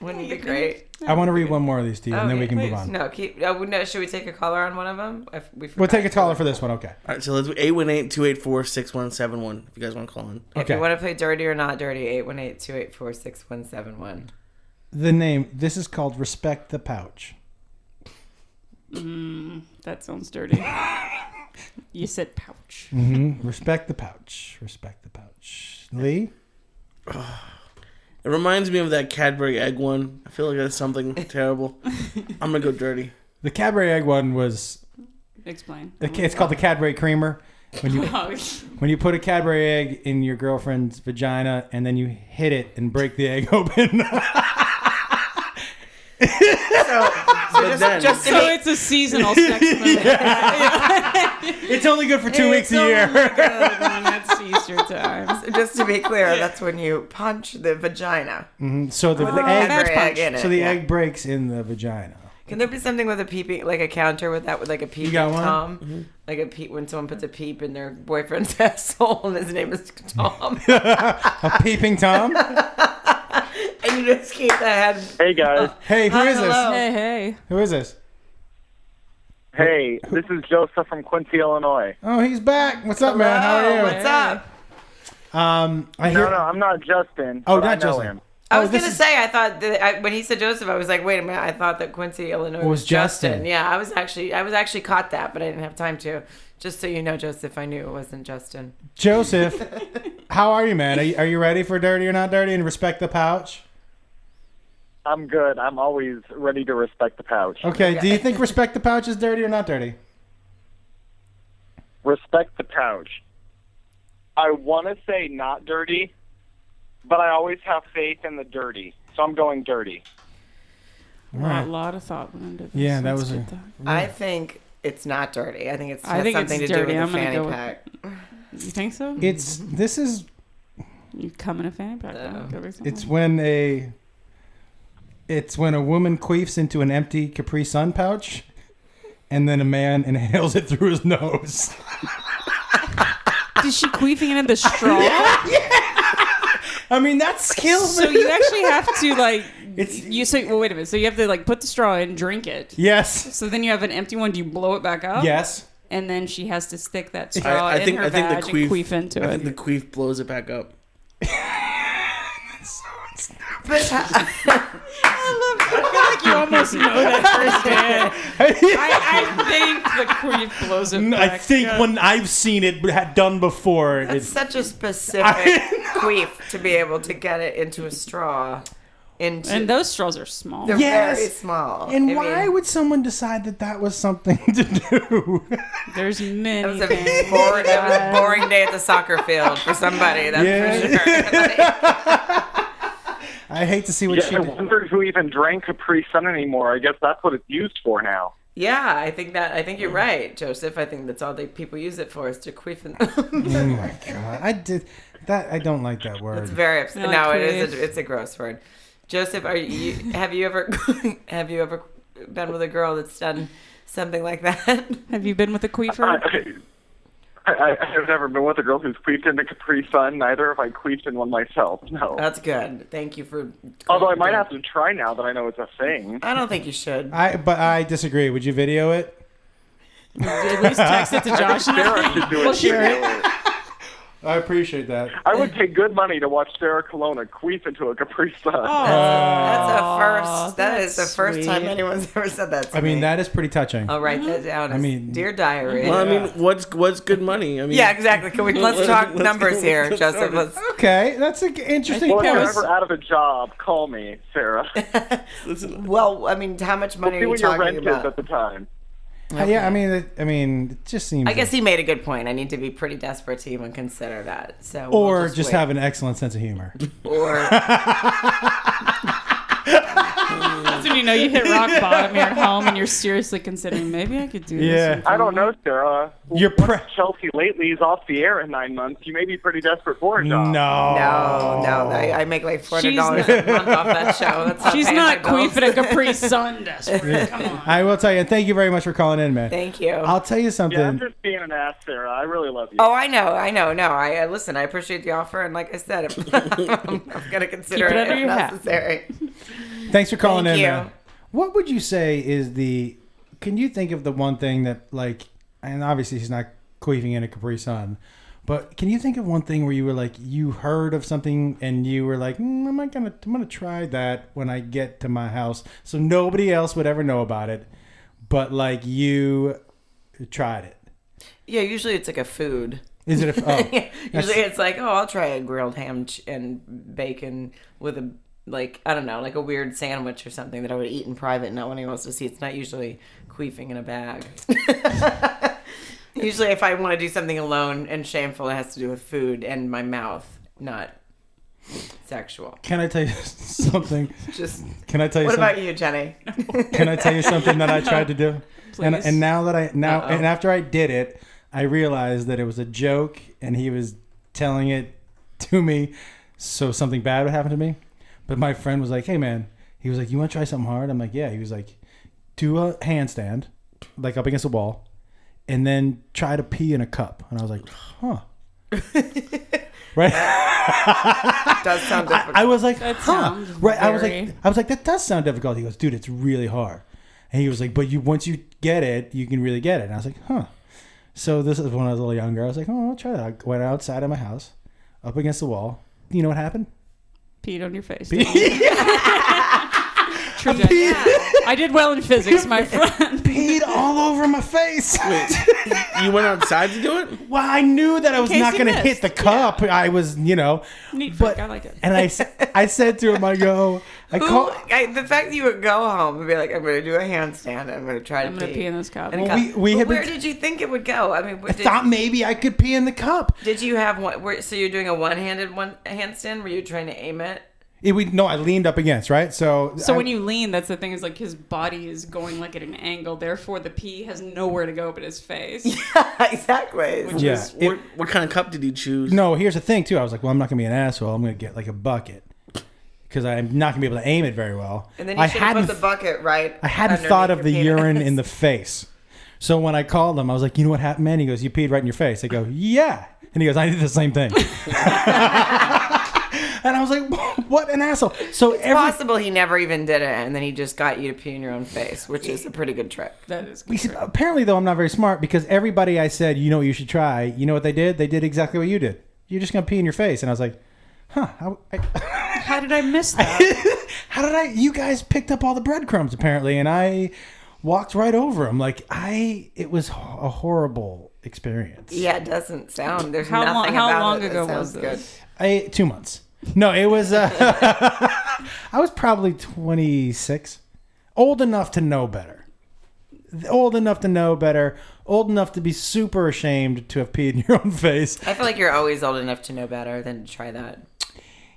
[SPEAKER 2] Wouldn't it be great?
[SPEAKER 1] I want to read one more of these to you, and then
[SPEAKER 2] Okay,
[SPEAKER 1] we can move
[SPEAKER 2] please.
[SPEAKER 1] on.
[SPEAKER 2] No, keep. Uh, no, should we take a caller on one of them? If we
[SPEAKER 1] We'll
[SPEAKER 2] forgot.
[SPEAKER 1] take a caller for this one. Okay.
[SPEAKER 4] All right, so let's 818 284 6171 if you guys want to call in.
[SPEAKER 2] If you
[SPEAKER 1] Okay.
[SPEAKER 2] want to play dirty or not dirty, 818-284-6171.
[SPEAKER 1] The name. This is called "Respect the Pouch."
[SPEAKER 3] That sounds dirty. You said pouch.
[SPEAKER 1] Mm-hmm. Respect the pouch. Respect the pouch. Lee.
[SPEAKER 4] It reminds me of that Cadbury egg one. I feel like that's something terrible. I'm going to go dirty.
[SPEAKER 1] The Cadbury egg one was.
[SPEAKER 3] Explain.
[SPEAKER 1] It's called the Cadbury creamer. When you when you put a Cadbury egg in your girlfriend's vagina and then you hit it and break the egg open.
[SPEAKER 4] But then,
[SPEAKER 3] so it's a seasonal sex move.
[SPEAKER 1] it's only good for two weeks
[SPEAKER 3] It's
[SPEAKER 1] a
[SPEAKER 3] only
[SPEAKER 1] year.
[SPEAKER 3] good when it's Easter time.
[SPEAKER 2] So just to be clear, that's when you punch the vagina.
[SPEAKER 1] so the
[SPEAKER 2] The
[SPEAKER 1] egg.
[SPEAKER 2] Cadbury
[SPEAKER 3] punch.
[SPEAKER 2] egg in it.
[SPEAKER 1] So the
[SPEAKER 2] yeah.
[SPEAKER 1] egg breaks in the vagina.
[SPEAKER 2] Can there be something with a peeping, like a counter with that, with like a peeping
[SPEAKER 1] got one? Mm-hmm.
[SPEAKER 2] tom, like a peep when someone puts a peep in their boyfriend's asshole and his name is Tom,
[SPEAKER 1] A peeping tom.
[SPEAKER 2] and you just keep the head.
[SPEAKER 5] Hey guys.
[SPEAKER 1] Hey, who
[SPEAKER 2] Hi,
[SPEAKER 1] is
[SPEAKER 2] hello.
[SPEAKER 1] this?
[SPEAKER 3] Hey, hey.
[SPEAKER 1] Who is this?
[SPEAKER 5] Hey, this is Joseph from Quincy, Illinois.
[SPEAKER 1] Oh, he's back. What's up, man? How
[SPEAKER 2] Hello,
[SPEAKER 1] are
[SPEAKER 2] What's
[SPEAKER 1] you?
[SPEAKER 2] up?
[SPEAKER 1] Um, I hear.
[SPEAKER 5] No, no, I'm not Justin.
[SPEAKER 1] Oh,
[SPEAKER 5] but I
[SPEAKER 1] not
[SPEAKER 5] know
[SPEAKER 1] Justin.
[SPEAKER 5] him.
[SPEAKER 2] I
[SPEAKER 1] Oh,
[SPEAKER 2] was
[SPEAKER 1] this
[SPEAKER 2] gonna
[SPEAKER 1] is-
[SPEAKER 2] say I thought that I, when he said Joseph, I was like, wait a minute, I thought that Quincy Illinois
[SPEAKER 1] Was
[SPEAKER 2] was Justin.
[SPEAKER 1] Justin.
[SPEAKER 2] Yeah, I was actually I was actually caught that, but I didn't have time to. Just so you know, Joseph, I knew it wasn't Justin.
[SPEAKER 1] Joseph, how are you, man? Are you, are you ready for dirty or not dirty and respect the pouch?
[SPEAKER 5] I'm good. I'm always ready to respect the pouch.
[SPEAKER 1] Okay. Do you think respect the pouch is dirty or not dirty?
[SPEAKER 5] Respect the pouch. I want to say not dirty, but I always have faith in the dirty. So I'm going dirty.
[SPEAKER 3] A lot of thought went into this.
[SPEAKER 1] Yeah, that
[SPEAKER 3] Let's
[SPEAKER 1] was
[SPEAKER 3] get
[SPEAKER 1] a-
[SPEAKER 3] that.
[SPEAKER 2] I think it's not dirty. I think it's
[SPEAKER 3] I
[SPEAKER 2] has
[SPEAKER 3] think it's
[SPEAKER 2] something to
[SPEAKER 3] dirty.
[SPEAKER 2] do with
[SPEAKER 3] I'm
[SPEAKER 2] the
[SPEAKER 3] gonna
[SPEAKER 2] fanny
[SPEAKER 3] go with-
[SPEAKER 2] pack.
[SPEAKER 3] You think so?
[SPEAKER 1] It's this is
[SPEAKER 3] You come in a fanny pack. then. Could be something.
[SPEAKER 1] Um, it's when a it's when a woman queefs into an empty Capri Sun pouch, and then a man inhales it through his nose.
[SPEAKER 3] Is she queefing into the straw?
[SPEAKER 1] I mean, that's skill.
[SPEAKER 3] So you actually have to like
[SPEAKER 1] It's-
[SPEAKER 3] you say well wait a minute. So you have to like put the straw in, drink it.
[SPEAKER 1] yes.
[SPEAKER 3] So then you have an empty one. Do you blow it back up?
[SPEAKER 1] Yes.
[SPEAKER 3] And then she has to stick that
[SPEAKER 4] I,
[SPEAKER 3] straw
[SPEAKER 4] I
[SPEAKER 3] in
[SPEAKER 4] think
[SPEAKER 3] her
[SPEAKER 4] I think the
[SPEAKER 3] vag
[SPEAKER 4] queef
[SPEAKER 3] and queef into
[SPEAKER 4] I
[SPEAKER 3] it.
[SPEAKER 4] think the queef blows it back up.
[SPEAKER 2] But I,
[SPEAKER 3] I feel like you almost know that firsthand. I, I think the queef blows it back.
[SPEAKER 1] I think
[SPEAKER 3] up.
[SPEAKER 1] when I've seen it had done before,
[SPEAKER 2] it's
[SPEAKER 1] it's
[SPEAKER 2] such a specific queef to be able to get it into a straw. Into
[SPEAKER 3] and those straws are small.
[SPEAKER 2] they're
[SPEAKER 1] Yes.
[SPEAKER 2] very small.
[SPEAKER 1] and
[SPEAKER 2] I
[SPEAKER 1] why
[SPEAKER 2] mean,
[SPEAKER 1] would someone decide that that was something to do?
[SPEAKER 3] There's
[SPEAKER 2] It
[SPEAKER 3] many
[SPEAKER 2] was a
[SPEAKER 3] things.
[SPEAKER 2] boring, it was a boring day at the soccer field for somebody. That's for sure.
[SPEAKER 1] I hate to see what
[SPEAKER 5] Yeah,
[SPEAKER 1] she
[SPEAKER 5] I
[SPEAKER 1] did.
[SPEAKER 5] wonder who even drank Capri Sun anymore. I guess that's what it's used for now.
[SPEAKER 2] Yeah, I think that I think you're right, Joseph. I think that's all they people use it for is to queef. In-
[SPEAKER 1] Oh my god! I did that. I don't like that word.
[SPEAKER 2] it's very upsetting.
[SPEAKER 3] Like
[SPEAKER 2] no, it is.
[SPEAKER 3] queef.
[SPEAKER 2] A, it's a gross word. Joseph, are you? Have you ever? have you ever been with a girl that's done something like that?
[SPEAKER 3] Have you been with a queefer?
[SPEAKER 5] I, I, I have never been with a girl who's queefed into Capri Sun. Neither have I queefed in one myself. No.
[SPEAKER 2] That's good. Thank you for.
[SPEAKER 5] Although I might have to try now that I know it's a thing.
[SPEAKER 2] I don't think you should.
[SPEAKER 1] I but I disagree. Would you video it?
[SPEAKER 3] At least text it to Josh. and I
[SPEAKER 5] Sarah
[SPEAKER 3] think-
[SPEAKER 5] should do it.
[SPEAKER 3] Well, she-
[SPEAKER 1] I appreciate that.
[SPEAKER 5] I would pay good money to watch Sarah Colonna queef into a Capri Sun.
[SPEAKER 2] Oh, That's a first. That is the
[SPEAKER 3] that's
[SPEAKER 2] first time
[SPEAKER 3] sweet.
[SPEAKER 2] anyone's ever said that. To
[SPEAKER 1] I mean,
[SPEAKER 2] me.
[SPEAKER 1] that is pretty touching.
[SPEAKER 2] I'll write that down. I
[SPEAKER 1] mean-
[SPEAKER 2] mean, dear diary.
[SPEAKER 4] Mm-hmm. Well, I mean, what's what's good money? I mean,
[SPEAKER 2] yeah, exactly. Can we let's talk
[SPEAKER 4] Let's-
[SPEAKER 2] numbers
[SPEAKER 4] let's
[SPEAKER 2] here,
[SPEAKER 4] get
[SPEAKER 2] Joseph?
[SPEAKER 4] started.
[SPEAKER 2] Let's,
[SPEAKER 1] Okay, that's an interesting
[SPEAKER 5] Well, if you're
[SPEAKER 1] point.
[SPEAKER 5] ever out of a job, call me, Sarah.
[SPEAKER 4] listen,
[SPEAKER 2] well, I mean, how much money
[SPEAKER 5] See
[SPEAKER 2] are you
[SPEAKER 5] what your rent
[SPEAKER 2] talking
[SPEAKER 5] is
[SPEAKER 2] about?
[SPEAKER 5] at the time.
[SPEAKER 1] Yeah, I mean, it, I mean, it just seems.
[SPEAKER 2] I guess he made a good point. I need to be pretty desperate to even consider that. So we'll
[SPEAKER 1] or just,
[SPEAKER 2] wait.
[SPEAKER 1] have an excellent sense of humor.
[SPEAKER 2] or
[SPEAKER 3] That's when you know you hit rock bottom. You're at home and you're seriously considering maybe I could do
[SPEAKER 1] Yeah.
[SPEAKER 3] this.
[SPEAKER 5] I don't know, Sarah.
[SPEAKER 1] You're pre-
[SPEAKER 5] Chelsea lately is off the air in nine months. You may be pretty desperate for a
[SPEAKER 1] no.
[SPEAKER 5] job.
[SPEAKER 2] no, no, I, I make like four hundred
[SPEAKER 3] She's
[SPEAKER 2] dollars a month off that show. That's not
[SPEAKER 3] She's
[SPEAKER 2] paying
[SPEAKER 3] not
[SPEAKER 2] my bills.
[SPEAKER 3] queefing a Capri Sun desperate. Come on.
[SPEAKER 1] I will tell you. and Thank you very much for calling in, man.
[SPEAKER 2] Thank you.
[SPEAKER 1] I'll tell you
[SPEAKER 5] Yeah, I'm
[SPEAKER 1] something.
[SPEAKER 5] just being an ass, Sarah. I really love you.
[SPEAKER 2] oh, I know, I know. No, I uh, listen. I appreciate the offer, and like I said, I'm, I'm gonna consider
[SPEAKER 3] Keep it
[SPEAKER 2] it,
[SPEAKER 3] under
[SPEAKER 2] if
[SPEAKER 3] your hat.
[SPEAKER 2] necessary.
[SPEAKER 1] Thanks for calling
[SPEAKER 2] Thank
[SPEAKER 1] in,
[SPEAKER 2] you.
[SPEAKER 1] man. What would you say is the? Can you think of the one thing that like? And obviously, he's not queefing in a Capri Sun. But can you think of one thing where you were like you heard of something and you were like, mm, "Am I gonna? I'm gonna try that when I get to my house, so nobody else would ever know about it." But like you tried it.
[SPEAKER 2] Yeah, usually it's like a food.
[SPEAKER 1] Is it? A, oh,
[SPEAKER 2] Usually it's like, oh, I'll try a grilled ham ch- and bacon with a like I don't know, like a weird sandwich or something that I would eat in private, and not when anyone else to see. It's not usually queefing in a bag. usually, if I want to do something alone and shameful, it has to do with food and my mouth, not sexual.
[SPEAKER 1] can I tell you something?
[SPEAKER 2] Just
[SPEAKER 1] Can I tell you
[SPEAKER 2] what
[SPEAKER 1] something?
[SPEAKER 2] about you, Jenny?
[SPEAKER 1] Can I tell you something that I tried to do? And,
[SPEAKER 3] Please.
[SPEAKER 1] and now that I now and after I did it, I realized that it was a joke, and he was telling it to me, so something bad would happen to me. But my friend was like, "Hey, man," he was like, "You want to try something hard?" I'm like, "Yeah." He was like, "Do a handstand, like up against a wall, and then try to pee in a cup." And I was like, "Huh." right?
[SPEAKER 2] Does sound difficult.
[SPEAKER 1] I was like, huh.
[SPEAKER 3] sounds
[SPEAKER 1] Right. I was
[SPEAKER 3] very-
[SPEAKER 1] like, I was like, that does sound difficult. He goes, dude, it's really hard. And he was like, but you once you get it, you can really get it. And I was like, huh. So this is when I was a little younger. I was like, oh, I'll try that. I went outside of my house, up against the wall. You know what happened?
[SPEAKER 3] Peed on your face. True Jen. I did well in physics, my friend.
[SPEAKER 1] Peed all over my face.
[SPEAKER 4] you went outside to do it.
[SPEAKER 1] well, I knew that I was
[SPEAKER 3] case
[SPEAKER 1] not
[SPEAKER 3] you
[SPEAKER 1] going to hit
[SPEAKER 3] missed.
[SPEAKER 1] the cup. I was, you know.
[SPEAKER 3] Neat
[SPEAKER 1] But-
[SPEAKER 3] freak, I like it.
[SPEAKER 1] And I, s- I said to him, I go, I
[SPEAKER 2] Who-
[SPEAKER 1] call.
[SPEAKER 2] I, the fact that you would go home and be like, I'm going to do a handstand. I'm going to try to
[SPEAKER 3] I'm gonna pee in this cup.
[SPEAKER 2] And
[SPEAKER 1] Well,
[SPEAKER 2] cup.
[SPEAKER 1] we- we
[SPEAKER 2] But
[SPEAKER 1] had been
[SPEAKER 2] where
[SPEAKER 1] t-
[SPEAKER 2] did you think it would go? I mean, what
[SPEAKER 1] I
[SPEAKER 2] did,
[SPEAKER 1] thought maybe I could pee in the cup.
[SPEAKER 2] Did you have one? Were, so you're doing a one-handed one handstand? Were you trying to aim it?
[SPEAKER 1] It would no, I leaned up against, right? So
[SPEAKER 3] So
[SPEAKER 1] I-
[SPEAKER 3] when you lean, that's the thing is like his body is going like at an angle, therefore the pee has nowhere to go but his face.
[SPEAKER 2] exactly.
[SPEAKER 1] yeah, it-
[SPEAKER 4] what, what kind of cup did you choose?
[SPEAKER 1] no, here's the thing too. I was like, well, I'm not gonna be an asshole. I'm gonna get like a bucket because I'm not gonna be able to aim it very well.
[SPEAKER 2] and then
[SPEAKER 1] I
[SPEAKER 2] you should have
[SPEAKER 1] hadn't,
[SPEAKER 2] put the bucket right.
[SPEAKER 1] I hadn't
[SPEAKER 2] underneath
[SPEAKER 1] thought of the
[SPEAKER 2] your penis.
[SPEAKER 1] urine in the face. So when I called him, I was like, you know what happened, man? He goes, you peed right in your face. I go, yeah, and he goes, I did the same thing. And I was like, what an asshole. So every
[SPEAKER 2] Possible he never even did it, and then he just got you to pee in your own face, which is a pretty good trick.
[SPEAKER 3] That is
[SPEAKER 1] We said- apparently though I'm not very smart because everybody I said you know what you should try you know what they did they did exactly what you did you're just gonna pee in your face and I was like huh how, I,
[SPEAKER 3] How did I miss that?
[SPEAKER 1] how did I you guys picked up all the breadcrumbs apparently and I walked right over them like I it was ho- a horrible experience
[SPEAKER 2] Yeah, it doesn't sound. There's
[SPEAKER 3] How
[SPEAKER 2] nothing
[SPEAKER 3] long- how
[SPEAKER 2] about
[SPEAKER 3] long
[SPEAKER 2] it that
[SPEAKER 3] ago
[SPEAKER 2] sounds
[SPEAKER 3] was
[SPEAKER 2] good.
[SPEAKER 3] this?
[SPEAKER 1] I two months no it was uh, I was probably 26 old enough to know better old enough to know better old enough to be super ashamed to have peed in your own face
[SPEAKER 2] I feel like you're always old enough to know better than to try that.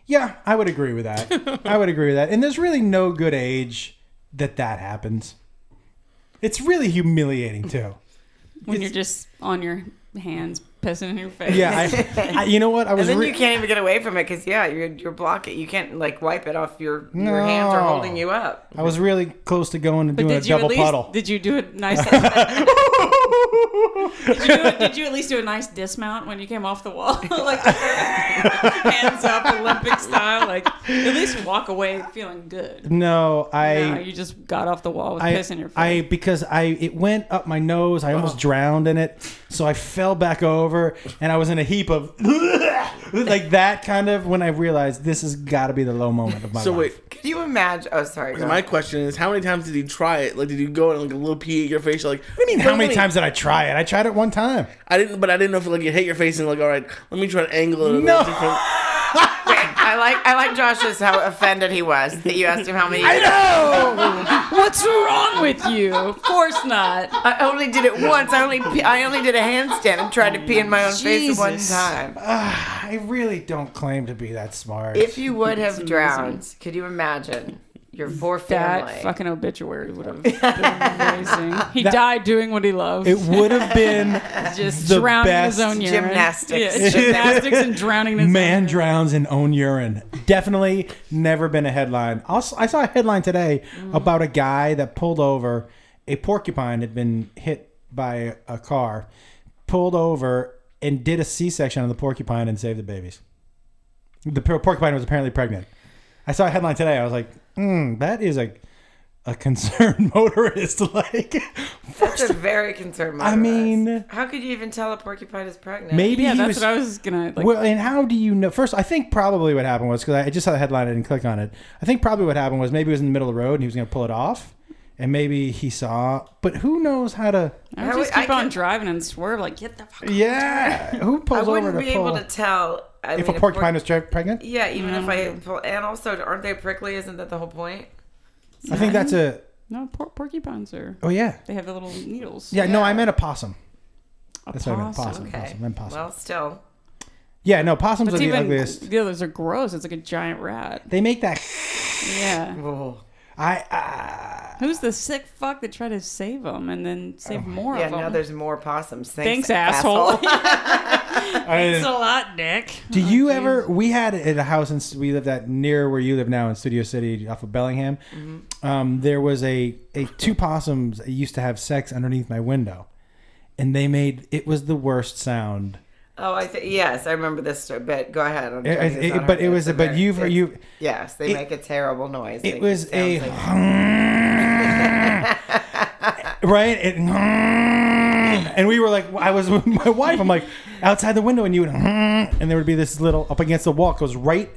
[SPEAKER 1] Yeah, I would agree with that. I would agree with that. And there's really no good age that that happens. It's really humiliating too.
[SPEAKER 3] when you're just on your hands pissing in your face.
[SPEAKER 1] Yeah, I, I, you know what? I was.
[SPEAKER 2] And then
[SPEAKER 1] re-
[SPEAKER 2] you can't even get away from it because yeah, you're you're blocking. You can't like wipe it off. Your your hands are
[SPEAKER 1] No.
[SPEAKER 2] holding you up.
[SPEAKER 1] I was really close to going and
[SPEAKER 3] But
[SPEAKER 1] doing a
[SPEAKER 3] did you
[SPEAKER 1] double
[SPEAKER 3] at least
[SPEAKER 1] puddle.
[SPEAKER 3] did you do it nice? did, you do it, did you at least do a nice dismount when you came off the wall, like hands up Olympic style? Like at least walk away feeling good.
[SPEAKER 1] no, I.
[SPEAKER 3] No, you just got off the wall with
[SPEAKER 1] I,
[SPEAKER 3] piss in your face. Oh.
[SPEAKER 1] I because I it went up my nose. I almost drowned in it, so I fell back over, and I was in a heap of like that kind of when I realized this has got to be the low moment of my
[SPEAKER 4] So
[SPEAKER 1] life.
[SPEAKER 4] wait,
[SPEAKER 2] Could you imagine? Oh, sorry. go
[SPEAKER 4] my
[SPEAKER 2] on.
[SPEAKER 4] question is, how many times did you try it? Like, did you go and like a little pee at your face? You're like,
[SPEAKER 1] I mean, how many times did I try it? I tried it one time.
[SPEAKER 4] I didn't, but I didn't know if like you hit your face and like, all right, let me try to angle it. a
[SPEAKER 1] No.
[SPEAKER 4] little different.
[SPEAKER 2] I like I like Josh's how offended he was that you asked him how many. I,
[SPEAKER 3] What's wrong with you? Of course not.
[SPEAKER 2] only did it once. I only pe- I only did a handstand and tried to pee in my own face one
[SPEAKER 3] Jesus.
[SPEAKER 2] time.
[SPEAKER 1] I really don't claim to be that smart.
[SPEAKER 2] If you would have drowned, could you imagine your poor
[SPEAKER 3] That
[SPEAKER 2] family?
[SPEAKER 3] fucking obituary would have been amazing. He died doing what he loved.
[SPEAKER 1] it would have been
[SPEAKER 3] just
[SPEAKER 1] the
[SPEAKER 3] drowning
[SPEAKER 1] best
[SPEAKER 3] his own urine.
[SPEAKER 2] gymnastics.
[SPEAKER 3] Yeah, gymnastics and drowning in his
[SPEAKER 1] man
[SPEAKER 3] own urine.
[SPEAKER 1] drowns in own urine. Definitely never been a headline. Also, I saw a headline today
[SPEAKER 3] Mm.
[SPEAKER 1] about a guy that pulled over. A porcupine had been hit by a car, pulled over and did a C-section on the porcupine and saved the babies. The por- porcupine was apparently pregnant. I saw a headline today. I was like, mm, that is a a concerned motorist. Like,
[SPEAKER 2] That's a very concerned.
[SPEAKER 1] I mean-
[SPEAKER 2] how could you even tell a porcupine is pregnant?
[SPEAKER 1] maybe
[SPEAKER 3] Yeah,
[SPEAKER 1] he
[SPEAKER 3] that's
[SPEAKER 1] was
[SPEAKER 3] what I was gonna like.
[SPEAKER 1] well, and how do you know? First, I think probably what happened was because I just saw the headline, I didn't click on it. I think probably what happened was maybe it was in the middle of the road and he was going to pull it off, and maybe he saw. But who knows how to?
[SPEAKER 3] I would
[SPEAKER 2] I
[SPEAKER 3] just
[SPEAKER 2] would-
[SPEAKER 3] keep
[SPEAKER 2] I
[SPEAKER 3] on
[SPEAKER 2] could-
[SPEAKER 3] driving and swerve. Like, get the fuck.
[SPEAKER 1] Yeah, who
[SPEAKER 2] I
[SPEAKER 1] pulls over
[SPEAKER 2] wouldn't
[SPEAKER 1] to
[SPEAKER 2] be
[SPEAKER 1] pull?
[SPEAKER 2] able to tell. I
[SPEAKER 1] if
[SPEAKER 2] mean,
[SPEAKER 1] a porcupine
[SPEAKER 2] por-
[SPEAKER 1] is Mm. tra- pregnant,
[SPEAKER 2] Yeah, even if I pull, and also aren't they prickly? Isn't that the whole point?
[SPEAKER 1] I think that's a.
[SPEAKER 3] No, por- porcupines are.
[SPEAKER 1] Oh yeah,
[SPEAKER 3] They have the little needles.
[SPEAKER 1] yeah. No,
[SPEAKER 2] Yeah.
[SPEAKER 1] I meant a possum.
[SPEAKER 3] A
[SPEAKER 1] That's what I meant.
[SPEAKER 3] possum.
[SPEAKER 1] Possum.
[SPEAKER 2] Okay.
[SPEAKER 1] Possum. I meant possum.
[SPEAKER 2] Well, still,
[SPEAKER 1] yeah, no, possums are
[SPEAKER 3] It's
[SPEAKER 1] the
[SPEAKER 3] even
[SPEAKER 1] ugliest.
[SPEAKER 3] the others are gross. It's like a giant rat.
[SPEAKER 1] They make that.
[SPEAKER 3] Yeah.
[SPEAKER 1] I. I
[SPEAKER 3] Who's the sick fuck that tried to save them and then
[SPEAKER 1] Oh.
[SPEAKER 3] save more
[SPEAKER 2] yeah.
[SPEAKER 3] of them?
[SPEAKER 2] Now there's more possums.
[SPEAKER 3] Thanks, asshole. Thanks a
[SPEAKER 1] I
[SPEAKER 3] lot, Nick.
[SPEAKER 1] do you ever? We had at a house in we lived at near where you live now in Studio City, off of Bellingham. um, there was a, a two possums that used to have sex underneath my window, and they made it was the worst sound.
[SPEAKER 2] oh, I think yes, I remember this story. But go ahead. I'm
[SPEAKER 1] It-
[SPEAKER 2] joking, it's
[SPEAKER 1] it-
[SPEAKER 2] not
[SPEAKER 1] but it
[SPEAKER 2] her,
[SPEAKER 1] was
[SPEAKER 2] it's
[SPEAKER 1] but
[SPEAKER 2] their-
[SPEAKER 1] you've
[SPEAKER 2] it's-
[SPEAKER 1] you
[SPEAKER 2] yes, they
[SPEAKER 1] it-
[SPEAKER 2] make a terrible noise. Like,
[SPEAKER 1] it was a
[SPEAKER 2] sounds like-
[SPEAKER 1] right it, and we were like I was with my wife. I'm like outside the window, and you would and there would be this little up against the wall. It goes right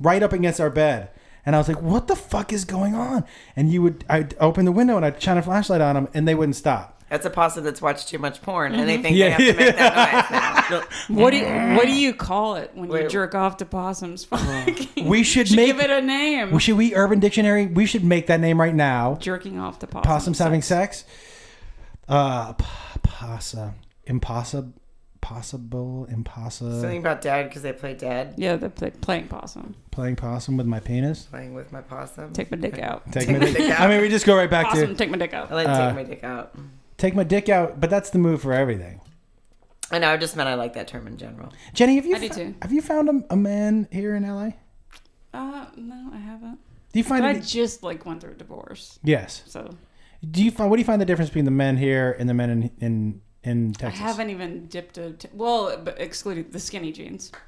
[SPEAKER 1] right up against our bed. And I was like, "What the fuck is going on?" And you would, I'd open the window and I'd shine a flashlight on them, and they wouldn't stop.
[SPEAKER 2] that's a possum that's watched too much porn, and they think
[SPEAKER 1] Mm-hmm. Yeah.
[SPEAKER 2] they have to make that noise. Now.
[SPEAKER 3] What do you, what do you call it when you
[SPEAKER 2] Wait.
[SPEAKER 3] jerk off to possums?
[SPEAKER 1] Uh, We should make
[SPEAKER 3] give it a name.
[SPEAKER 1] Well, should we Urban Dictionary? We should make that name right now.
[SPEAKER 3] jerking off to possums.
[SPEAKER 1] Possums having sex. Uh, p- possa, impossible, possible,
[SPEAKER 2] Something
[SPEAKER 1] impossible.
[SPEAKER 2] about dead because they play dead.
[SPEAKER 3] Yeah, they're play, playing possum.
[SPEAKER 1] Playing possum with my penis.
[SPEAKER 2] Playing with my possum.
[SPEAKER 3] Take my dick out.
[SPEAKER 1] Take
[SPEAKER 2] Take
[SPEAKER 1] my
[SPEAKER 2] my
[SPEAKER 1] dick.
[SPEAKER 2] dick
[SPEAKER 1] I mean, we just go right back
[SPEAKER 3] Possum,
[SPEAKER 1] to
[SPEAKER 3] take my dick out.
[SPEAKER 2] I like to
[SPEAKER 1] uh,
[SPEAKER 2] take my dick out.
[SPEAKER 1] take my dick out, but that's the move for everything.
[SPEAKER 2] I know. I just meant I like that term in general.
[SPEAKER 1] Jenny, have you
[SPEAKER 3] I do
[SPEAKER 1] fo-
[SPEAKER 3] too.
[SPEAKER 1] have you found a, a man here in LA?
[SPEAKER 3] Uh, no, I haven't.
[SPEAKER 1] Do you find
[SPEAKER 3] But I
[SPEAKER 1] it,
[SPEAKER 3] just like went through a divorce,
[SPEAKER 1] yes?
[SPEAKER 3] so
[SPEAKER 1] Do you find what do you find the difference between the men here and the men in in in
[SPEAKER 3] I
[SPEAKER 1] Texas?
[SPEAKER 3] haven't even dipped a. T- well, but excluding the skinny jeans. That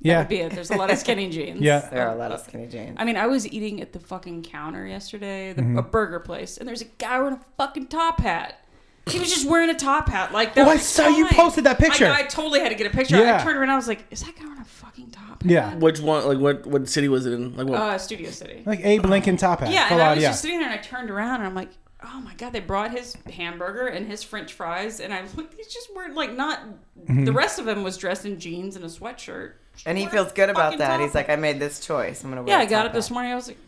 [SPEAKER 1] Yeah.
[SPEAKER 3] would be it. There's a lot of skinny jeans.
[SPEAKER 1] Yeah.
[SPEAKER 2] There are a lot of skinny jeans.
[SPEAKER 3] I mean, I was eating at the fucking counter yesterday, the,
[SPEAKER 1] Mm-hmm.
[SPEAKER 3] a burger place, and there's a guy wearing a fucking top hat. He was just wearing a top hat like that.
[SPEAKER 1] Oh, I
[SPEAKER 3] was
[SPEAKER 1] saw you
[SPEAKER 3] fine.
[SPEAKER 1] posted that picture.
[SPEAKER 3] I, I totally had to get a picture.
[SPEAKER 1] Yeah.
[SPEAKER 3] I turned around, I was like, "Is that guy wearing a fucking top?" Hat?
[SPEAKER 1] Yeah.
[SPEAKER 4] Which one? Like what? What city was it in? Like what?
[SPEAKER 3] Uh, Studio City.
[SPEAKER 1] Like Abe Lincoln top hat.
[SPEAKER 3] Yeah,
[SPEAKER 1] Full
[SPEAKER 3] and I
[SPEAKER 1] on,
[SPEAKER 3] was
[SPEAKER 1] yeah.
[SPEAKER 3] just sitting there, and I turned around, and I'm like, "Oh my god!" They brought his hamburger and his French fries, and I looked. He's just wearing like not.
[SPEAKER 1] Mm-hmm.
[SPEAKER 3] The rest of him was dressed in jeans and a sweatshirt.
[SPEAKER 2] And he
[SPEAKER 3] Wearing a
[SPEAKER 2] feels good about
[SPEAKER 3] fucking
[SPEAKER 2] that.
[SPEAKER 3] top
[SPEAKER 2] He's like,
[SPEAKER 3] hat.
[SPEAKER 2] I made this choice. I'm gonna wear.
[SPEAKER 3] "Yeah,
[SPEAKER 2] a
[SPEAKER 3] I got
[SPEAKER 2] top
[SPEAKER 3] it this
[SPEAKER 2] hat."
[SPEAKER 3] morning." I was like,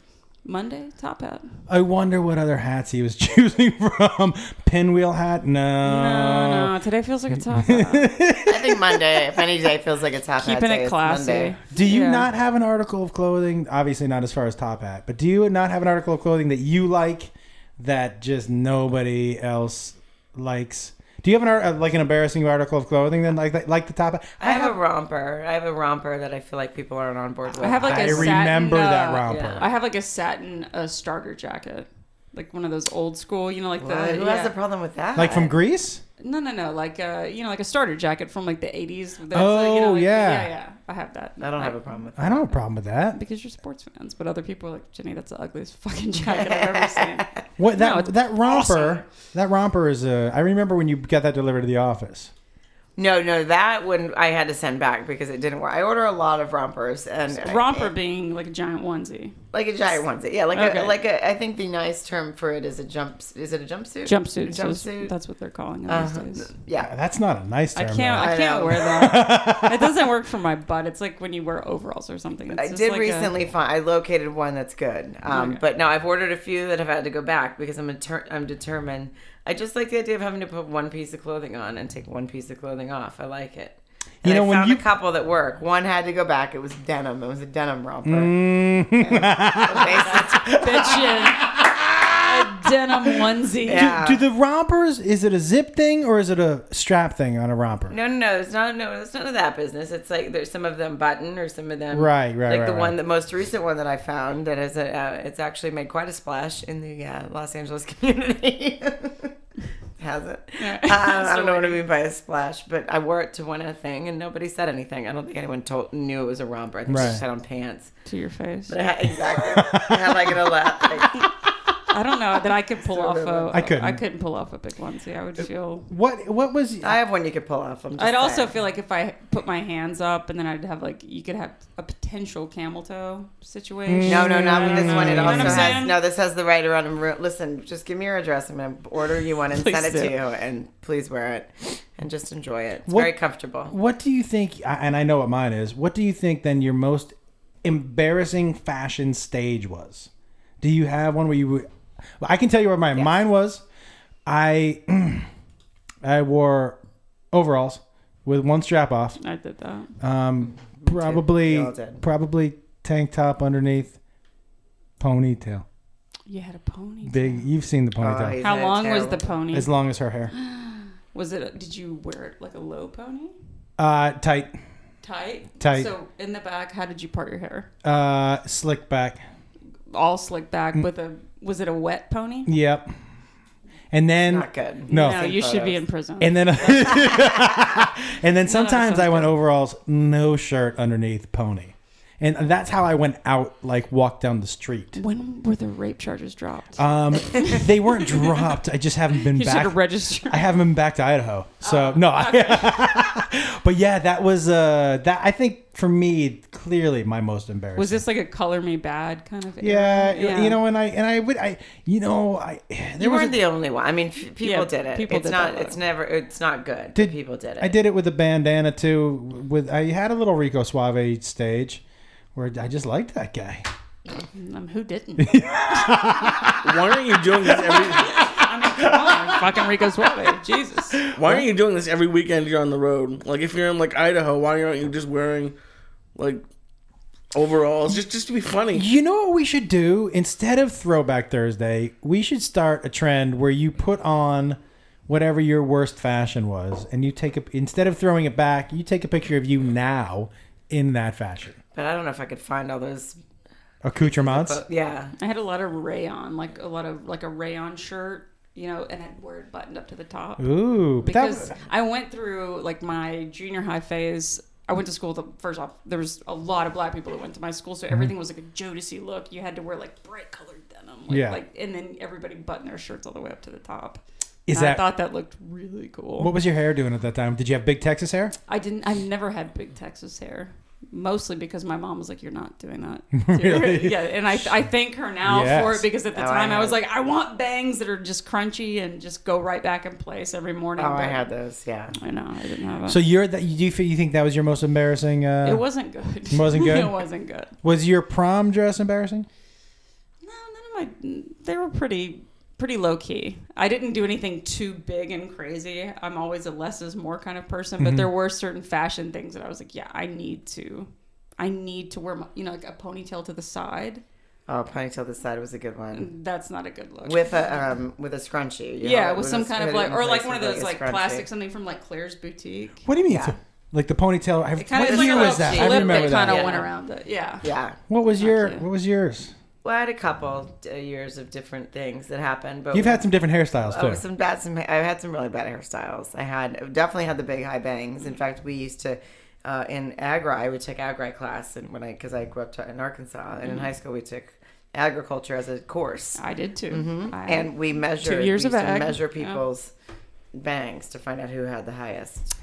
[SPEAKER 3] "Monday top hat."
[SPEAKER 1] I wonder what other hats he was choosing from. Pinwheel hat? No.
[SPEAKER 3] no, no, today feels like a top hat.
[SPEAKER 2] I think Monday, if any day feels like it's happening,
[SPEAKER 3] keeping it classy.
[SPEAKER 2] Monday.
[SPEAKER 1] Do you
[SPEAKER 3] Yeah.
[SPEAKER 1] not have an article of clothing? Obviously, not as far as top hat, but do you not have an article of clothing that you like that just nobody else likes? Do you have an art, uh, like an embarrassing article of clothing then like like the top hat?
[SPEAKER 2] I have a romper. I have a romper that I feel like people aren't on board with.
[SPEAKER 3] I have like a
[SPEAKER 1] I
[SPEAKER 3] satin,
[SPEAKER 1] remember that
[SPEAKER 3] uh,
[SPEAKER 1] romper.
[SPEAKER 2] yeah.
[SPEAKER 3] I have like a satin uh, starter jacket, like one of those old school, you know, like the
[SPEAKER 2] Why? Uh, Who
[SPEAKER 3] yeah.
[SPEAKER 2] has a problem with that?
[SPEAKER 1] Like from Greece?
[SPEAKER 3] no, no, no, like uh, you know, like a starter jacket from like the eighties.
[SPEAKER 1] Oh, yeah.
[SPEAKER 3] yeah, yeah. I have that.
[SPEAKER 2] I don't have a problem with that.
[SPEAKER 1] I don't have a problem with that.
[SPEAKER 3] because you're sports fans, but other people are like, Jenny, that's the ugliest fucking jacket I've ever seen.
[SPEAKER 1] What that
[SPEAKER 3] No, it's
[SPEAKER 1] that romper?
[SPEAKER 3] awesome.
[SPEAKER 1] That romper is a. I remember when you got that delivered to the office.
[SPEAKER 2] No, no, that one I had to send back because it didn't work. I order a lot of rompers and I-
[SPEAKER 3] Romper being like a giant onesie,
[SPEAKER 2] like a giant onesie. Yeah, like
[SPEAKER 3] Okay.
[SPEAKER 2] a, like a. I think the nice term for it is a jump. Is it a jumpsuit?
[SPEAKER 3] jumpsuit.
[SPEAKER 2] Jumpsuit.
[SPEAKER 3] That's what they're calling it these days.
[SPEAKER 2] yeah.
[SPEAKER 1] That's not a nice
[SPEAKER 3] I
[SPEAKER 1] term.
[SPEAKER 3] can't.
[SPEAKER 1] though.
[SPEAKER 3] I,
[SPEAKER 2] I
[SPEAKER 3] can't
[SPEAKER 2] know.
[SPEAKER 3] wear that. it doesn't work for my butt. It's like when you wear overalls or something. It's
[SPEAKER 2] I
[SPEAKER 3] just
[SPEAKER 2] did
[SPEAKER 3] like a-
[SPEAKER 2] recently find I located one that's good, um,
[SPEAKER 3] Okay.
[SPEAKER 2] but now I've ordered a few that I've had to go back because I'm inter- I'm determined. I just like the idea of having to put one piece of clothing on and take one piece of clothing off. I like it.
[SPEAKER 1] You
[SPEAKER 2] And
[SPEAKER 1] know,
[SPEAKER 2] I
[SPEAKER 1] when
[SPEAKER 2] found
[SPEAKER 1] you-
[SPEAKER 2] a couple that work. One had to go back. It was denim. It was a denim romper.
[SPEAKER 1] Mm.
[SPEAKER 2] Basically,
[SPEAKER 3] bitchin' a denim onesie.
[SPEAKER 2] yeah.
[SPEAKER 1] Do the rompers? Is it a zip thing or is it a strap thing on a romper?
[SPEAKER 2] No, no, no. It's not. No, it's none of that business. It's like there's some of them button or some of them.
[SPEAKER 1] Right, right,
[SPEAKER 2] Like
[SPEAKER 1] right,
[SPEAKER 2] the
[SPEAKER 1] right.
[SPEAKER 2] one, the most recent one that I found that is a. Uh, it's actually made quite a splash in the uh, Los Angeles community. Hasn't.
[SPEAKER 3] Yeah.
[SPEAKER 2] Um, I
[SPEAKER 3] Still
[SPEAKER 2] don't know what I mean by a splash, but I wore it to win a thing and nobody said anything. I don't think anyone told knew it was a romper. I think
[SPEAKER 1] Right.
[SPEAKER 2] she had on pants.
[SPEAKER 3] To your face.
[SPEAKER 2] But I had, exactly. I had like an elastic.
[SPEAKER 3] I don't know that I could pull off a.
[SPEAKER 1] I couldn't.
[SPEAKER 3] I couldn't pull off a big onesie. I would feel.
[SPEAKER 1] What what was?
[SPEAKER 2] I have one you could pull off. I'm just
[SPEAKER 3] I'd also
[SPEAKER 2] saying.
[SPEAKER 3] feel like if I put my hands up and then I'd have like you could have a potential camel toe situation.
[SPEAKER 2] No, no, not with this one. It
[SPEAKER 3] know what
[SPEAKER 2] also
[SPEAKER 3] I'm
[SPEAKER 2] has
[SPEAKER 3] saying?
[SPEAKER 2] no. This has the right around. and ru- Listen, just give me your address. I'm gonna order you one and
[SPEAKER 3] Please
[SPEAKER 2] send it to
[SPEAKER 3] do.
[SPEAKER 2] you, and please wear it, and just enjoy it. It's
[SPEAKER 1] What-
[SPEAKER 2] very comfortable.
[SPEAKER 1] What do you think? I- And I know what mine is. What do you think then your most embarrassing fashion stage was? Do you have one where you? Well, I can tell you where my mine was. I I wore overalls with one strap off.
[SPEAKER 3] I did that.
[SPEAKER 2] Uh,
[SPEAKER 1] Um, probably
[SPEAKER 2] We all did.
[SPEAKER 1] probably tank top underneath, ponytail.
[SPEAKER 3] You had a pony.
[SPEAKER 1] Big. You've seen the
[SPEAKER 2] Oh,
[SPEAKER 1] ponytail.
[SPEAKER 2] he's
[SPEAKER 3] How
[SPEAKER 2] a
[SPEAKER 3] long was
[SPEAKER 2] terrible-
[SPEAKER 3] the pony?
[SPEAKER 1] as long as her hair.
[SPEAKER 3] Was it? Did you wear it like a low pony?
[SPEAKER 1] Uh, tight.
[SPEAKER 3] Tight.
[SPEAKER 1] Tight.
[SPEAKER 3] So in the back, how did you part your hair?
[SPEAKER 1] Uh, slick back.
[SPEAKER 3] All slicked back
[SPEAKER 2] mm.
[SPEAKER 3] with a. Was it a wet pony?
[SPEAKER 1] Yep. And then
[SPEAKER 2] Not good.
[SPEAKER 1] No.
[SPEAKER 3] No, you should be in prison.
[SPEAKER 1] And then, and then sometimes
[SPEAKER 3] sounds
[SPEAKER 1] I went overalls, no shirt underneath, pony, and that's how I went out, like walk down the street.
[SPEAKER 3] when were the rape charges dropped?
[SPEAKER 1] Um, they weren't dropped. I just haven't been
[SPEAKER 3] you should
[SPEAKER 1] back.
[SPEAKER 3] have Oh. registered.
[SPEAKER 1] I haven't been back to Idaho, so no. I- but yeah, that was uh, that. I think for me, clearly my most embarrassing.
[SPEAKER 3] Was this like a color me bad kind of? era?
[SPEAKER 1] Yeah, you know, and I and I would I, you know, I
[SPEAKER 2] You
[SPEAKER 1] there was a-
[SPEAKER 2] weren't the only one. I mean, f- people
[SPEAKER 3] Yeah,
[SPEAKER 2] did it.
[SPEAKER 3] people
[SPEAKER 2] it's
[SPEAKER 3] did
[SPEAKER 2] not.
[SPEAKER 3] that.
[SPEAKER 2] It's never. It's not good.
[SPEAKER 1] Did-
[SPEAKER 2] people did it.
[SPEAKER 1] I did it with a bandana too. With I had a little Rico Suave stage, where I just liked that guy.
[SPEAKER 3] Um, who didn't?
[SPEAKER 4] Why aren't you doing this every?
[SPEAKER 3] I mean, come on, fucking Rico Suave. Jesus.
[SPEAKER 4] Why aren't you doing this every weekend you're on the road? Like if you're in like Idaho, why aren't you just wearing like overalls just just to be funny?
[SPEAKER 1] You know what we should do instead of Throwback Thursday? We should start a trend where you put on whatever your worst fashion was, and you take a instead of throwing it back, you take a picture of you now in that fashion.
[SPEAKER 2] but I don't know if I could find all those.
[SPEAKER 1] Accoutrements.
[SPEAKER 2] But yeah,
[SPEAKER 3] I had a lot of rayon, like a lot of like a rayon shirt, you know, and I'd wear it buttoned up to the top.
[SPEAKER 1] Ooh, but that
[SPEAKER 3] Because I went through like my junior high phase I went to school. The, first off, there was a lot of black people that went to my school, so
[SPEAKER 1] Mm-hmm.
[SPEAKER 3] everything was like a Jodeci look. You had to wear like bright colored denim, like,
[SPEAKER 1] Yeah.
[SPEAKER 3] like- and then everybody buttoned their shirts all the way up to the top.
[SPEAKER 1] Is
[SPEAKER 3] And I
[SPEAKER 1] that
[SPEAKER 3] thought that looked really cool.
[SPEAKER 1] what was your hair doing at that time? Did you have big Texas hair?
[SPEAKER 3] I didn't. I've never had big Texas hair, mostly because my mom was like, "You're not doing that."
[SPEAKER 1] Really?
[SPEAKER 3] Yeah, and I, I thank her now for
[SPEAKER 1] Yes.
[SPEAKER 3] it because at the
[SPEAKER 2] Oh, I
[SPEAKER 3] time I,
[SPEAKER 2] had-
[SPEAKER 3] was like, "I want bangs that are just crunchy and just go right back in place every morning."
[SPEAKER 2] Oh, I
[SPEAKER 3] but-
[SPEAKER 2] had those. Yeah.
[SPEAKER 3] I know. I didn't have it.
[SPEAKER 1] So you're that you do you think that was your most embarrassing? Uh,
[SPEAKER 3] it wasn't good.
[SPEAKER 1] It wasn't good?
[SPEAKER 3] it wasn't good.
[SPEAKER 1] was your prom dress embarrassing?
[SPEAKER 3] No, none of my. They were pretty pretty low key. I didn't do anything too big and crazy. I'm always a less is more kind of person,
[SPEAKER 2] Mm-hmm.
[SPEAKER 3] but there were certain fashion things that I was like, yeah, I need to, I need to wear my, you know, like a ponytail to the side.
[SPEAKER 2] Oh, ponytail this side was a good one.
[SPEAKER 3] That's not a good look.
[SPEAKER 2] With a um, with a scrunchie. you
[SPEAKER 3] yeah,
[SPEAKER 2] know,
[SPEAKER 3] with
[SPEAKER 2] a
[SPEAKER 3] some kind of
[SPEAKER 2] hoodie
[SPEAKER 3] like,
[SPEAKER 2] in
[SPEAKER 3] or like
[SPEAKER 2] place
[SPEAKER 3] one of
[SPEAKER 2] with,
[SPEAKER 3] those like
[SPEAKER 2] a scrunchie.
[SPEAKER 3] plastic something from like Claire's boutique.
[SPEAKER 1] What do you mean?
[SPEAKER 2] Yeah.
[SPEAKER 1] Like the ponytail? I,
[SPEAKER 2] kinda
[SPEAKER 1] what
[SPEAKER 2] is like
[SPEAKER 1] year
[SPEAKER 2] a
[SPEAKER 1] was
[SPEAKER 2] little
[SPEAKER 1] that? I
[SPEAKER 2] clip that
[SPEAKER 1] remember that.
[SPEAKER 3] kind of
[SPEAKER 2] Yeah.
[SPEAKER 3] went around it. Yeah.
[SPEAKER 2] Yeah.
[SPEAKER 1] What was your
[SPEAKER 3] Gotcha.
[SPEAKER 1] What was yours?
[SPEAKER 2] Well, I had a couple uh, years of different things that happened, but
[SPEAKER 1] You've had some different hairstyles
[SPEAKER 2] Oh,
[SPEAKER 1] too.
[SPEAKER 2] some bad. Some I had some really bad hairstyles. I had definitely had the big high bangs. In fact, we used to uh, in agri. I would take agri class, and when I because I grew up to, in Arkansas, and in
[SPEAKER 1] Mm-hmm.
[SPEAKER 2] high school we took agriculture as a
[SPEAKER 1] Ah.
[SPEAKER 2] course,
[SPEAKER 3] I did too. I-
[SPEAKER 2] Mm-hmm. and we measured
[SPEAKER 3] years
[SPEAKER 2] we
[SPEAKER 3] of
[SPEAKER 2] used to
[SPEAKER 3] ag,
[SPEAKER 2] measure
[SPEAKER 3] yeah.
[SPEAKER 2] people's bangs to find out who had the highest.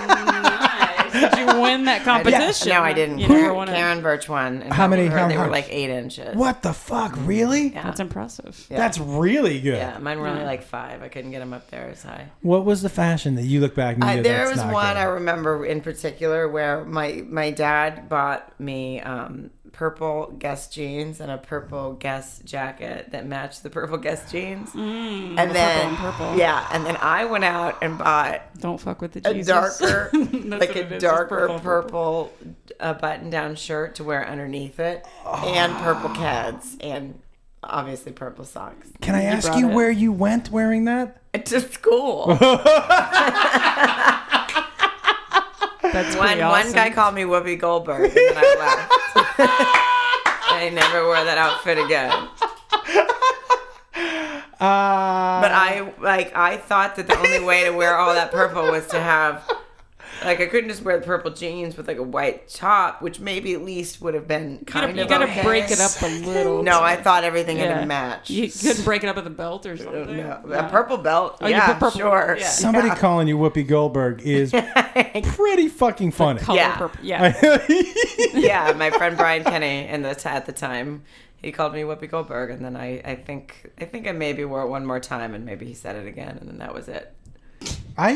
[SPEAKER 3] nice. Did you win that competition?
[SPEAKER 2] No, I didn't.
[SPEAKER 3] You never
[SPEAKER 2] Karen,
[SPEAKER 3] won it.
[SPEAKER 2] Karen Birch won. And
[SPEAKER 1] How many-
[SPEAKER 2] Her,
[SPEAKER 1] how
[SPEAKER 2] they were
[SPEAKER 1] much?
[SPEAKER 2] like eight inches.
[SPEAKER 1] What the fuck? Really?
[SPEAKER 2] Yeah.
[SPEAKER 3] That's impressive.
[SPEAKER 1] That's really good.
[SPEAKER 2] Yeah, mine were only like five. I couldn't get them up there as high.
[SPEAKER 1] What was the fashion that you look back and you
[SPEAKER 2] I,
[SPEAKER 1] knew
[SPEAKER 2] there
[SPEAKER 1] that's
[SPEAKER 2] was
[SPEAKER 1] not
[SPEAKER 2] one
[SPEAKER 1] good?
[SPEAKER 2] I remember in particular where my my dad bought me um, purple Guess jeans and a purple Guess jacket that matched the purple Guess jeans, and then
[SPEAKER 3] and Mm, purple.
[SPEAKER 2] yeah, and then I went out and bought
[SPEAKER 3] Don't fuck with the
[SPEAKER 2] a
[SPEAKER 3] Jesus.
[SPEAKER 2] darker,
[SPEAKER 3] That's
[SPEAKER 2] like
[SPEAKER 3] what it is,
[SPEAKER 2] a
[SPEAKER 3] is
[SPEAKER 2] darker
[SPEAKER 3] purple.
[SPEAKER 2] purple, uh, button-down shirt to wear underneath it, and purple
[SPEAKER 3] Oh.
[SPEAKER 2] cads, and obviously purple socks.
[SPEAKER 1] Can I ask you
[SPEAKER 3] brought it.
[SPEAKER 1] where you went wearing that?
[SPEAKER 2] to school.
[SPEAKER 3] That's
[SPEAKER 2] One
[SPEAKER 3] pretty
[SPEAKER 2] one
[SPEAKER 3] awesome.
[SPEAKER 2] guy called me Whoopi Goldberg, and then I left. I never wore that outfit again.
[SPEAKER 1] Uh,
[SPEAKER 3] Uh,
[SPEAKER 2] But I like I thought that the only way to wear all that purple was to have like I couldn't just wear the purple jeans with like a white top, which maybe at least would have been
[SPEAKER 3] You
[SPEAKER 2] kind
[SPEAKER 3] gotta, you
[SPEAKER 2] of
[SPEAKER 3] gotta
[SPEAKER 2] okay.
[SPEAKER 3] break it up a little.
[SPEAKER 2] No, I thought everything had
[SPEAKER 3] Yeah.
[SPEAKER 2] to match.
[SPEAKER 3] You couldn't break it up with a belt or something.
[SPEAKER 2] no, a purple belt.
[SPEAKER 3] Oh, you
[SPEAKER 2] yeah,
[SPEAKER 3] put purple-
[SPEAKER 2] sure.
[SPEAKER 3] yeah.
[SPEAKER 1] somebody calling you Whoopi Goldberg is pretty fucking funny.
[SPEAKER 3] Color
[SPEAKER 2] Yeah.
[SPEAKER 3] purple. Yeah.
[SPEAKER 2] yeah, my friend Brian Kenny in the at the time, he called me Whoopi Goldberg, and then I, I think I think I maybe wore it one more time, and maybe he said it again, and then that was it.
[SPEAKER 1] I,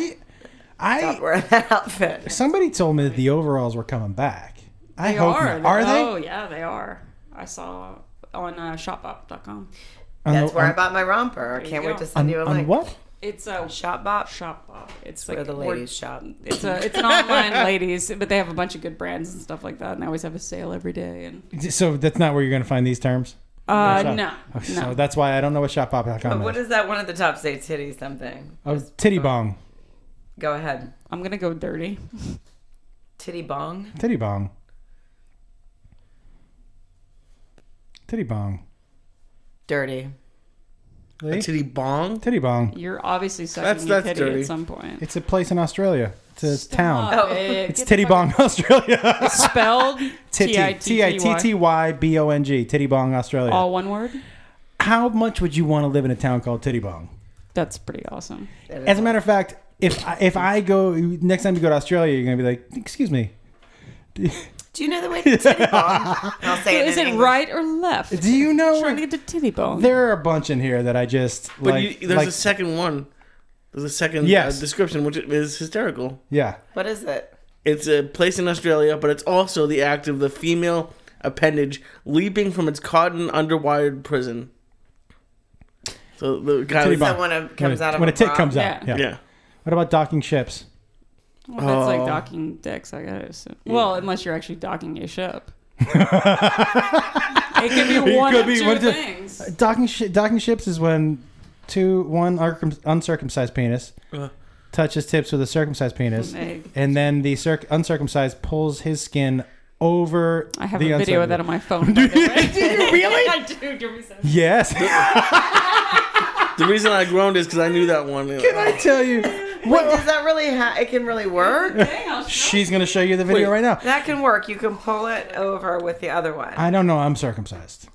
[SPEAKER 2] Not
[SPEAKER 1] I,
[SPEAKER 2] wearing that outfit.
[SPEAKER 1] somebody told me that the overalls were coming back. I
[SPEAKER 3] They
[SPEAKER 1] hope
[SPEAKER 3] are.
[SPEAKER 1] not. Are they?
[SPEAKER 3] Oh, yeah, they are. I saw on uh, shopbop.com.
[SPEAKER 1] On
[SPEAKER 2] That's
[SPEAKER 1] the-
[SPEAKER 2] where I
[SPEAKER 1] on-
[SPEAKER 2] bought my romper. I can't
[SPEAKER 3] you
[SPEAKER 2] wait
[SPEAKER 3] go.
[SPEAKER 2] to send you a
[SPEAKER 1] on
[SPEAKER 2] link.
[SPEAKER 1] what?
[SPEAKER 3] It's a
[SPEAKER 2] Shop bop.
[SPEAKER 3] shopbop. It's
[SPEAKER 2] Where
[SPEAKER 3] like
[SPEAKER 2] the
[SPEAKER 3] we're-
[SPEAKER 2] ladies shop.
[SPEAKER 3] It's a it's an online ladies, but they have a bunch of good brands and stuff like that, and they always have a sale every day. And
[SPEAKER 1] So that's not where you're going to find these terms.
[SPEAKER 3] uh,
[SPEAKER 1] So-
[SPEAKER 3] no,
[SPEAKER 1] okay,
[SPEAKER 3] no.
[SPEAKER 1] So that's why I don't know what shopbop.com
[SPEAKER 2] But what
[SPEAKER 1] is.
[SPEAKER 2] is that? One of the top states titty something.
[SPEAKER 1] Oh, titty bong,
[SPEAKER 2] Go ahead.
[SPEAKER 3] I'm gonna go dirty.
[SPEAKER 2] Titty bong.
[SPEAKER 1] titty bong, titty bong,
[SPEAKER 2] Dirty.
[SPEAKER 1] Lee?
[SPEAKER 4] Titty bong.
[SPEAKER 1] titty bong.
[SPEAKER 3] You're obviously sucking
[SPEAKER 4] That's-
[SPEAKER 3] your
[SPEAKER 4] that's
[SPEAKER 3] titty
[SPEAKER 4] dirty.
[SPEAKER 3] at some point.
[SPEAKER 1] It's a place in Australia. It's a town.
[SPEAKER 3] Stop
[SPEAKER 2] Oh.
[SPEAKER 3] it.
[SPEAKER 1] It's
[SPEAKER 3] Get
[SPEAKER 1] titty
[SPEAKER 3] the fuck-
[SPEAKER 1] bong, Australia.
[SPEAKER 3] Spelled T
[SPEAKER 1] Titty,
[SPEAKER 3] I T
[SPEAKER 1] T I T T
[SPEAKER 3] T.
[SPEAKER 1] Y B O N G, titty bong, Australia.
[SPEAKER 3] All one word.
[SPEAKER 1] How much would you want to live in a town called Titty Bong?
[SPEAKER 3] That's pretty awesome.
[SPEAKER 1] As a matter of fact, if I, if I go next time you go to Australia, you're gonna be like, excuse me,
[SPEAKER 2] Do you know the way to titty bong? I'll say it.
[SPEAKER 3] Is
[SPEAKER 2] in
[SPEAKER 3] it
[SPEAKER 2] English.
[SPEAKER 3] right or left?
[SPEAKER 1] do you know?
[SPEAKER 3] Trying to get to titty bone.
[SPEAKER 1] There are a bunch in here that I just
[SPEAKER 4] But
[SPEAKER 1] like.
[SPEAKER 4] you, there's
[SPEAKER 1] like-
[SPEAKER 4] a second one. There's a second
[SPEAKER 1] Yes.
[SPEAKER 4] uh, description, which is hysterical.
[SPEAKER 1] yeah,
[SPEAKER 2] What is it?
[SPEAKER 4] It's a place in Australia, but it's also the act of the female appendage leaping from its cotton underwired prison. So the guy
[SPEAKER 1] Titty
[SPEAKER 4] was,
[SPEAKER 1] bong.
[SPEAKER 2] That one of- comes
[SPEAKER 1] when,
[SPEAKER 2] out of
[SPEAKER 1] when a tit
[SPEAKER 2] bra.
[SPEAKER 1] comes
[SPEAKER 3] Yeah.
[SPEAKER 1] out. Yeah.
[SPEAKER 4] yeah.
[SPEAKER 1] What about docking ships?
[SPEAKER 3] Well, that's
[SPEAKER 4] Oh.
[SPEAKER 3] like docking dicks, I guess. Well, unless you're actually docking a ship. it could be
[SPEAKER 1] It
[SPEAKER 3] one
[SPEAKER 1] could
[SPEAKER 3] of
[SPEAKER 1] be
[SPEAKER 3] two Uh,
[SPEAKER 1] one of the-
[SPEAKER 3] things.
[SPEAKER 1] Docking shi docking ships is when two one uncircum- uncircumcised penis
[SPEAKER 3] Uh-huh.
[SPEAKER 4] Uh.
[SPEAKER 1] touches tips with a circumcised penis,
[SPEAKER 3] Hey.
[SPEAKER 1] and then the circ- uncircumcised pulls his skin over.
[SPEAKER 3] I have
[SPEAKER 1] the
[SPEAKER 3] a video
[SPEAKER 1] uncircumcised.
[SPEAKER 3] of that on my phone. Do you
[SPEAKER 1] really?
[SPEAKER 3] I do. Give me some.
[SPEAKER 1] Yes.
[SPEAKER 4] The reason I groaned is because I knew that one.
[SPEAKER 1] Can I tell you?
[SPEAKER 2] Wait, does that really? Ha- it can really work.
[SPEAKER 3] Dang, I'll show
[SPEAKER 1] She's gonna show you the video
[SPEAKER 4] Wait.
[SPEAKER 1] right now.
[SPEAKER 2] That can work. You can pull it over with the other one.
[SPEAKER 1] I don't know. I'm circumcised.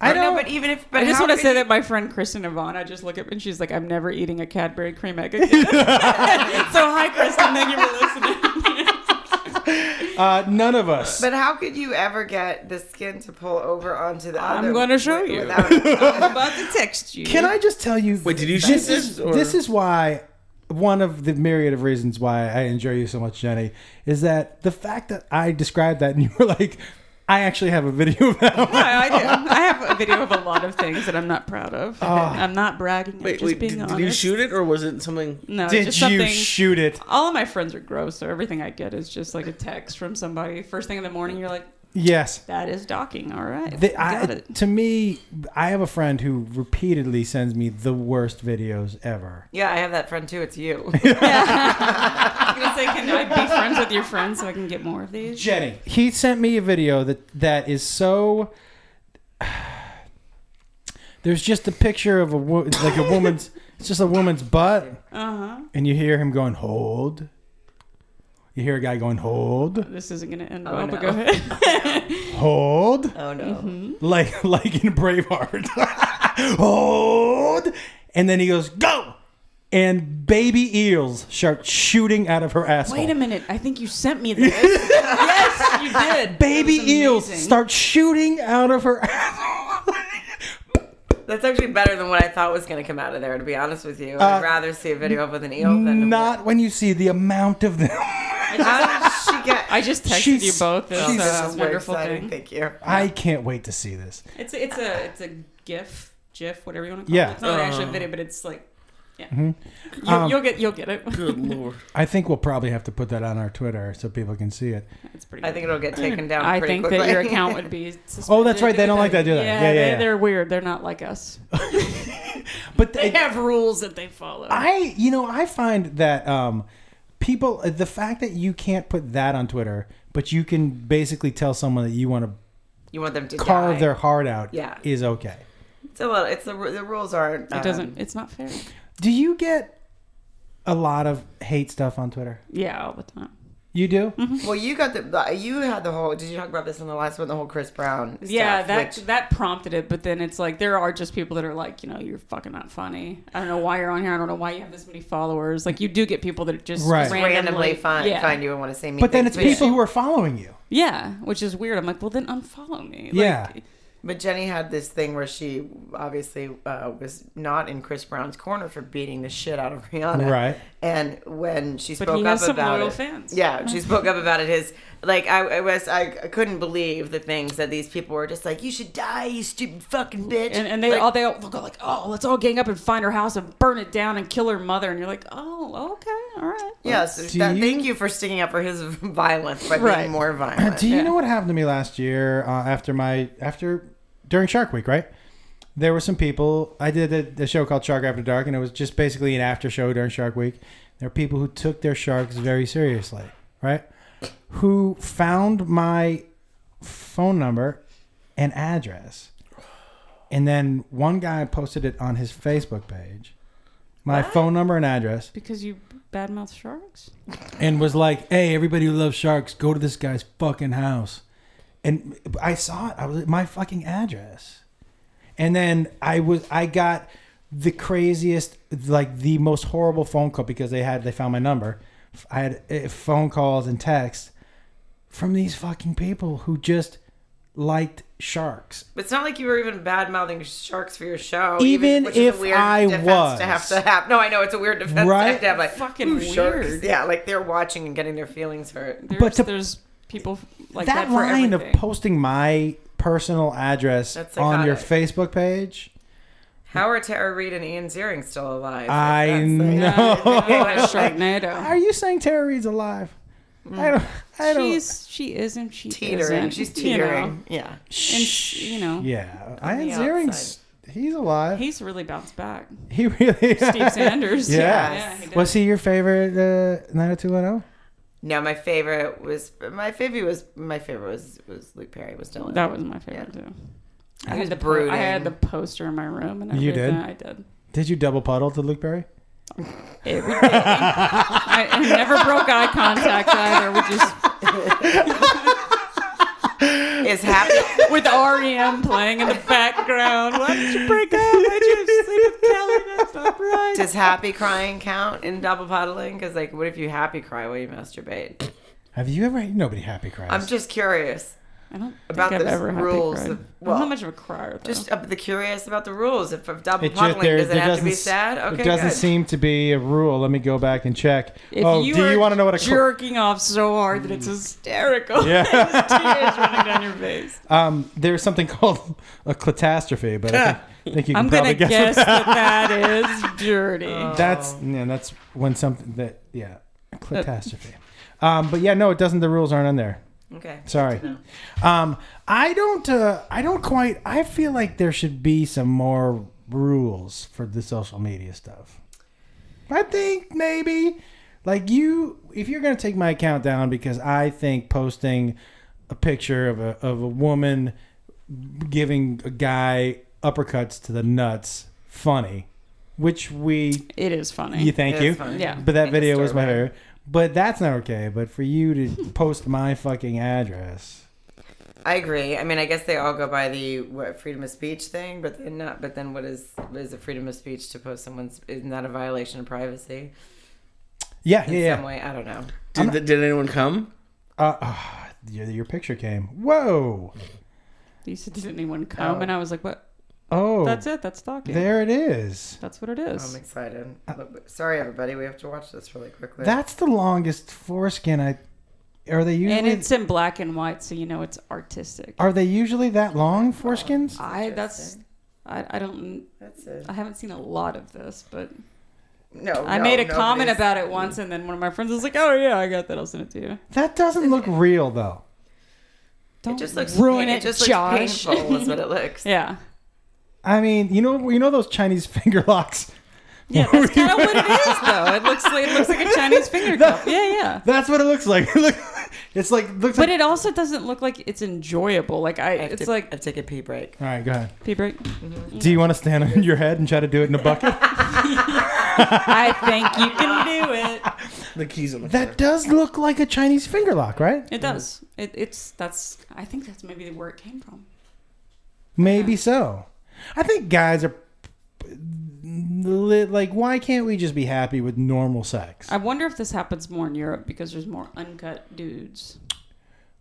[SPEAKER 1] I
[SPEAKER 2] No,
[SPEAKER 1] don't.
[SPEAKER 2] but even if but
[SPEAKER 3] I just
[SPEAKER 2] how
[SPEAKER 3] want to
[SPEAKER 2] could
[SPEAKER 3] say
[SPEAKER 2] you-
[SPEAKER 3] that my friend Kristen Yvonne, I just look up and she's like, I'm never eating a Cadbury cream egg again. so, hi, Kristen. Thank you for listening.
[SPEAKER 1] uh, none of us.
[SPEAKER 2] But how could you ever get the skin to pull over onto the
[SPEAKER 3] I'm
[SPEAKER 2] other?
[SPEAKER 3] gonna show
[SPEAKER 2] wi-
[SPEAKER 3] you.
[SPEAKER 2] without- Oh.
[SPEAKER 3] I'm about to text you.
[SPEAKER 1] Can I just tell you?
[SPEAKER 4] Wait, did you
[SPEAKER 1] This
[SPEAKER 4] shoot this,
[SPEAKER 1] is
[SPEAKER 4] or-
[SPEAKER 1] this is why one of the myriad of reasons why I enjoy you so much, Jenny, is that the fact that I described that and you were like, I actually have a video of that.
[SPEAKER 3] No, I, do. I have a video of a lot of things that I'm not proud of.
[SPEAKER 1] Ah.
[SPEAKER 3] I'm not bragging. I'm
[SPEAKER 4] Wait,
[SPEAKER 3] just
[SPEAKER 4] wait,
[SPEAKER 3] being
[SPEAKER 4] did,
[SPEAKER 3] honest.
[SPEAKER 4] did you shoot it or was it something?
[SPEAKER 3] No, it's
[SPEAKER 1] Did
[SPEAKER 3] just
[SPEAKER 1] you
[SPEAKER 3] something.
[SPEAKER 1] shoot it?
[SPEAKER 3] All of my friends are gross, so everything I get is just like a text from somebody. First thing in the morning, you're like,
[SPEAKER 1] Yes.
[SPEAKER 3] "That is docking." All right,
[SPEAKER 1] The- I-
[SPEAKER 3] got it.
[SPEAKER 1] to me, I have a friend who repeatedly sends me the worst videos ever.
[SPEAKER 2] yeah, I have that friend too. It's you.
[SPEAKER 3] I'm gonna say, can I be friends with your friends so I can get more of these?
[SPEAKER 1] Jenny, he sent me a video that that is so. There's just a picture of a wo- it's like a woman's. It's just a woman's butt.
[SPEAKER 3] Uh huh.
[SPEAKER 1] and you hear him going hold you hear a guy going hold
[SPEAKER 3] This isn't gonna
[SPEAKER 4] Oh,
[SPEAKER 3] end well, but go
[SPEAKER 2] no.
[SPEAKER 3] ahead.
[SPEAKER 1] hold
[SPEAKER 2] oh no.
[SPEAKER 3] Mm-hmm.
[SPEAKER 1] like like in braveheart hold and then he goes go and baby eels start shooting out of her asshole
[SPEAKER 3] Wait a minute. I think you sent me this. yes, you did.
[SPEAKER 1] baby
[SPEAKER 3] That was
[SPEAKER 1] eels
[SPEAKER 3] amazing.
[SPEAKER 1] start shooting out of her asshole
[SPEAKER 2] That's actually better than what I thought was going to come out of there. To be honest with you,
[SPEAKER 1] Uh,
[SPEAKER 2] I'd rather see a video of with an eel than
[SPEAKER 1] not when you see the amount of them
[SPEAKER 2] How did she get?
[SPEAKER 3] I just texted
[SPEAKER 1] She's-
[SPEAKER 3] you both. This,
[SPEAKER 1] she's-
[SPEAKER 3] uh,
[SPEAKER 2] this is very
[SPEAKER 3] wonderful
[SPEAKER 2] exciting.
[SPEAKER 3] thing.
[SPEAKER 2] Thank you.
[SPEAKER 1] i can't wait to see this
[SPEAKER 3] It's a, it's a it's a GIF, GIF, whatever you want to call
[SPEAKER 1] Yeah. Mm-hmm.
[SPEAKER 3] it. It's not actually a video, but it's like, yeah. You'll,
[SPEAKER 1] Um,
[SPEAKER 3] you'll get you'll get it.
[SPEAKER 4] Good lord.
[SPEAKER 1] i think we'll probably have to put that on our twitter so people can see it
[SPEAKER 3] it's pretty.
[SPEAKER 2] I think it'll get taken down.
[SPEAKER 3] I
[SPEAKER 2] pretty
[SPEAKER 3] think
[SPEAKER 2] quickly.
[SPEAKER 3] that your account would be. Suspended.
[SPEAKER 1] Oh, that's right. They don't like that, do they?
[SPEAKER 3] Yeah,
[SPEAKER 1] Yeah, yeah,
[SPEAKER 3] they,
[SPEAKER 1] yeah.
[SPEAKER 3] They're weird. They're not like us.
[SPEAKER 1] but
[SPEAKER 3] They
[SPEAKER 1] it-
[SPEAKER 3] have rules that they follow.
[SPEAKER 1] I, you know, I find that um, people, the fact that you can't put that on Twitter, but you can basically tell someone that you want to
[SPEAKER 2] you want them to
[SPEAKER 1] carve
[SPEAKER 2] die.
[SPEAKER 1] their heart out
[SPEAKER 2] Yeah.
[SPEAKER 1] is okay.
[SPEAKER 2] It's a little. It's the ru- the rules aren't.
[SPEAKER 3] it
[SPEAKER 2] um,
[SPEAKER 3] doesn't. It's not fair.
[SPEAKER 1] Do you get a lot of hate stuff on Twitter?
[SPEAKER 3] Yeah, all the time.
[SPEAKER 1] You do?
[SPEAKER 2] Well, you got the- the. You had the whole. Did you talk about this in the last one? The whole Chris Brown.
[SPEAKER 3] yeah,
[SPEAKER 2] stuff,
[SPEAKER 3] that
[SPEAKER 2] which-
[SPEAKER 3] that prompted it, but then it's like there are just people that are like, you know, you're fucking not funny. I don't know why you're on here. I don't know why you have this many followers. Like you do get people that just
[SPEAKER 1] Right.
[SPEAKER 3] randomly,
[SPEAKER 2] randomly find
[SPEAKER 3] yeah.
[SPEAKER 2] find you and want to see me.
[SPEAKER 1] But then
[SPEAKER 2] They-
[SPEAKER 1] it's people who are following you.
[SPEAKER 3] Yeah, which is weird. I'm like, well, then unfollow me. Like,
[SPEAKER 1] Yeah.
[SPEAKER 2] But Jenny had this thing where she obviously uh, was not in Chris Brown's corner for beating the shit out of Rihanna.
[SPEAKER 1] Right.
[SPEAKER 2] And when she spoke
[SPEAKER 3] he
[SPEAKER 2] up
[SPEAKER 3] has some
[SPEAKER 2] about
[SPEAKER 3] loyal
[SPEAKER 2] it,
[SPEAKER 3] fans.
[SPEAKER 2] yeah, she spoke up about it. His like, I, I was, I, I couldn't believe the things that these people were just like, "You should die, you stupid fucking bitch."
[SPEAKER 3] And, and they
[SPEAKER 2] Like,
[SPEAKER 3] all they all go like, oh, let's all gang up and find her house and burn it down and kill her mother. And you're like, oh, okay, all right.
[SPEAKER 2] yes,
[SPEAKER 1] Do
[SPEAKER 2] that,
[SPEAKER 1] you-
[SPEAKER 2] thank you for sticking up for his violence by
[SPEAKER 3] Right.
[SPEAKER 2] being more violent.
[SPEAKER 1] Do you
[SPEAKER 3] Yeah.
[SPEAKER 1] know what happened to me last year uh, after my after during Shark Week? Right, there were some people. I did a, a show called Shark After Dark, and it was just basically an after show during Shark Week. There were people who took their sharks very seriously, right? Who found my phone number and address, and then one guy posted it on his Facebook page. My phone number and address,
[SPEAKER 3] Because you badmouth sharks.
[SPEAKER 1] and was like, "Hey, everybody who loves sharks, go to this guy's fucking house." And I saw it. I was my fucking address. And then I was I got the craziest, like the most horrible phone call because they had they found my number. I had eh, phone calls and texts from these fucking people who just liked sharks.
[SPEAKER 2] But it's not like you were even bad mouthing sharks for your show.
[SPEAKER 1] Even
[SPEAKER 2] which is
[SPEAKER 1] if
[SPEAKER 2] a weird
[SPEAKER 1] I
[SPEAKER 2] defense
[SPEAKER 1] was.
[SPEAKER 2] to have to have. No, I know it's a weird defense
[SPEAKER 1] Right?
[SPEAKER 2] to have to have. Like
[SPEAKER 3] Fucking
[SPEAKER 2] "Ooh,
[SPEAKER 3] weird.
[SPEAKER 2] sharks." Yeah, like they're watching and getting their feelings hurt.
[SPEAKER 3] There's,
[SPEAKER 1] But to-
[SPEAKER 3] there's people like that,
[SPEAKER 1] that,
[SPEAKER 3] for
[SPEAKER 1] line of
[SPEAKER 3] everything.
[SPEAKER 1] posting my personal address
[SPEAKER 2] That's
[SPEAKER 1] on your
[SPEAKER 2] psychotic.
[SPEAKER 1] Facebook page.
[SPEAKER 2] How are Tara Reid and Ian Ziering still alive?
[SPEAKER 1] I
[SPEAKER 2] That's
[SPEAKER 1] know.
[SPEAKER 2] like-
[SPEAKER 3] That's
[SPEAKER 1] Are
[SPEAKER 3] Sharknado.
[SPEAKER 1] you saying Tara Reid's alive? I don't. I don't.
[SPEAKER 3] She's she is and she
[SPEAKER 2] teetering.
[SPEAKER 3] isn't,
[SPEAKER 2] She's
[SPEAKER 3] you know.
[SPEAKER 2] teetering. Yeah.
[SPEAKER 3] sh- you know.
[SPEAKER 1] Yeah, Ian
[SPEAKER 2] the
[SPEAKER 1] Ziering's. He's alive.
[SPEAKER 3] He's really bounced back.
[SPEAKER 1] he really.
[SPEAKER 3] Steve Sanders.
[SPEAKER 1] Yeah.
[SPEAKER 3] yeah he did.
[SPEAKER 1] Was he your favorite uh, 90210?
[SPEAKER 2] No, my favorite was my favorite was my favorite was was Luke Perry was still.
[SPEAKER 3] That was my favorite too. I
[SPEAKER 2] was
[SPEAKER 3] had, the po- I
[SPEAKER 2] brooding.
[SPEAKER 3] had the poster in my room and
[SPEAKER 1] You
[SPEAKER 3] everything.
[SPEAKER 1] did?
[SPEAKER 3] I did.
[SPEAKER 1] Did you double puddle to Luke Berry?
[SPEAKER 3] It would be- I, I never broke eye contact either. We just
[SPEAKER 2] Is happy.
[SPEAKER 3] with REM playing in the background. Why did you break up? Why did you sleep with Kelly? That's not right.
[SPEAKER 2] Does happy crying count in double paddling? Because like, what if you happy cry while you masturbate?
[SPEAKER 1] Have you ever? Nobody happy cries.
[SPEAKER 2] I'm just curious.
[SPEAKER 3] I don't
[SPEAKER 2] About
[SPEAKER 3] think
[SPEAKER 2] those
[SPEAKER 3] I've ever had
[SPEAKER 2] rules
[SPEAKER 3] Cried.
[SPEAKER 2] of-
[SPEAKER 3] I'm
[SPEAKER 2] well,
[SPEAKER 3] not much of a crier. Though.
[SPEAKER 2] Just uh, the curious about the rules. If, if double
[SPEAKER 1] It ju-
[SPEAKER 2] paddling,
[SPEAKER 1] there-
[SPEAKER 2] does it
[SPEAKER 1] there
[SPEAKER 2] have to be
[SPEAKER 1] doesn't
[SPEAKER 2] sad?
[SPEAKER 1] s-
[SPEAKER 2] Okay,
[SPEAKER 1] it doesn't
[SPEAKER 2] good.
[SPEAKER 1] seem to be a rule. Let me go back and check.
[SPEAKER 3] if
[SPEAKER 1] oh,
[SPEAKER 3] you
[SPEAKER 1] do
[SPEAKER 3] are
[SPEAKER 1] you want to know what a cr-
[SPEAKER 3] jerking off so hard that it's hysterical?
[SPEAKER 1] Yeah.
[SPEAKER 3] There's tears running down your face.
[SPEAKER 1] um? There's something called a catastrophe, but I think, think you can
[SPEAKER 3] I'm
[SPEAKER 1] probably
[SPEAKER 3] gonna
[SPEAKER 1] guess.
[SPEAKER 3] guess,
[SPEAKER 1] what that-
[SPEAKER 3] that that is dirty.
[SPEAKER 2] Oh.
[SPEAKER 1] that's yeah. That's when something that yeah, a catastrophe. um, but yeah, no, it doesn't. The rules aren't on there.
[SPEAKER 2] Okay.
[SPEAKER 1] Sorry. Um, I don't. Uh, I don't quite. I feel like there should be some more rules for the social media stuff. I think maybe, like you, if you're gonna take my account down because I think posting a picture of a of a woman giving a guy uppercuts to the nuts funny, which we
[SPEAKER 3] it is funny.
[SPEAKER 1] you thank
[SPEAKER 2] It
[SPEAKER 1] you.
[SPEAKER 2] is funny.
[SPEAKER 3] Yeah.
[SPEAKER 1] But that
[SPEAKER 2] Make a
[SPEAKER 1] video was
[SPEAKER 2] story
[SPEAKER 1] my
[SPEAKER 2] about it.
[SPEAKER 1] favorite. But that's not okay. But for you to post my fucking address.
[SPEAKER 2] I agree. I mean, I guess they all go by the what freedom of speech thing, but then not. But then, what is is a freedom of speech to post someone's? Isn't that a violation of privacy
[SPEAKER 1] Yeah,
[SPEAKER 2] in
[SPEAKER 1] yeah, yeah.
[SPEAKER 2] some way? I don't know.
[SPEAKER 4] Did, did anyone come?
[SPEAKER 1] Uh, ah, your, your picture came. Whoa.
[SPEAKER 3] You said, did anyone come? And I was like, what?
[SPEAKER 1] Oh,
[SPEAKER 3] That's it. That's stalking.
[SPEAKER 1] there it is.
[SPEAKER 3] That's what it is.
[SPEAKER 2] I'm excited.
[SPEAKER 1] Uh,
[SPEAKER 2] But- Sorry, everybody. We have to watch this really quickly.
[SPEAKER 1] That's the longest foreskin I. Are they usually?
[SPEAKER 3] and it's in black and white, so you know it's artistic.
[SPEAKER 1] are they usually that long foreskins?
[SPEAKER 3] I that's I, I don't
[SPEAKER 2] That's it.
[SPEAKER 3] I haven't seen a lot of this, but
[SPEAKER 2] No,
[SPEAKER 3] I
[SPEAKER 2] no,
[SPEAKER 3] made a
[SPEAKER 2] nobody's-
[SPEAKER 3] comment about it once, and then one of my friends was like, "Oh yeah, I got that. I'll send it to you."
[SPEAKER 1] That doesn't look real though.
[SPEAKER 3] Don't
[SPEAKER 2] It just looks
[SPEAKER 3] ruin
[SPEAKER 2] pain- It
[SPEAKER 3] it,
[SPEAKER 2] just
[SPEAKER 3] Josh.
[SPEAKER 2] looks painful. is what it looks.
[SPEAKER 3] yeah,
[SPEAKER 1] I mean, you know, you know those Chinese finger locks.
[SPEAKER 3] yeah, that's kind of what it is, though. It looks like it looks like a Chinese finger cup. Yeah, yeah.
[SPEAKER 1] That's what it looks like. Look, it's like looks
[SPEAKER 3] But
[SPEAKER 1] like.
[SPEAKER 3] it also doesn't look like it's enjoyable. Like I,
[SPEAKER 2] I have
[SPEAKER 3] it's
[SPEAKER 2] to,
[SPEAKER 3] like
[SPEAKER 2] I take a pee break.
[SPEAKER 1] All right, go ahead.
[SPEAKER 3] pee break.
[SPEAKER 1] Do you want to stand on your head and try to do it in a bucket?
[SPEAKER 3] I think you can do it.
[SPEAKER 4] The keys on the floor.
[SPEAKER 1] that does look like a Chinese finger lock, right?
[SPEAKER 2] Mm.
[SPEAKER 3] It does. It, it's that's. I think that's maybe where it came from.
[SPEAKER 1] Maybe so. I think guys are li- like, why can't we just be happy with normal sex?
[SPEAKER 3] I wonder if this happens more in Europe because there's more uncut dudes.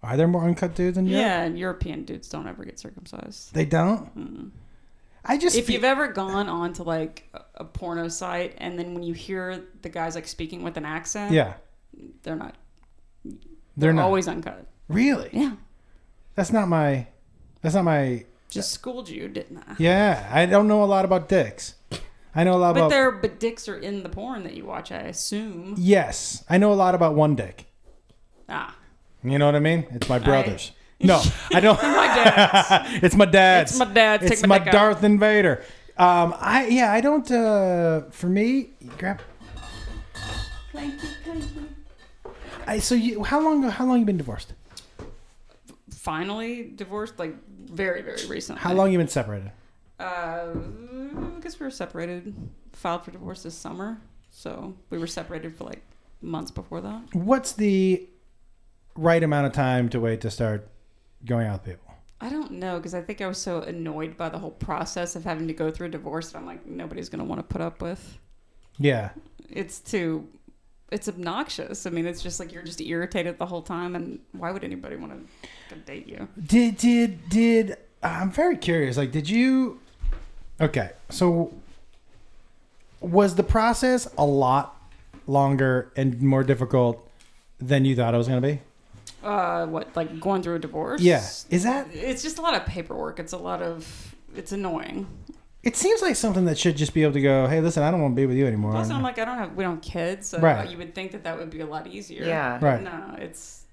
[SPEAKER 1] Are there more uncut dudes in
[SPEAKER 3] Yeah,
[SPEAKER 1] Europe?
[SPEAKER 3] and European dudes don't ever get circumcised.
[SPEAKER 1] They don't. I just
[SPEAKER 3] if
[SPEAKER 1] fe-
[SPEAKER 3] you've ever gone on to like a- a porno site and then when you hear the guys like speaking with an accent
[SPEAKER 1] yeah,
[SPEAKER 3] they're not
[SPEAKER 1] they're not
[SPEAKER 3] always uncut
[SPEAKER 1] really.
[SPEAKER 3] yeah
[SPEAKER 1] That's not my. That's not my.
[SPEAKER 3] just schooled you didn't i
[SPEAKER 1] Yeah, I don't know a lot about dicks. I know a lot
[SPEAKER 3] but
[SPEAKER 1] about.
[SPEAKER 3] they're but dicks are in the porn that you watch i assume
[SPEAKER 1] Yes, I know a lot about one dick.
[SPEAKER 3] ah
[SPEAKER 1] You know what I mean? It's my brother's. No, I don't.
[SPEAKER 3] my dad's
[SPEAKER 1] it's my dad's.
[SPEAKER 3] It's my dad's. Take
[SPEAKER 1] It's
[SPEAKER 3] my
[SPEAKER 1] my,
[SPEAKER 3] dick out.
[SPEAKER 1] Darth Invader. Um, I yeah, I don't. Uh, for me, grab. I, so you, how long? How long you been divorced?
[SPEAKER 3] finally divorced like very very recently
[SPEAKER 1] How long you been separated?
[SPEAKER 3] uh i guess we were separated filed for divorce this summer so we were separated for like months before that
[SPEAKER 1] What's the right amount of time to wait to start going out with people?
[SPEAKER 3] I don't know because I think I was so annoyed by the whole process of having to go through a divorce that I'm like nobody's gonna want to put up with.
[SPEAKER 1] Yeah,
[SPEAKER 3] It's too, it's obnoxious. I mean, it's just like you're just irritated the whole time, and why would anybody want to date you?
[SPEAKER 1] Did did did I'm very curious. Like, did you? Okay, so was the process a lot longer and more difficult than you thought it was going to be?
[SPEAKER 3] Uh, what like going through a divorce?
[SPEAKER 1] Yeah, is that?
[SPEAKER 3] It's just a lot of paperwork. It's a lot of. It's annoying.
[SPEAKER 1] It seems like something that should just be able to go. Hey, listen, I don't want to be with you anymore.
[SPEAKER 3] Plus, I'm like, I don't have. We don't have kids, so
[SPEAKER 1] Right.
[SPEAKER 3] you would think that that would be a lot easier.
[SPEAKER 2] Yeah.
[SPEAKER 1] Right.
[SPEAKER 3] No, it's.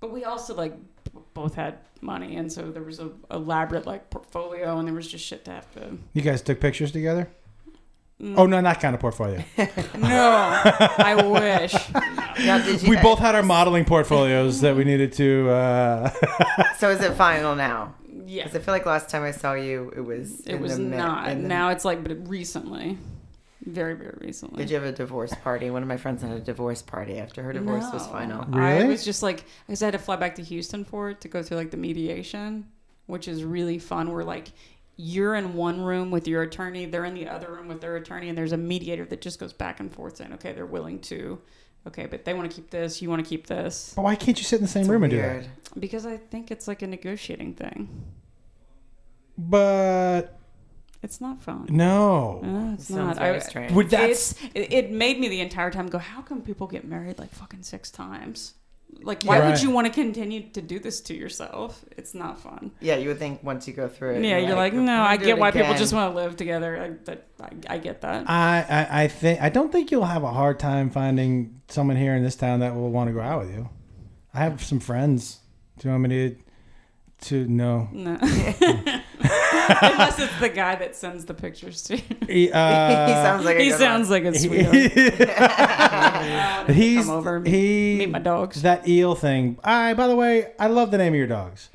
[SPEAKER 3] But we also like b- both had money, and so there was a elaborate like portfolio, and there was just shit to have to.
[SPEAKER 1] you guys took pictures together.
[SPEAKER 3] Mm.
[SPEAKER 1] Oh no, not kind of portfolio.
[SPEAKER 3] No, I wish.
[SPEAKER 2] Now, did you,
[SPEAKER 1] we both had our modeling portfolios that we needed to. Uh,
[SPEAKER 2] So is it final now?
[SPEAKER 3] Yeah,
[SPEAKER 2] Because I feel like last time I saw you, it was.
[SPEAKER 3] it was not. Now it's like, but recently. Very, very recently.
[SPEAKER 2] Did you have a divorce party? One of my friends had a divorce party after her divorce was
[SPEAKER 3] No.
[SPEAKER 2] final.
[SPEAKER 1] Really?
[SPEAKER 3] I was just like, because I had to fly back to Houston for it to go through like the mediation, which is really fun. Where like you're in one room with your attorney, they're in the other room with their attorney, and there's a mediator that just goes back and forth saying, okay, they're willing to, okay, but they want to keep this, you want to keep this,
[SPEAKER 1] But why can't you sit in the same room and do
[SPEAKER 2] Weird.
[SPEAKER 1] that?
[SPEAKER 3] because I think it's like a negotiating thing.
[SPEAKER 1] But
[SPEAKER 3] It's not fun.
[SPEAKER 1] no.
[SPEAKER 3] No, it's
[SPEAKER 2] Sounds
[SPEAKER 3] not.
[SPEAKER 2] very
[SPEAKER 3] I-
[SPEAKER 2] strange.
[SPEAKER 1] Would that
[SPEAKER 3] Mm. It's, it, it made me the entire time go, how come people get married like fucking six times? Like, why would
[SPEAKER 1] Right.
[SPEAKER 3] you want to continue to do this to yourself? It's not fun.
[SPEAKER 2] Yeah, you would think once you go through it.
[SPEAKER 3] Yeah, you're like,
[SPEAKER 2] "I'm
[SPEAKER 3] no,
[SPEAKER 2] gonna
[SPEAKER 3] I
[SPEAKER 2] do
[SPEAKER 3] get
[SPEAKER 2] it
[SPEAKER 3] why people
[SPEAKER 2] again."
[SPEAKER 3] just want to live together. I, that, I, I get that.
[SPEAKER 1] I, I I think I don't think you'll have a hard time finding someone here in this town that will want to go out with you. I have some friends. Do you want me to to no?
[SPEAKER 3] no. Unless it's the guy that sends the pictures to you.
[SPEAKER 1] He, uh,
[SPEAKER 2] he sounds like a
[SPEAKER 3] he
[SPEAKER 2] good
[SPEAKER 3] sounds like a sweetheart.
[SPEAKER 1] he's
[SPEAKER 3] come over and
[SPEAKER 1] he
[SPEAKER 3] meet my dogs.
[SPEAKER 1] That eel thing. I by the way, I love the name of your dogs.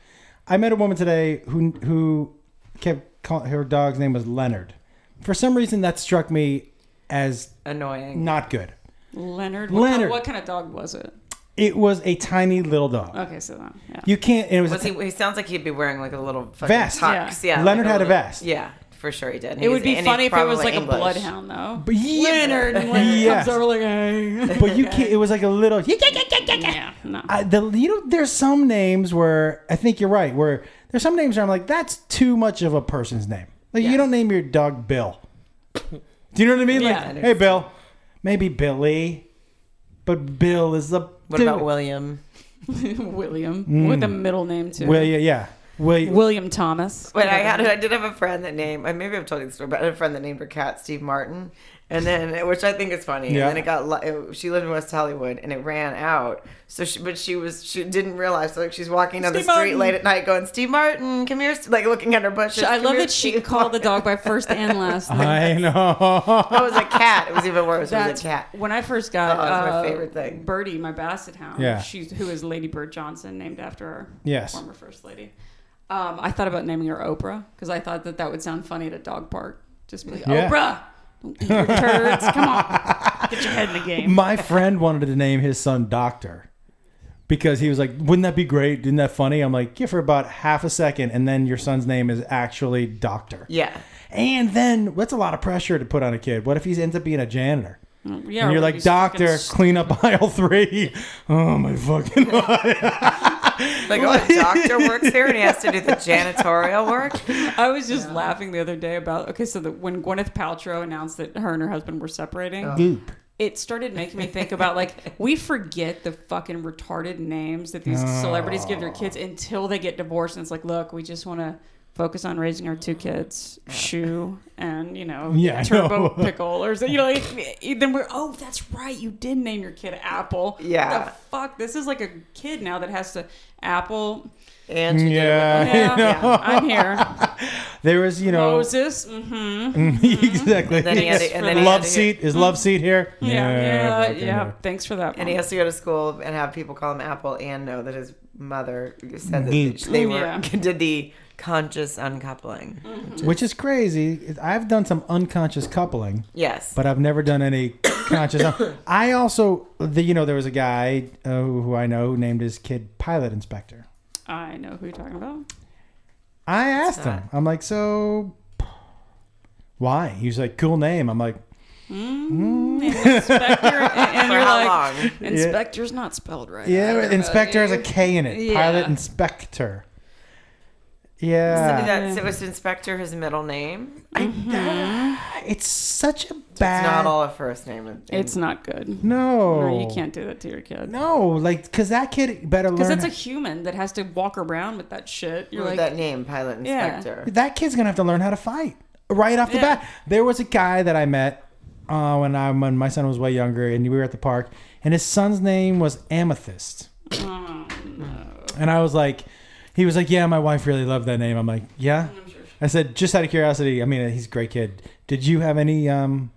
[SPEAKER 1] I met a woman today who who kept call, her dog's name was Leonard. For some reason, that struck me as
[SPEAKER 2] one. annoying.
[SPEAKER 1] not good.
[SPEAKER 3] Leonard. What,
[SPEAKER 1] Leonard.
[SPEAKER 3] Kind, what kind of dog was it?
[SPEAKER 1] It was a tiny little dog.
[SPEAKER 3] Okay, so that. Yeah.
[SPEAKER 1] You can't. And it was,
[SPEAKER 2] Was he? He sounds like he'd be wearing like a little fucking
[SPEAKER 1] Vest.
[SPEAKER 2] Tux.
[SPEAKER 1] Yeah.
[SPEAKER 2] Yeah.
[SPEAKER 1] Leonard
[SPEAKER 2] like
[SPEAKER 1] had a
[SPEAKER 2] little-
[SPEAKER 1] vest.
[SPEAKER 2] Yeah, for sure he did. And
[SPEAKER 3] it
[SPEAKER 2] he's-
[SPEAKER 3] would be
[SPEAKER 2] and he's
[SPEAKER 3] funny if it was
[SPEAKER 2] probably
[SPEAKER 3] like
[SPEAKER 2] English.
[SPEAKER 3] a bloodhound, though.
[SPEAKER 1] But yeah.
[SPEAKER 3] Leonard. And Leonard
[SPEAKER 1] Yes.
[SPEAKER 3] comes over like, hey.
[SPEAKER 1] but you can't. It was like a little.
[SPEAKER 3] yeah, no.
[SPEAKER 1] I, the you know there's some names where I think you're right where there's some names where I'm like that's too much of a person's name. Like you
[SPEAKER 2] Yeah.
[SPEAKER 1] don't name your dog Bill. Do you know what I mean?
[SPEAKER 3] Yeah.
[SPEAKER 1] Like hey Bill, maybe Billy, but Bill is the
[SPEAKER 2] What about William?
[SPEAKER 3] William.
[SPEAKER 1] Hmm.
[SPEAKER 3] With a middle name, too.
[SPEAKER 1] Will? Yeah, yeah. Will,
[SPEAKER 3] William Thomas.
[SPEAKER 2] But I had, I did have a friend that named, and maybe I've told you this story, but I had a friend that named her cat Steve Martin, and then which I think is funny.
[SPEAKER 1] Yeah.
[SPEAKER 2] And then it got, li- it, she lived in West Hollywood, and it ran out. So, she, but she was, she didn't realize. So like, she's walking down
[SPEAKER 3] Steve
[SPEAKER 2] the street
[SPEAKER 3] Martin.
[SPEAKER 2] late at night, going, "Steve Martin, come here," Steve," like looking at her bushes.
[SPEAKER 3] I
[SPEAKER 2] "Come
[SPEAKER 3] love
[SPEAKER 2] here,
[SPEAKER 3] that she
[SPEAKER 2] Steve
[SPEAKER 3] called the
[SPEAKER 2] Martin."
[SPEAKER 3] dog by first and last name.
[SPEAKER 1] I know.
[SPEAKER 2] That was a cat. It was even worse. It was
[SPEAKER 3] That's
[SPEAKER 2] a cat.
[SPEAKER 3] when I first got
[SPEAKER 2] Oh, that's my
[SPEAKER 3] uh,
[SPEAKER 2] favorite thing.
[SPEAKER 3] Birdie, my basset hound.
[SPEAKER 1] Yeah.
[SPEAKER 3] she's who is Lady Bird Johnson, named after our
[SPEAKER 1] Yes.
[SPEAKER 3] former first lady. Um, I thought about naming her Oprah because I thought that that would sound funny at a dog park. Just be like
[SPEAKER 1] Yeah.
[SPEAKER 3] Oprah, don't eat your turds. Come on, get your head in the game.
[SPEAKER 1] My friend wanted to name his son Doctor because he was like, "Wouldn't that be great? Isn't that funny?" I'm like, "Yeah." For about half a second, and then your son's name is actually Doctor.
[SPEAKER 2] Yeah.
[SPEAKER 1] And then that's a lot of pressure to put on a kid. What if he ends up being a janitor?
[SPEAKER 3] Yeah,
[SPEAKER 1] And
[SPEAKER 3] or
[SPEAKER 1] you're
[SPEAKER 3] he's
[SPEAKER 1] like,
[SPEAKER 3] fucking
[SPEAKER 1] Doctor,
[SPEAKER 3] s-
[SPEAKER 1] clean up aisle three. Oh my fucking
[SPEAKER 2] Like, oh, a doctor works here and he has to do the janitorial work.
[SPEAKER 3] I was just laughing the other day about okay, so that when Gwyneth Paltrow announced that her and her husband were separating,
[SPEAKER 1] goop.
[SPEAKER 3] it started making me think about like we forget the fucking retarded names that these celebrities give their kids until they get divorced and it's like look we just want to focus on raising our two kids shoe and you know
[SPEAKER 1] Yeah, I know.
[SPEAKER 3] turbo pickle or so you know like, then we're oh that's right you did name your kid apple
[SPEAKER 2] Yeah.
[SPEAKER 3] the fuck this is like a kid now that has to apple
[SPEAKER 2] And she
[SPEAKER 1] Yeah.
[SPEAKER 2] did it
[SPEAKER 3] yeah, i'm here
[SPEAKER 1] There was, you know,
[SPEAKER 3] moses mm-hmm
[SPEAKER 1] exactly.
[SPEAKER 2] then he had to- and then he
[SPEAKER 1] love
[SPEAKER 2] had to-
[SPEAKER 1] seat is love seat here.
[SPEAKER 3] yeah yeah,
[SPEAKER 1] fucking
[SPEAKER 3] yeah. thanks for that
[SPEAKER 2] And he
[SPEAKER 3] Mom.
[SPEAKER 2] has to go to school and have people call him Apple and know that his mother said that
[SPEAKER 1] Deep.
[SPEAKER 2] they were
[SPEAKER 3] Yeah.
[SPEAKER 2] did the conscious uncoupling.
[SPEAKER 1] no. Which is crazy. I've done some unconscious coupling.
[SPEAKER 2] Yes.
[SPEAKER 1] but I've never done any conscious. I also, the, you know, there was a guy uh, who, who I know who named his kid Pilot Inspector.
[SPEAKER 3] i know who you're talking about
[SPEAKER 1] I asked him. I'm like, so why? He was like, cool name. I'm like,
[SPEAKER 3] inspector and, and
[SPEAKER 2] For
[SPEAKER 3] you're
[SPEAKER 2] how
[SPEAKER 3] like
[SPEAKER 2] long?
[SPEAKER 3] Inspector's not spelled right.
[SPEAKER 1] yeah,
[SPEAKER 3] either,
[SPEAKER 1] but
[SPEAKER 3] but-
[SPEAKER 1] Inspector has a K in it.
[SPEAKER 3] Yeah.
[SPEAKER 1] Pilot Inspector.
[SPEAKER 2] Somebody
[SPEAKER 1] Yeah,
[SPEAKER 2] that- so was Inspector his middle name?
[SPEAKER 1] it's such a
[SPEAKER 2] It's
[SPEAKER 1] bad.
[SPEAKER 2] not all a first name. and-
[SPEAKER 3] It's not good.
[SPEAKER 1] no,
[SPEAKER 3] No, you can't do that to your kid.
[SPEAKER 1] No, like because that kid better learn.
[SPEAKER 3] Because that's a human that has to walk around with that shit. You're
[SPEAKER 2] Ooh,
[SPEAKER 3] like,
[SPEAKER 2] that name, Pilot
[SPEAKER 3] Yeah.
[SPEAKER 2] Inspector.
[SPEAKER 1] that kid's gonna have to learn how to fight right off the
[SPEAKER 3] Yeah.
[SPEAKER 1] bat. There was a guy that I met uh, when I when my son was way younger, and we were at the park, and his son's name was Amethyst,
[SPEAKER 3] oh, no.
[SPEAKER 1] and I was like, he was like, yeah, my wife really loved that name. I'm like,
[SPEAKER 2] Mm,
[SPEAKER 1] yeah. I said, just out of curiosity, I mean, he's a great kid. Did you have any um,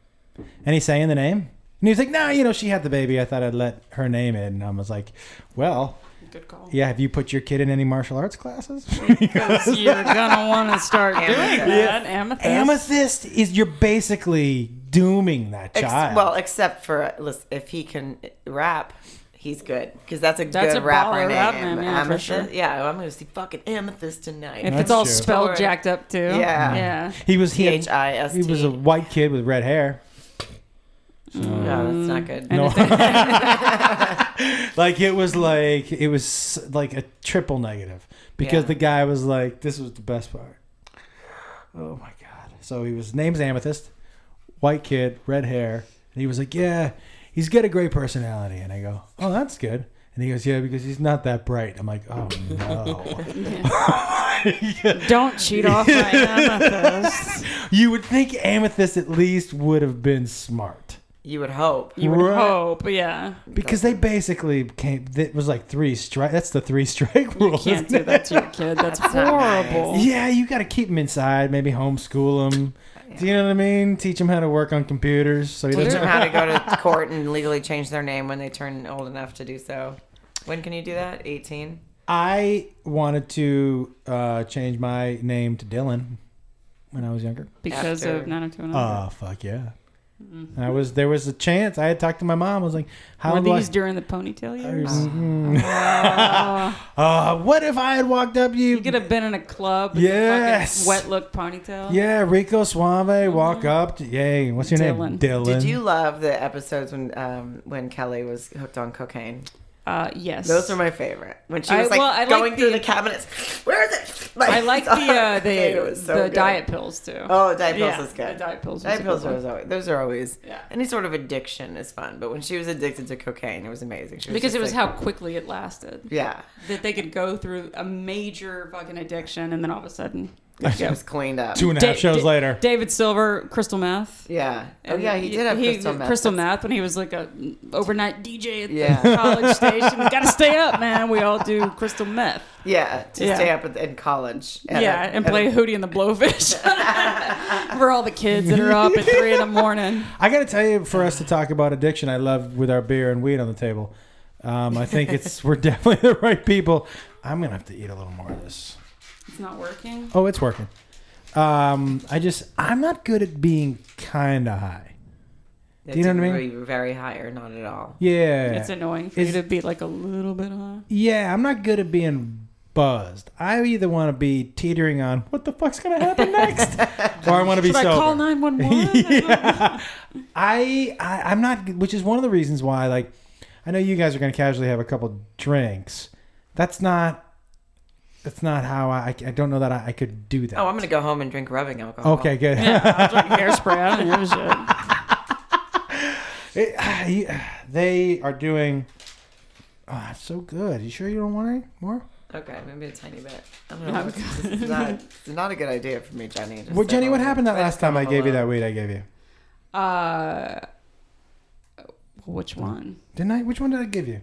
[SPEAKER 1] any say in the name? And he was like, no, you know, she had the baby. I thought I'd let her name it, and I was like, well,
[SPEAKER 3] good call.
[SPEAKER 1] yeah. Have you put your kid in any martial arts classes?
[SPEAKER 3] Because you're gonna want to start doing
[SPEAKER 2] Amethyst.
[SPEAKER 3] that. Amethyst.
[SPEAKER 1] Amethyst is you're basically dooming that
[SPEAKER 2] Ex-
[SPEAKER 1] child.
[SPEAKER 2] well, except for uh, listen, if he can rap, he's good because that's a
[SPEAKER 3] That's
[SPEAKER 2] good
[SPEAKER 3] a
[SPEAKER 2] rapper name.
[SPEAKER 3] baller rap name, yeah, for
[SPEAKER 2] amethyst.
[SPEAKER 3] sure.
[SPEAKER 2] Yeah, I'm gonna see fucking amethyst tonight.
[SPEAKER 3] If
[SPEAKER 1] That's
[SPEAKER 3] it's all
[SPEAKER 1] true.
[SPEAKER 3] spelled
[SPEAKER 2] Forward.
[SPEAKER 3] jacked up too.
[SPEAKER 2] Yeah.
[SPEAKER 3] Yeah.
[SPEAKER 1] he was he, had-
[SPEAKER 2] T-H-I-S-T.
[SPEAKER 1] he was a white kid with red hair.
[SPEAKER 2] no, that's not good.
[SPEAKER 1] No. like it was like it was like a triple negative because
[SPEAKER 2] Yeah.
[SPEAKER 1] the guy was like, "This was the best part." Oh my god! So he was name's Amethyst, white kid, red hair, and he was like, "Yeah, he's got a great personality." And I go, "Oh, that's good." And he goes, "Yeah, because he's not that bright." I'm like, "Oh no."
[SPEAKER 3] Don't cheat off my amethyst.
[SPEAKER 1] you would think Amethyst at least would have been smart.
[SPEAKER 2] You would hope.
[SPEAKER 3] You would
[SPEAKER 1] Right.
[SPEAKER 3] hope, yeah.
[SPEAKER 1] Because they basically came. It was like three strike. That's the three strike rule.
[SPEAKER 3] Can't
[SPEAKER 1] isn't
[SPEAKER 3] do
[SPEAKER 1] it?
[SPEAKER 3] that to your kid. That's horrible.
[SPEAKER 1] Yeah, you got to keep him inside. Maybe homeschool him. Do you know what I mean? Teach him how to work on computers. So he
[SPEAKER 2] Teach them
[SPEAKER 1] doesn't.
[SPEAKER 2] how to go to court and legally change their name when they turn old enough to do so. When can you do that? 18.
[SPEAKER 1] I wanted to uh, change my name to Dylan when I was younger.
[SPEAKER 3] Because
[SPEAKER 2] After-
[SPEAKER 3] of 90210.
[SPEAKER 1] Oh fuck yeah! I was there was a chance. I had talked to my mom. I was like, "How
[SPEAKER 3] Were
[SPEAKER 1] do
[SPEAKER 3] these
[SPEAKER 1] I?"
[SPEAKER 3] during the ponytail years?
[SPEAKER 1] Mm. uh, what if I had walked up to you?
[SPEAKER 3] You could have been in a club with
[SPEAKER 1] Mm-hmm. Yes.
[SPEAKER 3] a fucking wet look ponytail.
[SPEAKER 1] yeah, Rico Suave, walk up. To, yay, what's your name?
[SPEAKER 3] Dylan.
[SPEAKER 1] Dylan.
[SPEAKER 2] Did you love the episodes when um, when Kelly was hooked on cocaine?
[SPEAKER 3] Uh, yes.
[SPEAKER 2] Those are my favorite. When she
[SPEAKER 3] I-
[SPEAKER 2] was like
[SPEAKER 3] well, I like
[SPEAKER 2] going through
[SPEAKER 3] the-
[SPEAKER 2] the cabinets. Where is it? Like,
[SPEAKER 3] I like the uh,
[SPEAKER 2] it
[SPEAKER 3] the,
[SPEAKER 2] was so
[SPEAKER 3] the
[SPEAKER 2] good.
[SPEAKER 3] diet pills too.
[SPEAKER 2] Oh, diet pills
[SPEAKER 3] Yeah,
[SPEAKER 2] is good.
[SPEAKER 3] The diet pills. was
[SPEAKER 2] Diet
[SPEAKER 3] a
[SPEAKER 2] pills
[SPEAKER 3] good
[SPEAKER 2] are
[SPEAKER 3] one.
[SPEAKER 2] always, those are always
[SPEAKER 3] Yeah.
[SPEAKER 2] any sort of addiction is fun. But when she was addicted to cocaine, it was amazing. She was
[SPEAKER 3] because
[SPEAKER 2] just
[SPEAKER 3] it was
[SPEAKER 2] like,
[SPEAKER 3] how quickly it lasted
[SPEAKER 2] yeah,
[SPEAKER 3] that they could go through a major fucking addiction and then all of a sudden
[SPEAKER 2] she was cleaned up.
[SPEAKER 1] Two and a half
[SPEAKER 3] Da-
[SPEAKER 1] shows
[SPEAKER 3] Da-
[SPEAKER 1] later.
[SPEAKER 3] David Silver, crystal meth.
[SPEAKER 2] Yeah. Oh yeah, he did have crystal meth.
[SPEAKER 3] crystal
[SPEAKER 2] That's-
[SPEAKER 3] meth when he was like a overnight DJ at the
[SPEAKER 2] Yeah.
[SPEAKER 3] college station. We gotta stay up, man. We all do crystal meth.
[SPEAKER 2] Yeah, to
[SPEAKER 3] Yeah.
[SPEAKER 2] stay up at- in college. at
[SPEAKER 3] yeah,
[SPEAKER 2] a-
[SPEAKER 3] and
[SPEAKER 2] at
[SPEAKER 3] play
[SPEAKER 2] a-
[SPEAKER 3] Hootie and the Blowfish for all the kids that are up at three in the morning.
[SPEAKER 1] I got to tell you, for us to talk about addiction, I love with our beer and weed on the table. Um, I think it's we're definitely the right people. I'm gonna have to eat a little more of this.
[SPEAKER 3] It's not working.
[SPEAKER 1] Oh, it's working. Um, I just I'm not good at being kind of high.
[SPEAKER 2] That
[SPEAKER 1] Do you know
[SPEAKER 2] didn't
[SPEAKER 1] what I mean?
[SPEAKER 2] really Very high or not at all.
[SPEAKER 1] Yeah,
[SPEAKER 3] It's annoying for
[SPEAKER 1] Is-
[SPEAKER 3] you to be like a little bit high.
[SPEAKER 1] yeah. I'm not good at being buzzed. I either want to be teetering on what the fuck's gonna happen next, or I want to be
[SPEAKER 3] Should I
[SPEAKER 1] sober.
[SPEAKER 3] call nine one one?
[SPEAKER 1] I, I I'm not, which is one of the reasons why. Like, I know you guys are going to casually have a couple drinks. That's not. That's not how I. I don't know that I, I could do that.
[SPEAKER 2] Oh, I'm gonna go home and drink rubbing alcohol.
[SPEAKER 1] Okay, good.
[SPEAKER 3] Hairspray. I don't give a shit.
[SPEAKER 1] It- ah, you- ah, they are doing. Ah, it's so good. You sure you don't want any more?
[SPEAKER 2] Okay, maybe a tiny bit. I don't know. This is not, it's not a good idea for me, Jenny. Just
[SPEAKER 1] Well,
[SPEAKER 2] sit
[SPEAKER 1] Jenny, what
[SPEAKER 2] home.
[SPEAKER 1] happened that
[SPEAKER 2] Try to
[SPEAKER 1] last time I
[SPEAKER 2] calm
[SPEAKER 1] gave you
[SPEAKER 2] alone.
[SPEAKER 1] that weed I gave you?
[SPEAKER 3] Uh, which one?
[SPEAKER 1] Didn't I? Which one did I give you?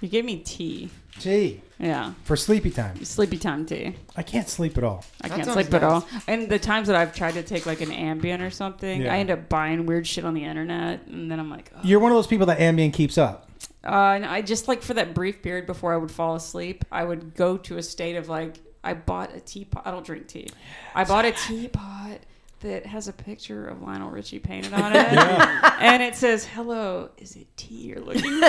[SPEAKER 3] You gave me tea.
[SPEAKER 1] Tea
[SPEAKER 3] Yeah,
[SPEAKER 1] for sleepy time.
[SPEAKER 3] sleepy time tea.
[SPEAKER 1] I can't sleep at all.
[SPEAKER 3] I
[SPEAKER 2] That
[SPEAKER 3] can't
[SPEAKER 2] sounds
[SPEAKER 3] sleep at
[SPEAKER 2] nice.
[SPEAKER 3] all. And the times that I've tried to take like an Ambien or something,
[SPEAKER 1] Yeah.
[SPEAKER 3] I end up buying weird shit on the internet, and then I'm like, oh.
[SPEAKER 1] You're one of those people that Ambien keeps up.
[SPEAKER 3] uh, and I just like for that brief period before I would fall asleep, I would go to a state of like, I bought a teapot. I don't drink tea. I bought a teapot that has a picture of Lionel Richie painted on it, and it says, "Hello, is it tea you're looking for?"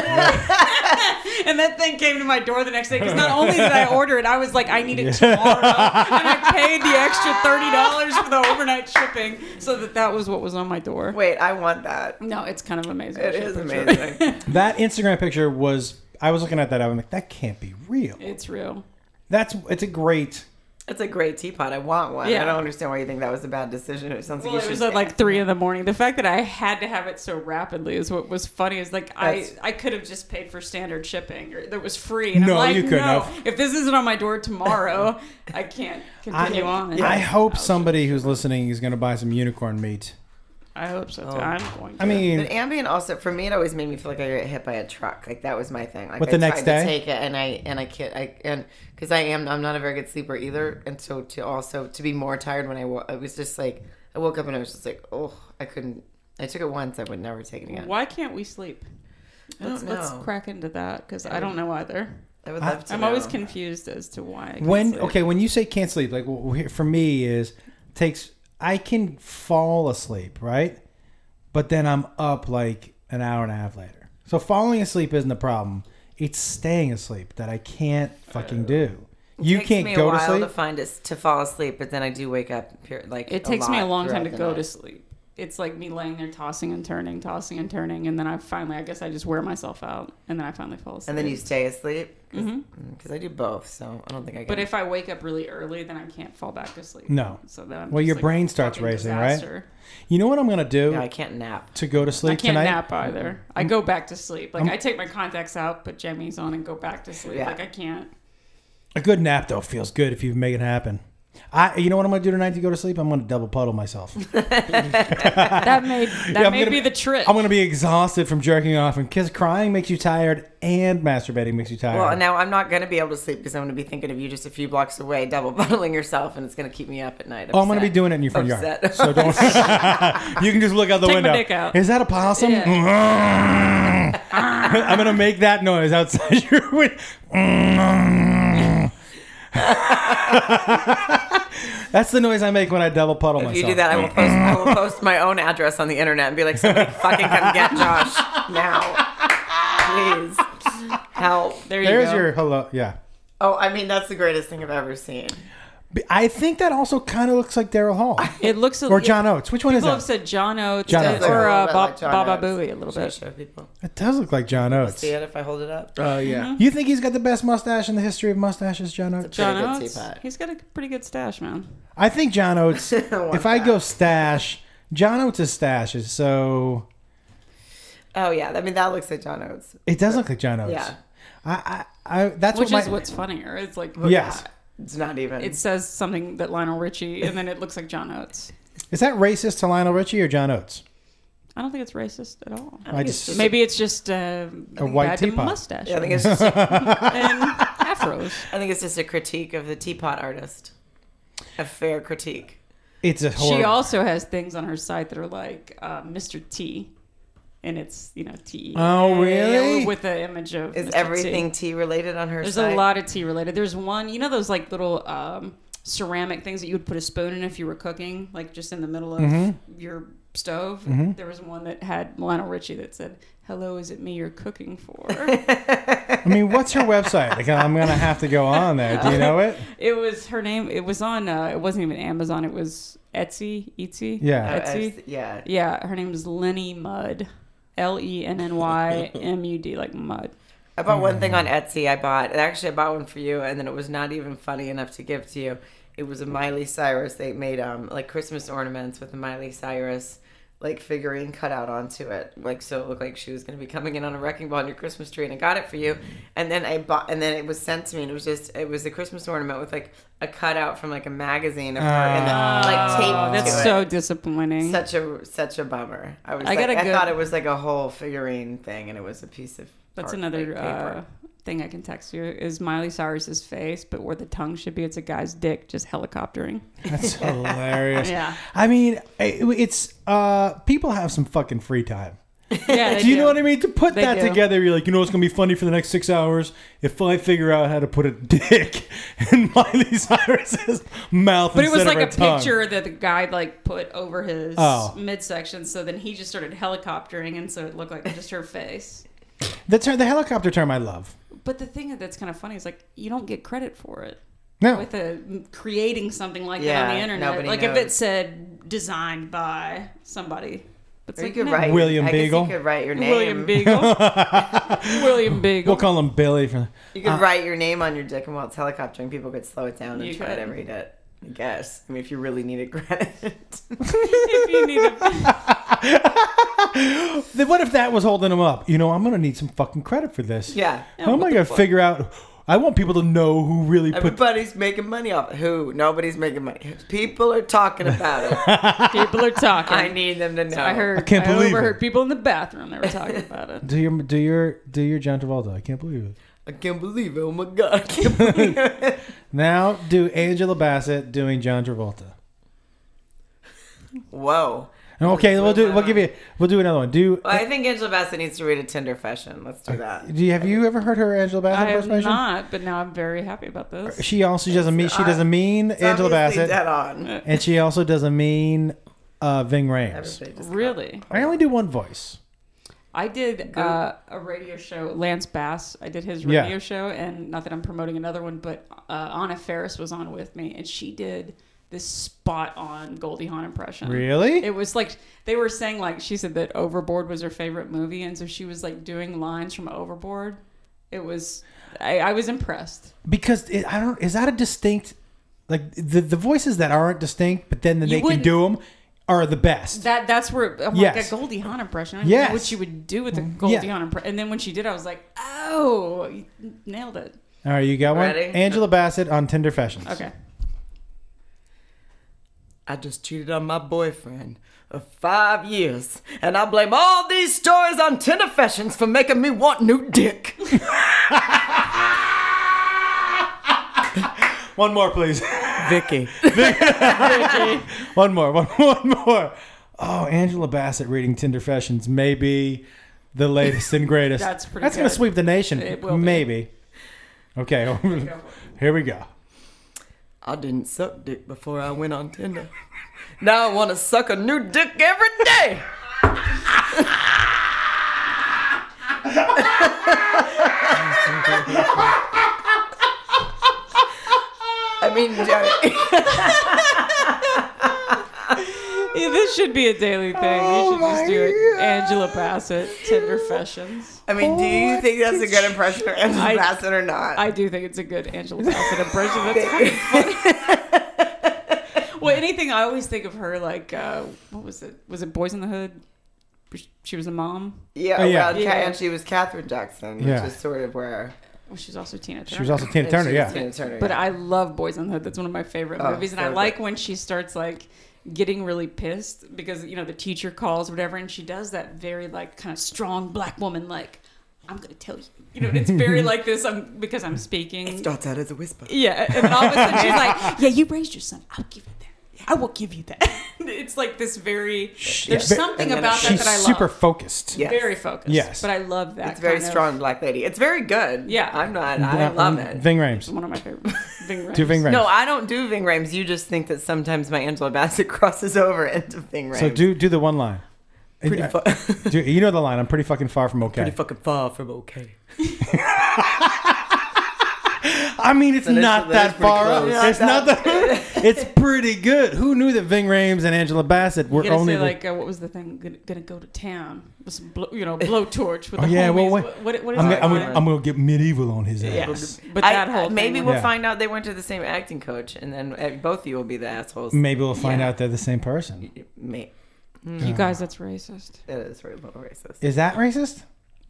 [SPEAKER 3] and that thing came to my door the next day because not only did I order it, I was like, I need it tomorrow, and I paid the extra thirty dollars for the overnight shipping, so that that was what was on my door.
[SPEAKER 2] Wait, I want that.
[SPEAKER 3] No, it's kind of amazing. I
[SPEAKER 2] It
[SPEAKER 3] should
[SPEAKER 2] is
[SPEAKER 3] picture it.
[SPEAKER 2] amazing.
[SPEAKER 1] That Instagram picture was. I was looking at that. I'm like, that can't be real.
[SPEAKER 3] It's real.
[SPEAKER 1] That's it's a great.
[SPEAKER 2] That's a great teapot. I want one.
[SPEAKER 3] Yeah.
[SPEAKER 2] I don't understand why you think that was a bad decision. It sounds like
[SPEAKER 3] Well,
[SPEAKER 2] you
[SPEAKER 3] it was
[SPEAKER 2] should
[SPEAKER 3] at like three in the morning. The fact that I had to have it so rapidly is what was funny. Is like
[SPEAKER 2] That's-
[SPEAKER 3] I I could have just paid for standard shipping or that was free. And
[SPEAKER 1] No,
[SPEAKER 3] I'm like,
[SPEAKER 1] you couldn't
[SPEAKER 3] no,
[SPEAKER 1] have.
[SPEAKER 3] If this isn't on my door tomorrow, I can't continue on.
[SPEAKER 1] I hope somebody who's listening is going to buy some unicorn meat.
[SPEAKER 3] I hope so. Too. I'm going. To.
[SPEAKER 1] Oh. I
[SPEAKER 2] But
[SPEAKER 1] mean,
[SPEAKER 2] Ambien also for me it always made me feel like I got hit by a truck. Like that was my thing. Like
[SPEAKER 1] What,
[SPEAKER 2] I
[SPEAKER 1] the next
[SPEAKER 2] tried
[SPEAKER 1] day?
[SPEAKER 2] to take it and I and I can't I and because I am I'm not a very good sleeper either. And so to also to be more tired when I wo- I was just like I woke up and I was just like oh I couldn't. I took it once. I would never take it again.
[SPEAKER 3] why can't we sleep?
[SPEAKER 2] I don't
[SPEAKER 3] Let's,
[SPEAKER 2] know.
[SPEAKER 3] let's crack into that because I don't know either.
[SPEAKER 2] I would love to.
[SPEAKER 3] I'm always
[SPEAKER 2] know.
[SPEAKER 3] confused as to why. I can't
[SPEAKER 1] when
[SPEAKER 3] sleep.
[SPEAKER 1] okay, when you say can't sleep, like wh- wh- for me is takes I can fall asleep, right? but then I'm up like an hour and a half later. So falling asleep isn't the problem. It's staying asleep that I can't fucking do. You
[SPEAKER 2] Uh, takes
[SPEAKER 1] can't
[SPEAKER 2] me
[SPEAKER 1] go
[SPEAKER 2] a
[SPEAKER 1] to
[SPEAKER 2] while
[SPEAKER 1] sleep.
[SPEAKER 2] to find us to fall asleep, but then I do wake up. pure- Like
[SPEAKER 3] It takes me a
[SPEAKER 2] lot
[SPEAKER 3] long time to
[SPEAKER 2] throughout the
[SPEAKER 3] go to
[SPEAKER 2] night.
[SPEAKER 3] sleep. It's like me laying there tossing and turning, tossing and turning, and then I finally, I guess, I just wear myself out, and then I finally fall asleep.
[SPEAKER 2] and then you stay asleep because I do both. So I don't think I can.
[SPEAKER 3] Mm-hmm. But if I wake up really early, then I can't fall back to sleep.
[SPEAKER 1] No.
[SPEAKER 3] So then. I'm
[SPEAKER 1] Well,
[SPEAKER 3] just
[SPEAKER 1] your
[SPEAKER 3] like
[SPEAKER 1] brain
[SPEAKER 3] a
[SPEAKER 1] starts
[SPEAKER 3] fucking
[SPEAKER 1] racing, right?
[SPEAKER 3] disaster.
[SPEAKER 1] you know what I'm gonna do
[SPEAKER 2] Yeah, I can't nap.
[SPEAKER 1] to go to sleep
[SPEAKER 3] I can't
[SPEAKER 1] tonight? Um,
[SPEAKER 3] nap either. I go back to sleep. Like I take my contacts out, put jammies on, and go back to sleep.
[SPEAKER 2] Yeah.
[SPEAKER 3] Like I can't.
[SPEAKER 1] A good nap though feels good if you make it happen. I, you know what I'm gonna do tonight to go to sleep? I'm gonna double puddle myself.
[SPEAKER 3] That may that
[SPEAKER 1] I'm
[SPEAKER 3] may
[SPEAKER 1] gonna
[SPEAKER 3] be
[SPEAKER 1] be-
[SPEAKER 3] the trick.
[SPEAKER 1] I'm gonna be exhausted from jerking off, and because crying makes you tired, and masturbating makes you tired.
[SPEAKER 2] Well, now I'm not going to be able to sleep because I'm going to be thinking of you just a few blocks away, double bundling yourself, and it's going to keep me up at night.
[SPEAKER 1] Oh, I'm gonna be
[SPEAKER 2] upset.
[SPEAKER 1] doing it in your front yard,
[SPEAKER 2] Upset.
[SPEAKER 1] so don't. you can just look out the
[SPEAKER 3] Take my
[SPEAKER 1] window.
[SPEAKER 3] dick out.
[SPEAKER 1] Is that a possum? Mm-hmm. I'm gonna make that noise outside your window.
[SPEAKER 2] Mm-hmm.
[SPEAKER 1] That's the noise I make when I double puddle
[SPEAKER 2] If
[SPEAKER 1] myself.
[SPEAKER 2] you do that, I will post. I will post my own address on the internet and be like, "Somebody fucking come get Josh now, please, help."
[SPEAKER 3] there you
[SPEAKER 1] There's
[SPEAKER 3] go.
[SPEAKER 1] your hello. Yeah.
[SPEAKER 2] Oh, I mean, that's the greatest thing I've ever seen.
[SPEAKER 1] B- I think that also kind of looks like Daryl Hall
[SPEAKER 3] It looks a-
[SPEAKER 1] or John Oates. Which one is
[SPEAKER 3] People have
[SPEAKER 1] that?
[SPEAKER 3] said John Oates,
[SPEAKER 1] John
[SPEAKER 3] uh,
[SPEAKER 1] Oates,
[SPEAKER 3] or
[SPEAKER 2] yeah.
[SPEAKER 3] uh,
[SPEAKER 2] Like
[SPEAKER 3] Bob,
[SPEAKER 2] John Oates.
[SPEAKER 3] Baba Booey a little
[SPEAKER 2] Should I
[SPEAKER 3] bit.
[SPEAKER 2] show people?
[SPEAKER 1] It does look like John Oates.
[SPEAKER 2] See it if I hold it up.
[SPEAKER 4] Oh yeah.
[SPEAKER 3] Mm-hmm.
[SPEAKER 1] You think he's got the best mustache in the history of mustaches, John Oates?
[SPEAKER 3] John
[SPEAKER 2] Pretty good
[SPEAKER 3] Oates,
[SPEAKER 2] teapot.
[SPEAKER 3] he's got a pretty good stash, man.
[SPEAKER 1] I think John Oates.
[SPEAKER 2] want
[SPEAKER 1] if I go stash, John Oates' stash is so.
[SPEAKER 2] Oh yeah, I mean that looks like John Oates.
[SPEAKER 1] It does look like John Oates.
[SPEAKER 2] Yeah.
[SPEAKER 1] I, I, I that's
[SPEAKER 3] Which
[SPEAKER 1] what my,
[SPEAKER 3] is what's funnier. It's like uh,
[SPEAKER 1] Yes.
[SPEAKER 2] It's not even.
[SPEAKER 3] it says something that Lionel Richie, and then it looks like John Oates.
[SPEAKER 1] Is that racist to Lionel Richie or John Oates?
[SPEAKER 3] I don't think it's racist at all.
[SPEAKER 1] I just
[SPEAKER 3] Maybe it's just uh, a
[SPEAKER 1] white teapot.
[SPEAKER 3] mustache
[SPEAKER 2] I think it's. Just, I
[SPEAKER 3] and afros.
[SPEAKER 2] think it's just a critique of the teapot artist. A fair critique.
[SPEAKER 1] it's a horror.
[SPEAKER 3] She also has things on her site that are like uh, Mr. T, and it's you know T. E
[SPEAKER 1] Oh, really?
[SPEAKER 3] With the image of
[SPEAKER 2] Is
[SPEAKER 3] Mr. T.
[SPEAKER 2] everything tea related on her?
[SPEAKER 3] There's
[SPEAKER 2] site?
[SPEAKER 3] a lot of tea related. There's one, you know, those like little um, ceramic things that you would put a spoon in if you were cooking, like just in the middle of your stove. There was one that had Lionel Richie that said, "Hello, is it me you're cooking for?"
[SPEAKER 1] I mean, what's her website? Like, I'm gonna have to go on there. Do you know it?
[SPEAKER 3] it was her name. It was on. Uh, it wasn't even Amazon. It was Etsy. Etsy.
[SPEAKER 1] Yeah.
[SPEAKER 2] Oh,
[SPEAKER 3] Etsy.
[SPEAKER 2] I've- yeah.
[SPEAKER 3] Yeah, her name is Lenny Mudd. L E N N Y M U D, like mud.
[SPEAKER 2] I bought one thing on
[SPEAKER 3] Mm.
[SPEAKER 2] Etsy. I bought actually I bought one for you, and then it was not even funny enough to give to you. It was a Miley Cyrus. They made um like Christmas ornaments with the Miley Cyrus like figurine cut out onto it, like so it looked like she was gonna be coming in on a wrecking ball on your Christmas tree. And I got it for you, and then I bought, and then it was sent to me, and it was just it was a Christmas ornament with like a cutout from like a magazine of her, and then, like taped.
[SPEAKER 3] Oh, That's
[SPEAKER 2] to it.
[SPEAKER 3] so disappointing.
[SPEAKER 2] Such a such a bummer. I was
[SPEAKER 3] I
[SPEAKER 2] I, like,
[SPEAKER 3] got a
[SPEAKER 2] I
[SPEAKER 3] good-
[SPEAKER 2] thought it was like a whole figurine thing, and it was a piece of
[SPEAKER 3] That's
[SPEAKER 2] art,
[SPEAKER 3] another
[SPEAKER 2] like, paper.
[SPEAKER 3] uh, thing I can text you is Miley Cyrus's face, but where the tongue should be, it's a guy's dick just helicoptering.
[SPEAKER 1] That's hilarious.
[SPEAKER 3] Yeah.
[SPEAKER 1] I mean, it, it's uh, people have some fucking free time.
[SPEAKER 3] Yeah,
[SPEAKER 1] Do you know what I mean? To put
[SPEAKER 3] They
[SPEAKER 1] that
[SPEAKER 3] do.
[SPEAKER 1] together, you're like, you know, it's gonna be funny for the next six hours if I figure out how to put a dick in Miley Cyrus's mouth.
[SPEAKER 3] But it was
[SPEAKER 1] instead of
[SPEAKER 3] like
[SPEAKER 1] her
[SPEAKER 3] a
[SPEAKER 1] tongue.
[SPEAKER 3] picture that the guy like put over his
[SPEAKER 1] Oh.
[SPEAKER 3] midsection, so then he just started helicoptering, and so it looked like just her face.
[SPEAKER 1] The, ter- the helicopter term I love.
[SPEAKER 3] But the thing that's kind of funny is like you don't get credit for it.
[SPEAKER 1] No,
[SPEAKER 3] with a creating something like that on the
[SPEAKER 2] Yeah,
[SPEAKER 3] internet.
[SPEAKER 2] nobody
[SPEAKER 3] Like if it
[SPEAKER 2] knows.
[SPEAKER 3] said designed by somebody, but it's
[SPEAKER 2] Or you
[SPEAKER 3] like,
[SPEAKER 2] could
[SPEAKER 3] no.
[SPEAKER 2] write
[SPEAKER 1] William
[SPEAKER 2] I guess
[SPEAKER 1] Beagle.
[SPEAKER 2] You could write your name.
[SPEAKER 3] William Beagle. William Beagle.
[SPEAKER 1] we'll call him Billy. For
[SPEAKER 2] You could write your name on your dick, and while it's helicoptering, people could slow it down and
[SPEAKER 3] You
[SPEAKER 2] try to
[SPEAKER 3] could.
[SPEAKER 2] read it. I guess. I mean, if you really needed credit.
[SPEAKER 3] if you need a,
[SPEAKER 1] Then what if that was holding him up? You know, I'm gonna need some fucking credit for this.
[SPEAKER 2] yeah.
[SPEAKER 1] How am I gonna figure out? I want people to know who really put.
[SPEAKER 2] Everybody's making money off it. Who? Nobody's making money. People are talking about it.
[SPEAKER 3] people are talking.
[SPEAKER 2] I need them to know.
[SPEAKER 3] I heard. I,
[SPEAKER 1] can't believe
[SPEAKER 3] overheard
[SPEAKER 1] it.
[SPEAKER 3] people in the bathroom that were talking about it.
[SPEAKER 1] Do your do your do your John Travolta? I can't believe it.
[SPEAKER 2] I can't believe it. Oh my god. I can't believe it.
[SPEAKER 1] Now do Angela Bassett doing John Travolta.
[SPEAKER 2] Whoa.
[SPEAKER 1] Okay, we'll do. We'll give you. We'll do another one. Do
[SPEAKER 2] Well, I think Angela Bassett needs to read a Tinder fashion. Let's do that.
[SPEAKER 1] do you, have you ever heard her Angela
[SPEAKER 3] I
[SPEAKER 1] Bassett
[SPEAKER 3] have
[SPEAKER 1] impersonation?
[SPEAKER 3] not, but now I'm very happy about this.
[SPEAKER 1] She also doesn't mean she doesn't mean Angela
[SPEAKER 2] Obviously
[SPEAKER 1] Bassett,
[SPEAKER 2] Dead on.
[SPEAKER 1] and she also doesn't mean uh, Ving Rhames.
[SPEAKER 2] Everybody just-
[SPEAKER 3] Really?
[SPEAKER 1] I only do one voice.
[SPEAKER 3] I did uh, a radio show, Lance Bass. I did his
[SPEAKER 1] Yeah.
[SPEAKER 3] radio show, and not that I'm promoting another one, but uh, Anna Ferris was on with me, and she did this spot on Goldie Hawn impression.
[SPEAKER 1] Really?
[SPEAKER 3] It was like they were saying like she said that Overboard was her favorite movie, and so she was like doing lines from Overboard. It was I, I was impressed.
[SPEAKER 1] because it, I don't. Is that a distinct? Like the the voices that aren't distinct, but then, then they can
[SPEAKER 3] wouldn't-
[SPEAKER 1] do them, are the best.
[SPEAKER 3] That that's where I'm like
[SPEAKER 1] Yes.
[SPEAKER 3] a Goldie Hawn impression. I didn't
[SPEAKER 1] Yes.
[SPEAKER 3] know what she would do with a Goldie
[SPEAKER 1] Yeah.
[SPEAKER 3] Hawn impression. And then when she did, I was like, oh, you nailed it.
[SPEAKER 1] All right, you got one.
[SPEAKER 2] Ready?
[SPEAKER 1] Angela Bassett on Tinder Fashions.
[SPEAKER 3] Okay.
[SPEAKER 2] I just cheated on my boyfriend of five years, and I blame all these stories on Tinder fashions for making me want new dick.
[SPEAKER 1] One more, please.
[SPEAKER 2] Vicky.
[SPEAKER 1] one more. One, one more. Oh, Angela Bassett reading Tinder Fashions may be the latest and greatest.
[SPEAKER 3] That's pretty
[SPEAKER 1] That's gonna
[SPEAKER 3] good.
[SPEAKER 1] sweep the nation.
[SPEAKER 3] It will be.
[SPEAKER 1] Maybe. Okay. Here we go.
[SPEAKER 2] I didn't suck dick before I went on Tinder. Now I want to suck a new dick every day. I mean, Jerry,
[SPEAKER 3] Yeah, this should be a daily thing. you should just do it. Angela Bassett, Tinder Fashions.
[SPEAKER 2] I mean, do you think that's a good impression of Angela
[SPEAKER 3] I-
[SPEAKER 2] Bassett or not?
[SPEAKER 3] I do think it's a good Angela Bassett impression. That's pretty funny. well, anything I always think of her like uh, what was it? Was it Boys in the Hood? She was a mom.
[SPEAKER 2] yeah,
[SPEAKER 1] Oh, yeah.
[SPEAKER 2] well, Ca-
[SPEAKER 3] Yeah.
[SPEAKER 2] and she was Catherine Jackson, which
[SPEAKER 1] Yeah.
[SPEAKER 2] is sort of where
[SPEAKER 3] Well, she's also Tina Turner.
[SPEAKER 1] She was also Tina
[SPEAKER 2] and
[SPEAKER 1] Turner.
[SPEAKER 2] she was
[SPEAKER 1] Yeah.
[SPEAKER 2] Tina Turner,
[SPEAKER 3] But
[SPEAKER 2] yeah.
[SPEAKER 3] I love Boys on the Hood. That's one of my favorite
[SPEAKER 2] Oh,
[SPEAKER 3] movies, and I
[SPEAKER 2] very
[SPEAKER 3] like
[SPEAKER 2] good.
[SPEAKER 3] when she starts like getting really pissed because you know the teacher calls or whatever, and she does that very like kind of strong black woman like. I'm gonna tell you, you know, and it's very like this. I'm because I'm speaking.
[SPEAKER 2] starts out as a whisper.
[SPEAKER 3] Yeah, and then all of a sudden she's like, "Yeah, you raised your son. I'll give you that. I will give you that." it's like this very. There's
[SPEAKER 1] yeah.
[SPEAKER 3] something
[SPEAKER 2] And then
[SPEAKER 3] about that
[SPEAKER 1] She's
[SPEAKER 3] that I love.
[SPEAKER 1] super focused.
[SPEAKER 2] Yes.
[SPEAKER 3] Very focused.
[SPEAKER 1] Yes.
[SPEAKER 3] but I love that.
[SPEAKER 2] It's very
[SPEAKER 3] kind of-
[SPEAKER 2] strong black lady. It's very good.
[SPEAKER 3] Yeah.
[SPEAKER 2] I'm not. I love it.
[SPEAKER 1] Ving Rhames.
[SPEAKER 3] One of my favorite.
[SPEAKER 1] Do
[SPEAKER 3] Ving Rhames.
[SPEAKER 1] Ving Rhames.
[SPEAKER 2] No, I don't do Ving Rhames. You just think that sometimes my Angela Bassett crosses over into Ving Rhames.
[SPEAKER 1] So do do the one line.
[SPEAKER 2] pretty,
[SPEAKER 1] Uh,
[SPEAKER 2] fu-
[SPEAKER 1] do- you know the line. I'm pretty fucking far from okay.
[SPEAKER 2] pretty fucking far from okay.
[SPEAKER 1] I mean, it's
[SPEAKER 4] is-
[SPEAKER 1] not
[SPEAKER 4] that
[SPEAKER 1] that
[SPEAKER 4] is pretty
[SPEAKER 1] far.
[SPEAKER 4] close.
[SPEAKER 1] up. It's not that. it's pretty good. Who knew that Ving Rhames and Angela Bassett were
[SPEAKER 3] You gotta
[SPEAKER 1] only
[SPEAKER 3] say
[SPEAKER 1] the-
[SPEAKER 3] like uh, what was the thing? Gonna, gonna go to town with some blow, you know blowtorch with
[SPEAKER 1] Oh
[SPEAKER 3] the
[SPEAKER 1] yeah,
[SPEAKER 3] homies.
[SPEAKER 1] well, wait.
[SPEAKER 3] what, what, what is
[SPEAKER 1] I'm,
[SPEAKER 3] that?
[SPEAKER 1] gonna, I'm,
[SPEAKER 3] line?
[SPEAKER 1] gonna, I'm gonna get medieval on his ass.
[SPEAKER 3] yes, but
[SPEAKER 2] I-
[SPEAKER 3] that whole
[SPEAKER 2] maybe
[SPEAKER 3] thing
[SPEAKER 2] we'll
[SPEAKER 1] Yeah.
[SPEAKER 2] find out they went to the same acting coach, and then uh, both of you will be the assholes.
[SPEAKER 1] Maybe we'll find
[SPEAKER 3] Yeah.
[SPEAKER 1] out they're the same person.
[SPEAKER 2] Me.
[SPEAKER 3] with-
[SPEAKER 1] Mm.
[SPEAKER 3] you guys. That's racist.
[SPEAKER 2] That is very little racist.
[SPEAKER 1] Is that racist?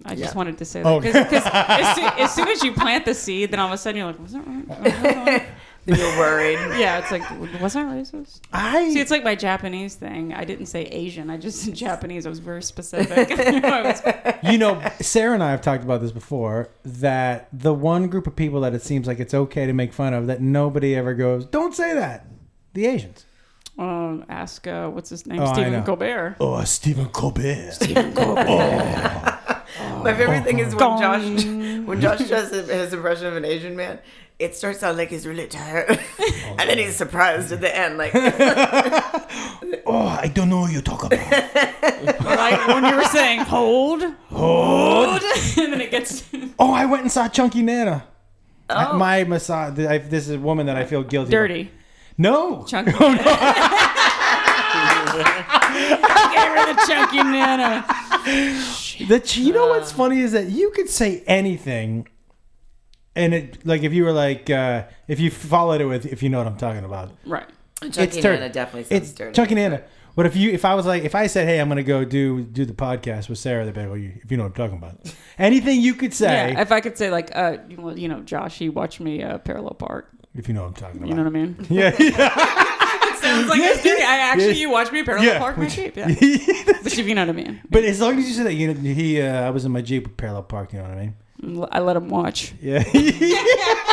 [SPEAKER 3] I
[SPEAKER 2] Yeah.
[SPEAKER 3] just wanted to say
[SPEAKER 1] Oh.
[SPEAKER 3] that because as, soo- as soon as you plant the seed, then all of a sudden you're like, was that right?
[SPEAKER 2] Then You're worried.
[SPEAKER 3] yeah, it's like was that racist?
[SPEAKER 1] I
[SPEAKER 3] See, it's like my Japanese thing. I didn't say Asian. I just said Japanese. I was very specific. I was-
[SPEAKER 1] you know, Sarah and I have talked about this before. That the one group of people that it seems like it's okay to make fun of that nobody ever goes, don't say that. The Asians.
[SPEAKER 3] um, ask uh, what's his name,
[SPEAKER 1] Oh, I know.
[SPEAKER 3] Stephen Colbert.
[SPEAKER 1] Oh, Stephen Colbert.
[SPEAKER 2] My favorite thing is when
[SPEAKER 3] Gong.
[SPEAKER 2] Josh when Josh does his impression of an Asian man, it starts out like he's really tired, and then he's surprised at the end, like
[SPEAKER 1] Oh, I don't know what you talk about.
[SPEAKER 3] like when you were saying hold, hold, and then it gets.
[SPEAKER 1] oh, I went and saw Chunky Nana.
[SPEAKER 2] Oh.
[SPEAKER 1] My massage. I, this is a woman that I feel guilty. about.
[SPEAKER 3] Dirty.
[SPEAKER 1] No.
[SPEAKER 3] Chunky. Oh, no. Gave her the chunky nana.
[SPEAKER 1] The ch- you know what's funny is that you could say anything, and it like if you were like uh, if you followed it with if you know what I'm talking about.
[SPEAKER 3] Right.
[SPEAKER 2] Chucky
[SPEAKER 1] dirty.
[SPEAKER 2] E Nana definitely sounds
[SPEAKER 1] It's
[SPEAKER 2] dirty.
[SPEAKER 1] Chunky Nana. But if you if I was like if I said hey I'm gonna go do do the podcast with Sarah the like, well, you, if you know what I'm talking about anything you could say
[SPEAKER 3] Yeah. If I could say like, uh, you know- you know, Josh, he watched me uh, Parallel Park.
[SPEAKER 1] if you know what I'm talking about
[SPEAKER 3] You know what I mean?
[SPEAKER 1] yeah yeah,
[SPEAKER 3] it sounds like it's dirty. I actually, you watched me Parallel
[SPEAKER 1] yeah.
[SPEAKER 3] Park my
[SPEAKER 1] Which-
[SPEAKER 3] sheep. Yeah. But if you know what I mean,
[SPEAKER 1] but as long as you say that you know, he uh, I was in my jeep with parallel park you know what I mean
[SPEAKER 3] I let him watch.
[SPEAKER 1] yeah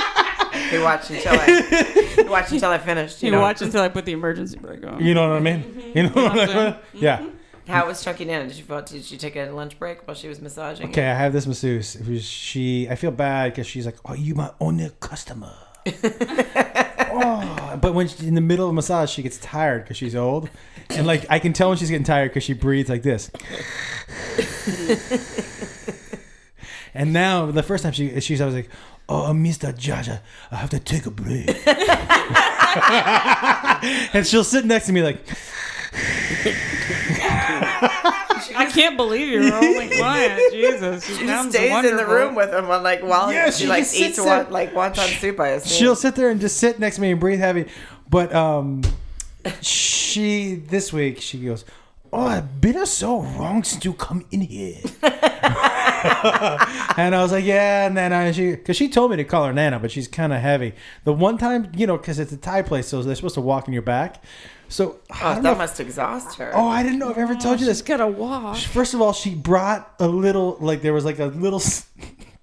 [SPEAKER 2] He watched until I he watched until I finished. You
[SPEAKER 3] You
[SPEAKER 2] know,
[SPEAKER 3] watch until I put the emergency brake on.
[SPEAKER 1] you know what I mean you know what I mean? yeah.
[SPEAKER 2] how was Chucky Nana? Did she did she take a lunch break while she was massaging?
[SPEAKER 1] Okay, I have this masseuse. It was she. I feel bad because she's like, "Are you my only customer?" oh, but when she, in the middle of massage, she gets tired because she's old, and like I can tell when she's getting tired because she breathes like this. and now the first time she she's I was like, "Oh, Mister Jaja, I have to take a break." and she'll sit next to me like,
[SPEAKER 3] I can't believe you're her only client. Jesus, she,
[SPEAKER 2] She just
[SPEAKER 3] sounds
[SPEAKER 2] stays in the
[SPEAKER 3] wonderful.
[SPEAKER 2] room with him, and like while
[SPEAKER 1] Yeah,
[SPEAKER 2] she,
[SPEAKER 1] she
[SPEAKER 2] like
[SPEAKER 1] just
[SPEAKER 2] eats
[SPEAKER 1] sits there.
[SPEAKER 2] one, like wonton soup. I assume.
[SPEAKER 1] she'll sit there and just sit next to me and breathe heavy. But um, she this week she goes, "Oh, I've been so wrong since you come in here." and I was like, "Yeah, Nana." She because she told me to call her Nana, but she's kind of heavy. The one time, you know, because it's a Thai place, so they're supposed to walk on your back. So I
[SPEAKER 2] oh,
[SPEAKER 1] don't know
[SPEAKER 2] that
[SPEAKER 1] if-
[SPEAKER 2] must exhaust her.
[SPEAKER 1] oh, I didn't know I've ever told you this.
[SPEAKER 3] She's gotta walk.
[SPEAKER 1] First of all, she brought a little like there was like a little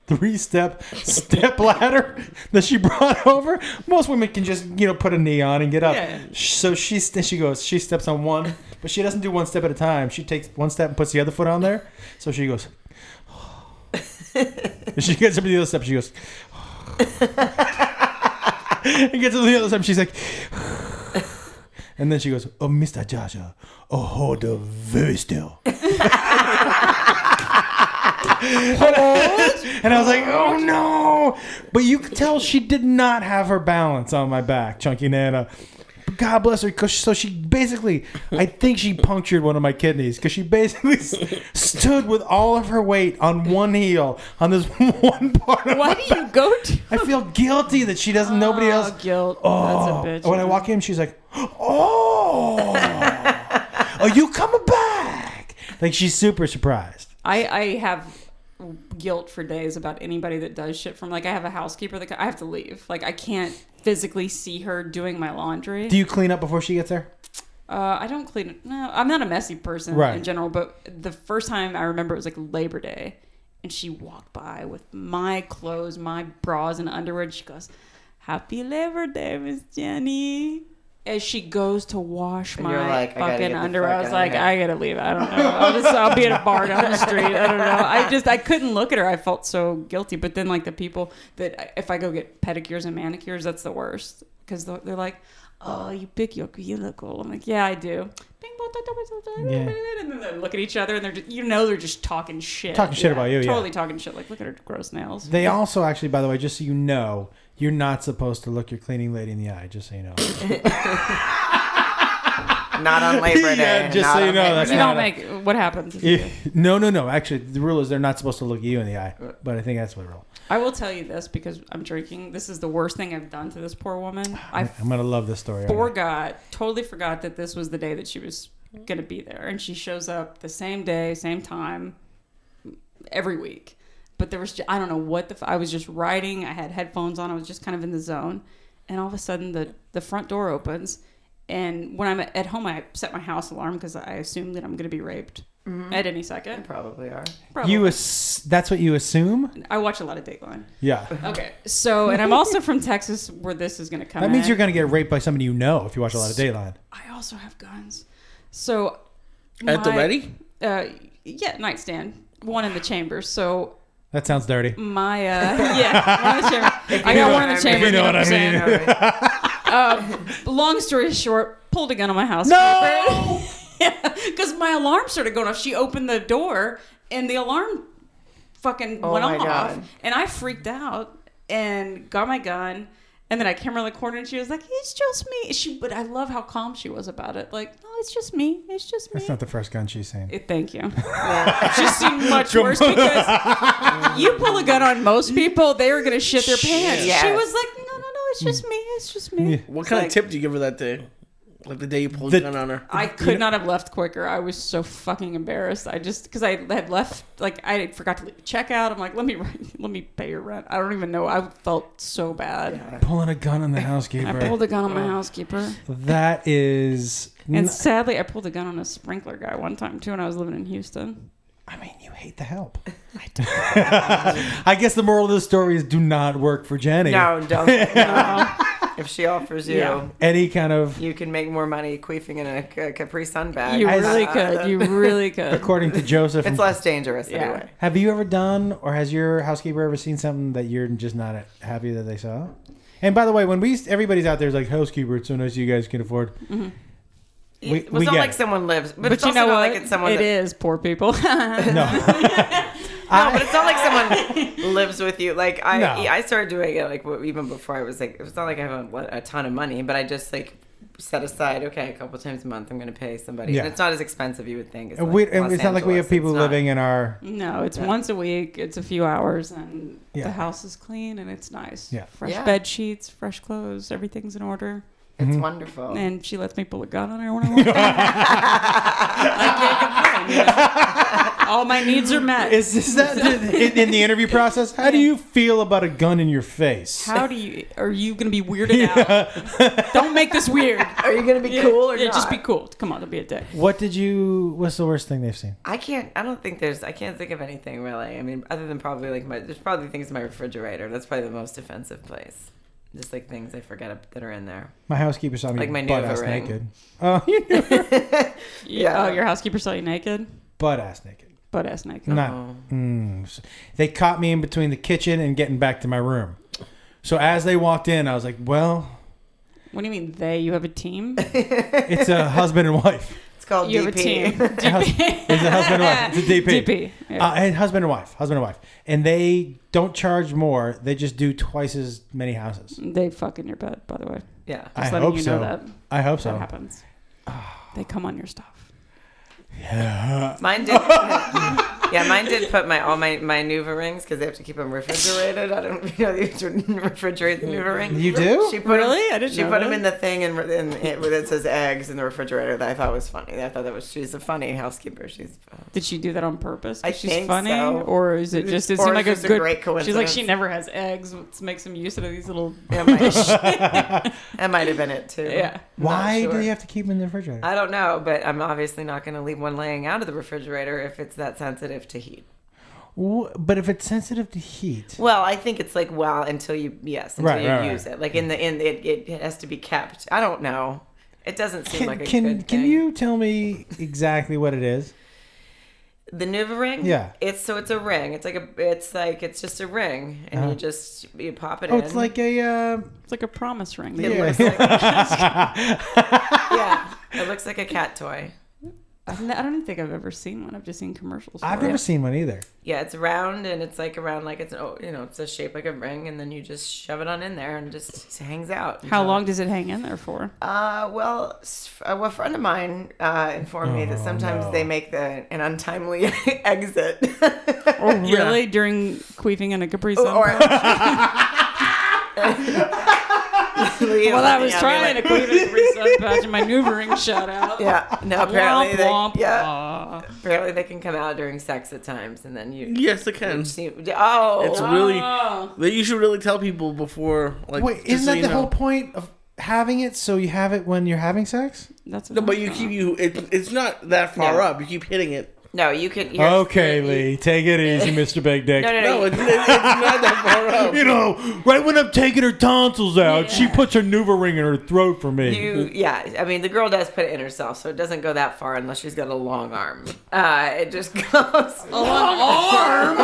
[SPEAKER 1] three step step ladder that she brought over. Most women can just you know put a knee on and get up.
[SPEAKER 3] Yeah.
[SPEAKER 1] So she st- she goes she steps on one, but she doesn't do one step at a time. She takes one step and puts the other foot on there. So she goes. and she gets up to the other step. She goes. and gets up to the other step. She's like. And then she goes, "Oh, Mr. Jaja, oh, hold up very still." and I was like, "Oh no!" But you could tell she did not have her balance on my back, Chunky Nana. God bless her, because so she basically, I think she punctured one of my kidneys because she basically s- stood with all of her weight on one heel on this one part. Of my
[SPEAKER 3] Why do you go to?
[SPEAKER 1] I feel guilty that she doesn't. Nobody
[SPEAKER 3] Oh,
[SPEAKER 1] else.
[SPEAKER 3] guilt.
[SPEAKER 1] Oh,
[SPEAKER 3] That's a bitch.
[SPEAKER 1] when I walk in, she's like, "Oh, are you coming back?" Like she's super surprised.
[SPEAKER 3] I, I have guilt for days about anybody that does shit from like I have a housekeeper that I have to leave. Like I can't physically see her doing my laundry.
[SPEAKER 1] Do you clean up before she gets there?
[SPEAKER 3] Uh, I don't clean. No, I'm not a messy person
[SPEAKER 1] Right.
[SPEAKER 3] in general. But the first time I remember it was like Labor Day, and she walked by with my clothes, my bras and underwear. And she goes, "Happy Labor Day, Miss Jenny." As she goes to wash
[SPEAKER 2] you're
[SPEAKER 3] my
[SPEAKER 2] like, "I gotta get
[SPEAKER 3] fucking
[SPEAKER 2] the
[SPEAKER 3] underwear,
[SPEAKER 2] fuck
[SPEAKER 3] I was
[SPEAKER 2] outta
[SPEAKER 3] like,
[SPEAKER 2] here."
[SPEAKER 3] "I gotta leave. I don't know. I'll just I'll be at a bar down the street. I don't know. I just I couldn't look at her. I felt so guilty. But then like the people that if I go get pedicures and manicures, that's the worst because they're, they're like, "Oh, you pick your you look cool." I'm like, "Yeah, I do." Bing, bong, dong, dong, dong, dong, dong,
[SPEAKER 1] Yeah.
[SPEAKER 3] dong, And then they look at each other and they're just, you know they're just talking shit.
[SPEAKER 1] Talking shit about you, yeah.
[SPEAKER 3] Totally talking shit. Like, look at her gross nails.
[SPEAKER 1] They also actually, by the way, just so you know, you're not supposed to look your cleaning lady in the eye. Just so you know.
[SPEAKER 2] Not on Labor Day.
[SPEAKER 1] Yeah, just
[SPEAKER 2] not
[SPEAKER 1] so you
[SPEAKER 2] on
[SPEAKER 1] know,
[SPEAKER 2] Labor
[SPEAKER 1] that's
[SPEAKER 2] Day.
[SPEAKER 3] you
[SPEAKER 1] not
[SPEAKER 3] don't
[SPEAKER 1] a-
[SPEAKER 3] make what happens. If you
[SPEAKER 1] Yeah.
[SPEAKER 3] do.
[SPEAKER 1] no, no, no. Actually, the rule is they're not supposed to look you in the eye. But I think that's what rule.
[SPEAKER 3] I will tell you this because I'm drinking. This is the worst thing I've done to this poor woman. I
[SPEAKER 1] I'm gonna love this story. aren't I?
[SPEAKER 3] forgot, totally forgot that this was the day that she was going to be there. And she shows up the same day, same time, every week. But there was, ju- I don't know what the, f- I was just riding. I had headphones on. I was just kind of in the zone. And all of a sudden, the, the front door opens. And when I'm at home, I set my house alarm because I assume that I'm going to be raped at any second.
[SPEAKER 2] Probably are.
[SPEAKER 3] Probably.
[SPEAKER 1] Mm-hmm. You ass- that's what you assume.
[SPEAKER 3] I watch a lot of Dateline.
[SPEAKER 1] Yeah.
[SPEAKER 3] Okay. So, and I'm also from Texas where this is going to come
[SPEAKER 1] That means
[SPEAKER 3] in.
[SPEAKER 1] you're gonna get raped by somebody you know if you watch a lot of Dayline.
[SPEAKER 3] I also have guns. So
[SPEAKER 4] At the
[SPEAKER 3] my-
[SPEAKER 4] ready?
[SPEAKER 3] Uh, yeah, nightstand. One in the chamber. So
[SPEAKER 1] That sounds dirty.
[SPEAKER 3] my uh, yeah, one in the chamber. I got one in the
[SPEAKER 2] If
[SPEAKER 3] chamber.
[SPEAKER 1] you know what I mean.
[SPEAKER 3] saying? Long story short, pulled a gun on my house.
[SPEAKER 1] No!
[SPEAKER 3] yeah, because my alarm started going off. She opened the door, and the alarm fucking
[SPEAKER 1] Oh
[SPEAKER 3] went
[SPEAKER 2] my
[SPEAKER 3] off,
[SPEAKER 2] God.
[SPEAKER 3] and I freaked out and got my gun. And then I came around the corner and she was like, "It's just me." She, but I love how calm she was about it. Like, "No, it's just me. It's just me."
[SPEAKER 1] That's not the first gun she's seen.
[SPEAKER 3] It- Thank you. She seemed much worse because you pull a gun on most people, they are gonna shit their pants.
[SPEAKER 2] Yes.
[SPEAKER 3] She was like, no, no, no, it's just me, it's just me.
[SPEAKER 4] What kind of tip do you give her that day? Like the day you pulled
[SPEAKER 1] The-
[SPEAKER 4] the gun on her?
[SPEAKER 3] I could not have left quicker. I was so fucking embarrassed. I just because I had left, like I forgot to leave the checkout. I'm like, let me let me pay your rent. I don't even know. I felt so bad.
[SPEAKER 1] Pulling a gun on the
[SPEAKER 3] I
[SPEAKER 1] housekeeper.
[SPEAKER 3] pulled a gun on my housekeeper,
[SPEAKER 1] That is.
[SPEAKER 3] and
[SPEAKER 1] n-
[SPEAKER 3] sadly, I pulled a gun on a sprinkler guy one time too. When I was living in Houston,
[SPEAKER 1] I mean, you hate the help. I guess the moral of the story is do not work for Jenny.
[SPEAKER 2] No, don't. No. if she offers you,
[SPEAKER 3] Yeah.
[SPEAKER 1] Any kind of.
[SPEAKER 2] you can make more money queefing in a ca- Capri Sun bag.
[SPEAKER 3] you
[SPEAKER 1] I-
[SPEAKER 3] really could. You really could.
[SPEAKER 1] According to Joseph.
[SPEAKER 2] It's
[SPEAKER 1] and-
[SPEAKER 2] less dangerous
[SPEAKER 3] Yeah.
[SPEAKER 2] anyway.
[SPEAKER 1] have you ever done, or has your housekeeper ever seen something that you're just not happy that they saw? And by the way, when we used- everybody's out there is like housekeeper, it's so nice you guys can afford. We-
[SPEAKER 2] Mm-hmm. it
[SPEAKER 1] we
[SPEAKER 2] was not
[SPEAKER 1] get
[SPEAKER 2] like
[SPEAKER 1] it.
[SPEAKER 2] someone lives, but,
[SPEAKER 3] But
[SPEAKER 2] it's
[SPEAKER 3] you
[SPEAKER 2] also
[SPEAKER 3] know
[SPEAKER 2] not
[SPEAKER 3] what?
[SPEAKER 2] like it's someone.
[SPEAKER 3] It
[SPEAKER 2] that,
[SPEAKER 3] is poor people.
[SPEAKER 1] No.
[SPEAKER 2] No, but it's not like someone lives with you. Like I,
[SPEAKER 1] No.
[SPEAKER 2] I started doing it like w- even before I was like, it's not like I have a, a ton of money, but I just like set aside okay, a couple times a month I'm going to pay somebody.
[SPEAKER 1] Yeah.
[SPEAKER 2] And it's not as expensive you would think. As,
[SPEAKER 1] we,
[SPEAKER 2] like, Los
[SPEAKER 1] it's not like we
[SPEAKER 2] Angeles.
[SPEAKER 1] have people
[SPEAKER 2] It's not.
[SPEAKER 1] living in our.
[SPEAKER 3] no, it's once a week. It's a few hours, and
[SPEAKER 1] Yeah.
[SPEAKER 3] the house is clean and it's nice.
[SPEAKER 1] Yeah.
[SPEAKER 3] Fresh
[SPEAKER 2] Yeah.
[SPEAKER 3] bed sheets, fresh clothes, everything's in order.
[SPEAKER 2] It's wonderful.
[SPEAKER 3] And she lets me pull a gun on her when I want to. I can't complain. you know. All my needs are met.
[SPEAKER 1] Is, is that in, in the interview process? How do you feel about a gun in your face?
[SPEAKER 3] How do you? Are you gonna be weirded out? Don't make this weird.
[SPEAKER 2] Are you going to be cool or
[SPEAKER 3] yeah,
[SPEAKER 2] not?
[SPEAKER 3] just be cool. Come on, don't be a dick.
[SPEAKER 1] What did you? What's the worst thing they've seen?
[SPEAKER 2] I can't. I don't think there's. I can't think of anything really. I mean, other than probably like my. There's probably things in my refrigerator. That's probably the most offensive place. Just like things I forget that are in there.
[SPEAKER 1] My housekeeper saw me
[SPEAKER 2] Like my
[SPEAKER 1] butt
[SPEAKER 2] Nuva
[SPEAKER 1] ass
[SPEAKER 2] ring.
[SPEAKER 1] naked. Oh, you knew her.
[SPEAKER 2] Yeah.
[SPEAKER 3] Oh, your housekeeper saw you naked,
[SPEAKER 1] butt ass naked.
[SPEAKER 3] butt ass naked.
[SPEAKER 1] Not. Mm. S- They caught me in between the kitchen and getting back to my room. So as they walked in, I was like, "Well,
[SPEAKER 3] What do you mean they? You have a team?
[SPEAKER 1] it's a husband and wife.
[SPEAKER 2] It's called
[SPEAKER 3] You
[SPEAKER 2] DP.
[SPEAKER 3] have a team. DP.
[SPEAKER 1] Hus- It's a husband and wife. It's a DP.
[SPEAKER 3] DP. Yeah.
[SPEAKER 1] Uh, and husband and wife. Husband and wife. And they don't charge more. They just do twice as many houses.
[SPEAKER 3] they fuck in your bed, by the way.
[SPEAKER 2] Yeah.
[SPEAKER 1] I
[SPEAKER 3] letting
[SPEAKER 1] hope
[SPEAKER 3] you
[SPEAKER 1] so.
[SPEAKER 3] know that.
[SPEAKER 1] I hope
[SPEAKER 3] That
[SPEAKER 1] so.
[SPEAKER 3] happens. They come on your stuff.
[SPEAKER 2] Mine did. yeah, mine did put my all my my Nuva rings because they have to keep them refrigerated. I don't you know you have to refrigerate the Nuva rings.
[SPEAKER 1] You do?
[SPEAKER 2] She put 'em-
[SPEAKER 3] Really? I didn't
[SPEAKER 2] She
[SPEAKER 3] know
[SPEAKER 2] put them
[SPEAKER 3] that.
[SPEAKER 2] in the thing and and it, with it says eggs in the refrigerator. That I thought was funny. I thought that was she's a funny housekeeper. She's
[SPEAKER 3] Did she do that on purpose? 'Cause
[SPEAKER 2] I
[SPEAKER 3] she's
[SPEAKER 2] think
[SPEAKER 3] funny,
[SPEAKER 2] so.
[SPEAKER 3] or is it just it
[SPEAKER 2] Or
[SPEAKER 3] seemed
[SPEAKER 2] it's
[SPEAKER 3] like a
[SPEAKER 2] just a
[SPEAKER 3] good?
[SPEAKER 2] great
[SPEAKER 3] She's like
[SPEAKER 2] coincidence.
[SPEAKER 3] she never has eggs. Let's make some use out of these little.
[SPEAKER 2] that might, that might have been it too.
[SPEAKER 3] Yeah.
[SPEAKER 2] Not
[SPEAKER 1] Why do
[SPEAKER 2] sure.
[SPEAKER 1] they have to keep them in the refrigerator?
[SPEAKER 2] I don't know, but I'm obviously not going to leave one laying out of the refrigerator if it's that sensitive to heat.
[SPEAKER 1] Wh- but if it's sensitive to heat,
[SPEAKER 2] Well, I think it's like well until you yes until
[SPEAKER 1] Right,
[SPEAKER 2] you
[SPEAKER 1] right,
[SPEAKER 2] use it. Like in the in it, it has to be kept. I don't know. It doesn't seem
[SPEAKER 1] can
[SPEAKER 2] like a
[SPEAKER 1] can,
[SPEAKER 2] good
[SPEAKER 1] can
[SPEAKER 2] thing.
[SPEAKER 1] you tell me exactly what it is?
[SPEAKER 2] the Nuva ring?
[SPEAKER 1] Yeah.
[SPEAKER 2] It's so it's a ring. It's like a it's like it's just a ring, and you just you pop it
[SPEAKER 1] Uh-huh. Oh,
[SPEAKER 2] in.
[SPEAKER 1] it's like a uh,
[SPEAKER 3] It's like a promise ring.
[SPEAKER 2] it
[SPEAKER 1] yeah.
[SPEAKER 2] looks like
[SPEAKER 1] uh,
[SPEAKER 2] yeah, it looks like a cat toy.
[SPEAKER 3] I've n- I don't even think I've ever seen one. I've just seen commercials.
[SPEAKER 1] I've
[SPEAKER 3] for
[SPEAKER 1] never
[SPEAKER 3] it.
[SPEAKER 1] seen one either.
[SPEAKER 2] Yeah, it's round and it's like around like it's oh you know it's a shape like a ring, and then you just shove it on in there and just it hangs out.
[SPEAKER 3] How long does it hang in there for?
[SPEAKER 2] Uh, well, s- a well, a friend of mine uh, informed me that sometimes
[SPEAKER 1] Oh, no.
[SPEAKER 2] they make the an untimely exit.
[SPEAKER 3] Or
[SPEAKER 1] Oh,
[SPEAKER 3] really during queefing in a Capri Sun?
[SPEAKER 2] or
[SPEAKER 3] well, I was trying to queef in a Capri Sun pouch and my maneuvering shut out.
[SPEAKER 2] Yeah, no.
[SPEAKER 3] Womp,
[SPEAKER 2] Apparently, they,
[SPEAKER 3] womp,
[SPEAKER 2] yeah.
[SPEAKER 3] wah.
[SPEAKER 2] Apparently, they can come out during sex at times, and then you.
[SPEAKER 4] Yes, it can.
[SPEAKER 2] you- oh,
[SPEAKER 4] It's really
[SPEAKER 3] Oh.
[SPEAKER 4] that you should really tell people before. Like,
[SPEAKER 1] Wait,
[SPEAKER 4] just
[SPEAKER 1] isn't
[SPEAKER 4] so
[SPEAKER 1] that
[SPEAKER 4] you
[SPEAKER 1] the
[SPEAKER 4] know.
[SPEAKER 1] whole point of having it? So you have it when you're having sex?
[SPEAKER 3] That's
[SPEAKER 4] No, but you keep you. It, it's not that far
[SPEAKER 2] No.
[SPEAKER 4] up. You keep hitting it.
[SPEAKER 2] no. You can. you're-
[SPEAKER 1] Okay, Lee, take it easy, Mr. Big Dick.
[SPEAKER 2] No, no,
[SPEAKER 4] No,
[SPEAKER 2] no.
[SPEAKER 4] it's, it's it's not that far up.
[SPEAKER 1] You know, right when I'm taking her tonsils out, she puts her Nuva ring in her throat for me.
[SPEAKER 2] You,
[SPEAKER 3] Mm-hmm.
[SPEAKER 2] yeah, I mean the girl does put it in herself, so it doesn't go that far unless she's got a long arm. Uh, it just goes.
[SPEAKER 3] a long arm.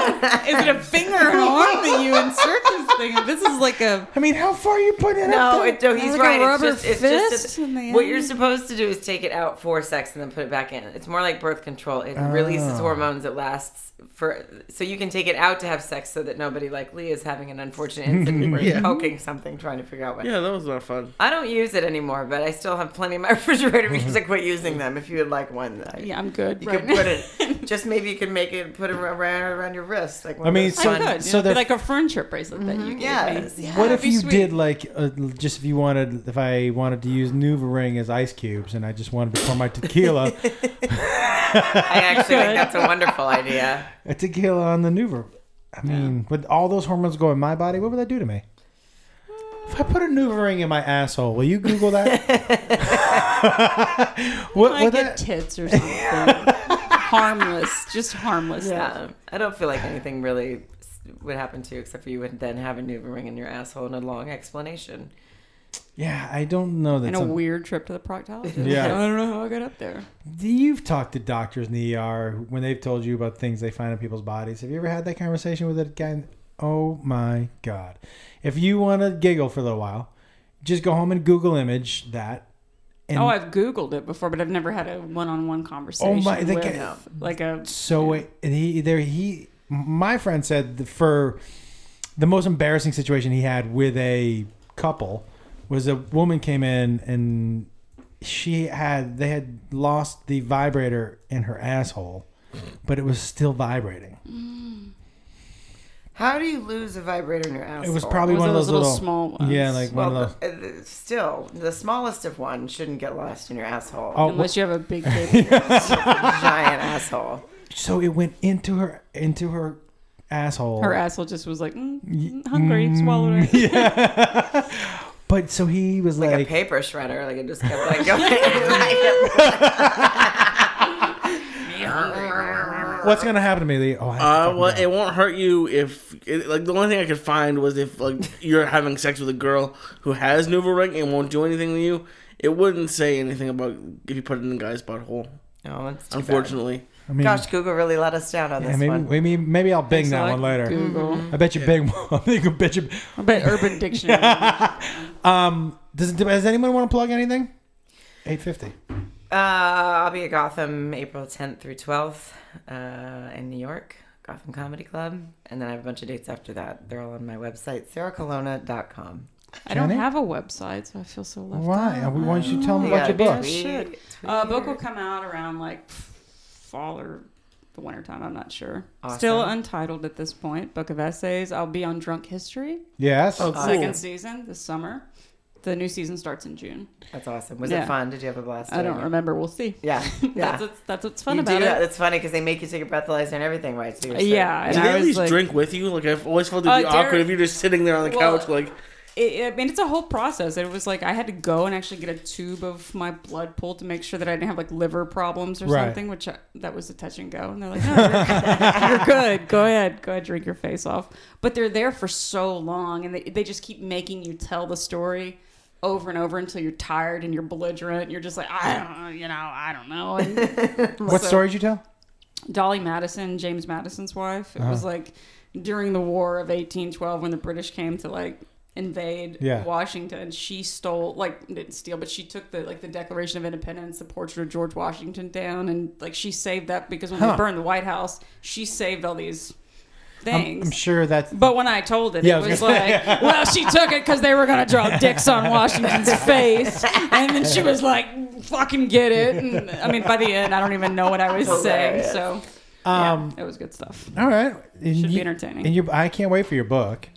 [SPEAKER 3] Is it a finger or an arm that you insert this thing? in? This is like a
[SPEAKER 1] I mean, how far are you putting it? up
[SPEAKER 2] No,
[SPEAKER 1] there?
[SPEAKER 2] it, no he's
[SPEAKER 3] Like a
[SPEAKER 2] right. It's
[SPEAKER 3] rubber
[SPEAKER 2] just, it's just
[SPEAKER 3] fist in the
[SPEAKER 2] what you're
[SPEAKER 3] end.
[SPEAKER 2] supposed to do is take it out for sex and then put it back in. It's more like birth control. It
[SPEAKER 3] Oh.
[SPEAKER 2] releases hormones. It lasts for so you can take it out to have sex so that nobody like Lee is having an unfortunate incident where he's poking something trying to figure out what.
[SPEAKER 4] Yeah, that was not fun.
[SPEAKER 2] I don't use it anymore, but I still have plenty in my refrigerator because I quit using them. If you would like one, I,
[SPEAKER 3] yeah. I'm good.
[SPEAKER 2] you
[SPEAKER 3] right
[SPEAKER 2] could put
[SPEAKER 3] now.
[SPEAKER 2] it. Just maybe you could make it put it around around your wrist, like one
[SPEAKER 1] I
[SPEAKER 2] of
[SPEAKER 1] mean,
[SPEAKER 2] those
[SPEAKER 1] so-
[SPEAKER 3] I could.
[SPEAKER 1] so
[SPEAKER 3] So
[SPEAKER 1] the- Mm-hmm.
[SPEAKER 3] they're like a friendship bracelet that you gave
[SPEAKER 2] Yes,
[SPEAKER 3] me.
[SPEAKER 2] yeah.
[SPEAKER 1] What if
[SPEAKER 3] That'd be
[SPEAKER 1] you
[SPEAKER 3] sweet.
[SPEAKER 1] did like uh, just if you wanted if I wanted to use Nuva ring as ice cubes and I just wanted to pour my tequila
[SPEAKER 2] I actually think
[SPEAKER 3] Good.
[SPEAKER 2] that's a wonderful idea.
[SPEAKER 1] a tequila on the Nuva. I mean, with all those hormones going in my body, what would that do to me? If I put a Nuva ring in my asshole, will you Google that? what
[SPEAKER 3] I
[SPEAKER 1] would that?
[SPEAKER 3] get tits or something. harmless, just harmless. stuff.
[SPEAKER 2] Yeah, I don't feel like anything really s- would happen to you except for you would then have a new ring in your asshole and a long explanation.
[SPEAKER 1] yeah, I don't know that.
[SPEAKER 3] And a
[SPEAKER 1] some-
[SPEAKER 3] weird trip to the proctologist.
[SPEAKER 1] Yeah.
[SPEAKER 3] I don't know how I got up there.
[SPEAKER 1] You've talked to doctors in the ER when they've told you about things they find in people's bodies. Have you ever had that conversation with a guy? Oh my God. If you want to giggle for a little while, just go home and Google image that And
[SPEAKER 3] Oh, I've Googled it before, but I've never had a one-on-one conversation
[SPEAKER 1] Oh my- they
[SPEAKER 3] with
[SPEAKER 1] get-
[SPEAKER 3] like a
[SPEAKER 1] so it, he there he my friend said the, for the most embarrassing situation he had with a couple was a woman came in and she had they had lost the vibrator in her asshole but it was still vibrating
[SPEAKER 2] How do you lose a vibrator in your asshole?
[SPEAKER 1] it was probably
[SPEAKER 3] was
[SPEAKER 1] one of
[SPEAKER 3] those
[SPEAKER 1] those
[SPEAKER 3] little
[SPEAKER 1] little,
[SPEAKER 3] small ones?
[SPEAKER 1] yeah like
[SPEAKER 2] well,
[SPEAKER 1] one of those
[SPEAKER 2] uh, uh, still the smallest of one shouldn't get lost in your asshole.
[SPEAKER 1] oh
[SPEAKER 3] unless you have a big dick.
[SPEAKER 2] giant asshole.
[SPEAKER 1] so it went into her into her asshole
[SPEAKER 3] Her asshole just was like mm, mm, hungry, swallowed it.
[SPEAKER 1] but so he was
[SPEAKER 2] Like,
[SPEAKER 1] like,
[SPEAKER 2] a paper shredder, like it just kept like going. Like,
[SPEAKER 1] what's gonna happen to me Lee? oh I have to
[SPEAKER 4] Uh,
[SPEAKER 1] fucking
[SPEAKER 4] well,
[SPEAKER 1] go.
[SPEAKER 4] it won't hurt you if it, like the only thing I could find was if like you're having sex with a girl who has Nouveau Ring and won't do anything to you. It wouldn't say anything about if you put it in a guy's butthole.
[SPEAKER 2] no, that's too bad.
[SPEAKER 4] Unfortunately,
[SPEAKER 1] I mean,
[SPEAKER 2] Gosh, Google really let us down on
[SPEAKER 1] yeah,
[SPEAKER 2] this
[SPEAKER 1] maybe,
[SPEAKER 2] one.
[SPEAKER 1] maybe maybe i'll bing that
[SPEAKER 3] Select
[SPEAKER 1] one Mm-hmm. later
[SPEAKER 3] Google.
[SPEAKER 1] I bet you Bing. I think a bet you.
[SPEAKER 3] I bet Urban Dictionary.
[SPEAKER 1] Um, does does anyone want to plug anything? Eight fifty.
[SPEAKER 2] Uh, I'll be at Gotham April 10th through 12th uh, in New York, Gotham Comedy Club. And then I have a bunch of dates after that. They're all on my website, sarahcolona.com.
[SPEAKER 3] I don't
[SPEAKER 1] Jenny?
[SPEAKER 3] have a website, so I feel so left
[SPEAKER 1] Why?
[SPEAKER 3] out.
[SPEAKER 1] We- Why don't you tell me about
[SPEAKER 2] Yeah,
[SPEAKER 1] your
[SPEAKER 2] tweet,
[SPEAKER 1] book?
[SPEAKER 3] books?
[SPEAKER 2] tweet.
[SPEAKER 3] Uh, Oh, book will come out around like fall or the wintertime. I'm not sure.
[SPEAKER 2] Awesome.
[SPEAKER 3] Still untitled at this point. Book of essays. I'll be on Drunk History
[SPEAKER 1] Yes.
[SPEAKER 4] Oh, cool.
[SPEAKER 3] second season this summer. The new season starts in June.
[SPEAKER 2] That's awesome. Was
[SPEAKER 3] Yeah.
[SPEAKER 2] it fun? Did you have a blast?
[SPEAKER 3] I
[SPEAKER 2] doing
[SPEAKER 3] don't
[SPEAKER 2] it?
[SPEAKER 3] remember. We'll see.
[SPEAKER 2] Yeah, yeah.
[SPEAKER 3] that's what's, that's what's fun
[SPEAKER 2] you
[SPEAKER 3] about
[SPEAKER 2] do that.
[SPEAKER 3] it.
[SPEAKER 2] It's funny because they make you take a breathalyzer and everything, right? So you're sick.
[SPEAKER 3] Yeah, and
[SPEAKER 4] do they
[SPEAKER 3] I
[SPEAKER 4] at
[SPEAKER 3] was
[SPEAKER 4] least
[SPEAKER 3] like,
[SPEAKER 4] drink with you? Like I always felt it'd
[SPEAKER 3] Uh,
[SPEAKER 4] be
[SPEAKER 3] Derek-
[SPEAKER 4] awkward if you're just sitting there on the
[SPEAKER 3] Well-
[SPEAKER 4] couch, like
[SPEAKER 3] it, I mean, it's a whole process. It was like I had to go and actually get a tube of my blood pulled to make sure that I didn't have like liver problems or
[SPEAKER 1] Right.
[SPEAKER 3] something, which I, that was a touch and go. And they're like, no, you're, you're good. Go ahead. Go ahead. Drink your face off. But they're there for so long and they, they just keep making you tell the story over and over until you're tired and you're belligerent. And you're just like, I don't know, you know, I don't know. And
[SPEAKER 1] what story did you tell?
[SPEAKER 3] Dolly Madison, James Madison's wife. It
[SPEAKER 1] Uh-huh.
[SPEAKER 3] was like during the War of 1812 when the British came to like invade
[SPEAKER 1] Yeah.
[SPEAKER 3] Washington. She stole like didn't steal, but she took the like the Declaration of Independence, the portrait of George Washington down, and like she saved that because when
[SPEAKER 1] Huh.
[SPEAKER 3] they burned the White House, she saved all these
[SPEAKER 1] I'm,
[SPEAKER 3] things.
[SPEAKER 1] I'm sure that's
[SPEAKER 3] But when I told it,
[SPEAKER 1] Yeah, I
[SPEAKER 3] it
[SPEAKER 1] was
[SPEAKER 3] was
[SPEAKER 1] gonna
[SPEAKER 3] like, well, she took it because they were going to draw dicks on Washington's face. And then she was like, fucking get it. And I mean, by the end, I don't even know what I was saying.
[SPEAKER 2] Hilarious.
[SPEAKER 3] So
[SPEAKER 1] um.
[SPEAKER 3] it was good stuff.
[SPEAKER 1] All right. And
[SPEAKER 3] Should be
[SPEAKER 1] you-
[SPEAKER 3] entertaining.
[SPEAKER 1] And you, I can't wait for your book.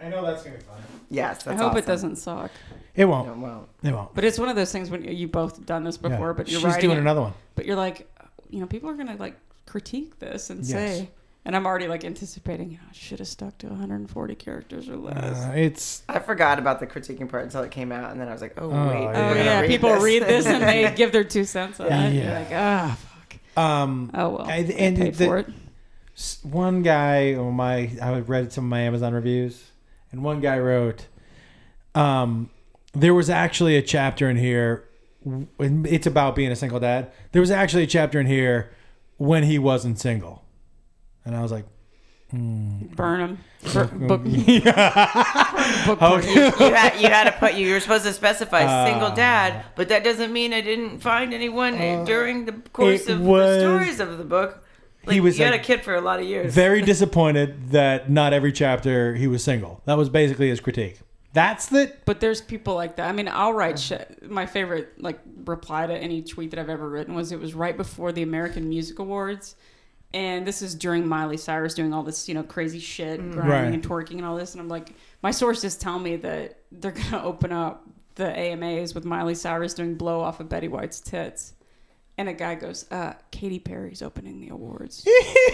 [SPEAKER 1] I know that's gonna be fun.
[SPEAKER 2] Yes,
[SPEAKER 3] I
[SPEAKER 2] that's
[SPEAKER 3] hope
[SPEAKER 2] awesome.
[SPEAKER 3] it doesn't suck.
[SPEAKER 1] It
[SPEAKER 2] No, it
[SPEAKER 1] won't.
[SPEAKER 2] won't.
[SPEAKER 1] It won't.
[SPEAKER 3] But it's one of those things when you- you both have done this
[SPEAKER 1] Yeah.
[SPEAKER 3] before, but you're
[SPEAKER 1] She's
[SPEAKER 3] writing
[SPEAKER 1] doing
[SPEAKER 3] it,
[SPEAKER 1] another one.
[SPEAKER 3] But you're like, you know, people are going to like critique this and
[SPEAKER 1] Yes.
[SPEAKER 3] say, and I'm already like anticipating, you know, I should have stuck to 140 characters or less.
[SPEAKER 1] Uh, it's
[SPEAKER 2] I forgot about the critiquing part until it came out, and then I was like, oh,
[SPEAKER 1] Oh,
[SPEAKER 2] wait.
[SPEAKER 1] yeah.
[SPEAKER 2] they're
[SPEAKER 3] oh,
[SPEAKER 2] gonna
[SPEAKER 3] yeah. people
[SPEAKER 2] this.
[SPEAKER 3] read this and they give their two cents on it. You're
[SPEAKER 1] Yeah.
[SPEAKER 3] like, ah, fuck.
[SPEAKER 1] um.
[SPEAKER 3] Oh well,
[SPEAKER 1] I-
[SPEAKER 3] I,
[SPEAKER 1] and
[SPEAKER 3] paid
[SPEAKER 1] the-
[SPEAKER 3] for it.
[SPEAKER 1] s- one guy on my I read some of my Amazon reviews, and one guy wrote, um, there was actually a chapter in here. When it's about being a single dad. There was actually a chapter in here when he wasn't single, and I was like,
[SPEAKER 3] Burn them. book, book
[SPEAKER 1] okay,
[SPEAKER 2] you, had, you had to put you. You're supposed to specify
[SPEAKER 1] Uh,
[SPEAKER 2] single dad, but that doesn't mean I didn't find anyone during the course
[SPEAKER 1] it
[SPEAKER 2] of
[SPEAKER 1] was-
[SPEAKER 2] the stories of the book. Like,
[SPEAKER 1] was
[SPEAKER 2] you had
[SPEAKER 1] like-
[SPEAKER 2] a kid for a lot of years.
[SPEAKER 1] very disappointed that not every chapter he was single. That was basically his critique. That's the
[SPEAKER 3] but there's people like that. I mean, I'll write shit. My favorite like reply to any tweet that I've ever written was it was right before the American Music Awards, and this is during Miley Cyrus doing all this you know crazy shit, and grinding
[SPEAKER 1] Right.
[SPEAKER 3] and twerking and all this, and I'm like, my sources tell me that they're gonna open up the AMAs with Miley Cyrus doing blow off of Betty White's tits. And a guy goes, uh, Katy Perry's opening the awards.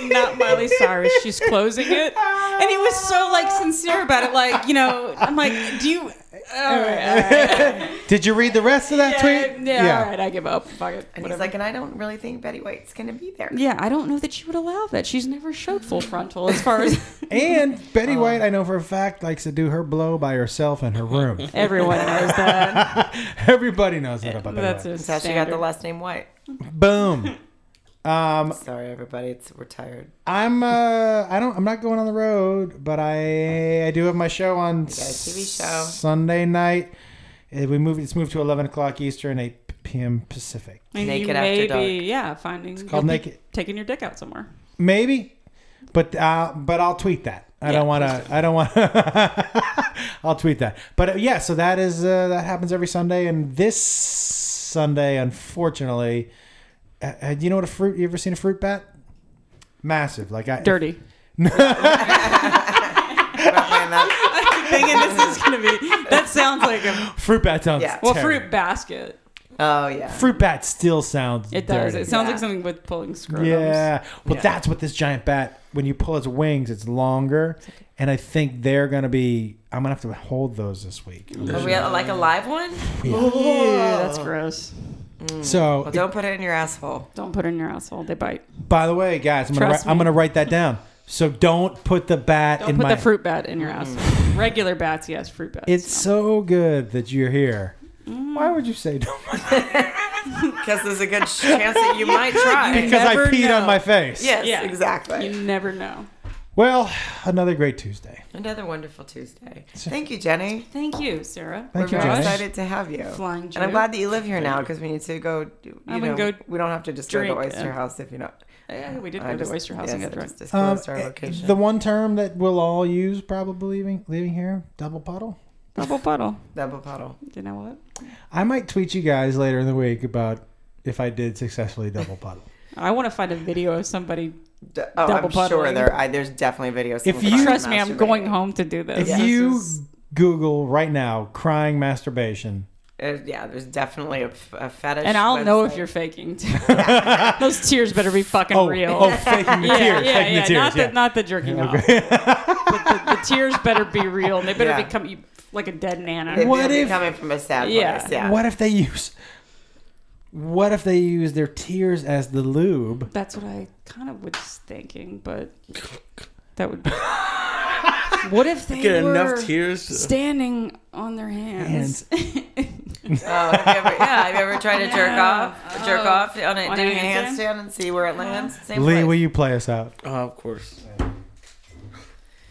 [SPEAKER 3] Not Miley Cyrus. She's closing it. And he was so like sincere about it. Like, you know, I'm like, do you. All right, all right.
[SPEAKER 1] Did you read the rest of that
[SPEAKER 3] Yeah,
[SPEAKER 1] tweet?
[SPEAKER 3] yeah, all right. I give up. Fuck it.
[SPEAKER 2] and he's
[SPEAKER 3] whatever.
[SPEAKER 2] like, and I don't really think Betty White's gonna be there.
[SPEAKER 3] yeah, I don't know that she would allow that. She's never showed full frontal as far as
[SPEAKER 1] And Betty White, I know for a fact, likes to do her blow by herself in her room.
[SPEAKER 3] everyone knows that.
[SPEAKER 1] Everybody knows that about Betty
[SPEAKER 3] That's
[SPEAKER 1] White.
[SPEAKER 3] a
[SPEAKER 2] That's how she got the
[SPEAKER 3] standard.
[SPEAKER 2] last name White.
[SPEAKER 1] Boom. Um,
[SPEAKER 2] Sorry, everybody. It's we're tired.
[SPEAKER 1] I'm uh I don't I'm not going on the road, but I I do have my show on
[SPEAKER 2] got a TV show.
[SPEAKER 1] Sunday night. Uh, We move. It's moved to eleven o'clock Eastern, eight p.m. Pacific.
[SPEAKER 3] Maybe
[SPEAKER 2] Naked
[SPEAKER 3] you
[SPEAKER 2] after
[SPEAKER 3] may
[SPEAKER 2] dark.
[SPEAKER 3] be, yeah, finding it's
[SPEAKER 1] called naked.
[SPEAKER 3] taking your dick out somewhere.
[SPEAKER 1] Maybe, but uh, but I'll tweet that. I
[SPEAKER 3] Yeah,
[SPEAKER 1] don't want to. I don't want. I'll tweet that. But uh, yeah, so that is uh, that happens every Sunday, and this Sunday, unfortunately, uh, uh, you know what a fruit? You ever seen a fruit bat? Massive, like I
[SPEAKER 3] Dirty.
[SPEAKER 2] Find that.
[SPEAKER 3] I'm thinking this is gonna be. That sounds like a
[SPEAKER 1] fruit bat sounds.
[SPEAKER 2] Yeah.
[SPEAKER 3] well,
[SPEAKER 1] terrible.
[SPEAKER 3] fruit basket.
[SPEAKER 2] Oh yeah.
[SPEAKER 1] fruit bat still sounds.
[SPEAKER 3] It does.
[SPEAKER 1] dirty.
[SPEAKER 3] It sounds
[SPEAKER 2] Yeah.
[SPEAKER 3] like something with pulling screws.
[SPEAKER 1] Yeah. Well, that's what this giant bat. When you pull its wings, it's longer, and I think they're gonna be. I'm gonna have to hold those this week.
[SPEAKER 2] Are we like a live one?
[SPEAKER 3] that's gross.
[SPEAKER 1] So
[SPEAKER 2] Well, don't put it in your asshole.
[SPEAKER 3] Don't put it in your asshole. They bite.
[SPEAKER 1] By the way, guys, I'm gonna,
[SPEAKER 3] Trust
[SPEAKER 1] write, I'm
[SPEAKER 3] me.
[SPEAKER 1] gonna write that down. So don't put the bat
[SPEAKER 3] Don't
[SPEAKER 1] in
[SPEAKER 3] put
[SPEAKER 1] my.
[SPEAKER 3] the fruit bat in your asshole. Regular bats, yes. Fruit bats.
[SPEAKER 1] It's
[SPEAKER 3] no.
[SPEAKER 1] so good that you're here. Why would you say don't?
[SPEAKER 2] Because there's a good chance that you might try.
[SPEAKER 1] Because I
[SPEAKER 3] never
[SPEAKER 1] peed on
[SPEAKER 3] know.
[SPEAKER 1] my face.
[SPEAKER 2] Yes,
[SPEAKER 3] Yeah.
[SPEAKER 2] exactly.
[SPEAKER 3] You never know.
[SPEAKER 1] Well, another great Tuesday.
[SPEAKER 2] Another wonderful Tuesday. Thank you, Jenny.
[SPEAKER 3] Thank you, Sarah.
[SPEAKER 1] Thank
[SPEAKER 2] We're
[SPEAKER 1] you,
[SPEAKER 2] very
[SPEAKER 1] Jenny.
[SPEAKER 2] excited to have you.
[SPEAKER 3] Flying
[SPEAKER 2] and I'm
[SPEAKER 3] Jew.
[SPEAKER 2] glad that you live here now because we need to go. You
[SPEAKER 3] I'm
[SPEAKER 2] know,
[SPEAKER 3] gonna go
[SPEAKER 2] we don't have to just go to
[SPEAKER 3] drink,
[SPEAKER 2] Oyster
[SPEAKER 3] uh,
[SPEAKER 2] House if you not.
[SPEAKER 3] Yeah, we did
[SPEAKER 2] I
[SPEAKER 3] go to
[SPEAKER 2] just-
[SPEAKER 3] Oyster House and
[SPEAKER 2] yes,
[SPEAKER 3] get
[SPEAKER 2] I
[SPEAKER 3] drunk.
[SPEAKER 2] just disclosed
[SPEAKER 1] Um,
[SPEAKER 3] Uh,
[SPEAKER 2] our
[SPEAKER 1] eh,
[SPEAKER 2] location.
[SPEAKER 1] The one term that we'll all use probably leaving leaving here, double puddle.
[SPEAKER 3] Double puddle.
[SPEAKER 2] Double puddle.
[SPEAKER 3] You know what?
[SPEAKER 1] I might tweet you guys later in the week about if I did successfully double puddle.
[SPEAKER 3] I want to find a video of somebody.
[SPEAKER 2] D- oh,
[SPEAKER 3] Double
[SPEAKER 2] I'm sure
[SPEAKER 3] puddling.
[SPEAKER 2] there. I, there's definitely videos.
[SPEAKER 1] If
[SPEAKER 2] somewhere
[SPEAKER 1] you-
[SPEAKER 2] about
[SPEAKER 3] Trust me, I'm
[SPEAKER 2] masturbating.
[SPEAKER 3] going home to do this.
[SPEAKER 1] If
[SPEAKER 2] Yeah.
[SPEAKER 1] you
[SPEAKER 3] This is-
[SPEAKER 1] Google right now crying masturbation,
[SPEAKER 2] Uh, yeah, there's definitely a, f- a fetish.
[SPEAKER 3] and I'll know if
[SPEAKER 2] website.
[SPEAKER 3] you're faking. too. Those tears better be fucking
[SPEAKER 1] oh,
[SPEAKER 3] real.
[SPEAKER 1] oh, faking the
[SPEAKER 3] yeah,
[SPEAKER 1] tears,
[SPEAKER 3] yeah,
[SPEAKER 1] faking
[SPEAKER 3] yeah.
[SPEAKER 1] the tears,
[SPEAKER 3] not
[SPEAKER 1] yeah.
[SPEAKER 3] the not the jerking off. but the, the tears better be real. And they better
[SPEAKER 2] Yeah.
[SPEAKER 3] become you- like a dead nana.
[SPEAKER 2] If
[SPEAKER 1] What
[SPEAKER 2] you're
[SPEAKER 1] if-
[SPEAKER 2] coming from a sad
[SPEAKER 3] Yeah.
[SPEAKER 2] place? Yeah.
[SPEAKER 1] What if they use? What if they use their tears as the lube?
[SPEAKER 3] That's what I kind of was thinking, but that would. be... what if they
[SPEAKER 4] Get
[SPEAKER 3] were
[SPEAKER 4] enough tears. to-
[SPEAKER 3] standing on their hands?
[SPEAKER 2] Oh, have you ever, yeah, have you ever tried to jerk off, jerk
[SPEAKER 3] Oh.
[SPEAKER 2] off on a,
[SPEAKER 3] On
[SPEAKER 2] do
[SPEAKER 3] a
[SPEAKER 2] a
[SPEAKER 3] handstand?
[SPEAKER 2] handstand and see where it lands? Same
[SPEAKER 1] Lee,
[SPEAKER 2] place.
[SPEAKER 1] will you play us out?
[SPEAKER 4] oh, of course.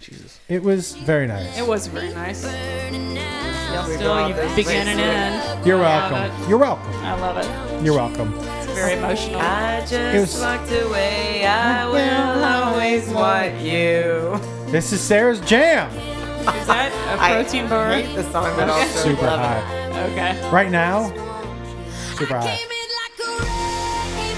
[SPEAKER 4] Jesus.
[SPEAKER 1] It was very nice.
[SPEAKER 3] it was very nice.
[SPEAKER 2] You'll
[SPEAKER 3] Still, you
[SPEAKER 2] figure out
[SPEAKER 3] begin and
[SPEAKER 2] this.
[SPEAKER 3] end.
[SPEAKER 1] You're
[SPEAKER 3] Yeah,
[SPEAKER 1] welcome. You're welcome.
[SPEAKER 3] I love it.
[SPEAKER 1] You're welcome.
[SPEAKER 3] It's very emotional.
[SPEAKER 2] I just
[SPEAKER 1] was-
[SPEAKER 2] walked away. I will always want you.
[SPEAKER 1] This is Sarah's jam.
[SPEAKER 3] Is that a protein bar?
[SPEAKER 2] I hate the song, but also
[SPEAKER 1] Super
[SPEAKER 2] love it.
[SPEAKER 1] high.
[SPEAKER 3] Okay.
[SPEAKER 1] Right now, super high.
[SPEAKER 6] Came in like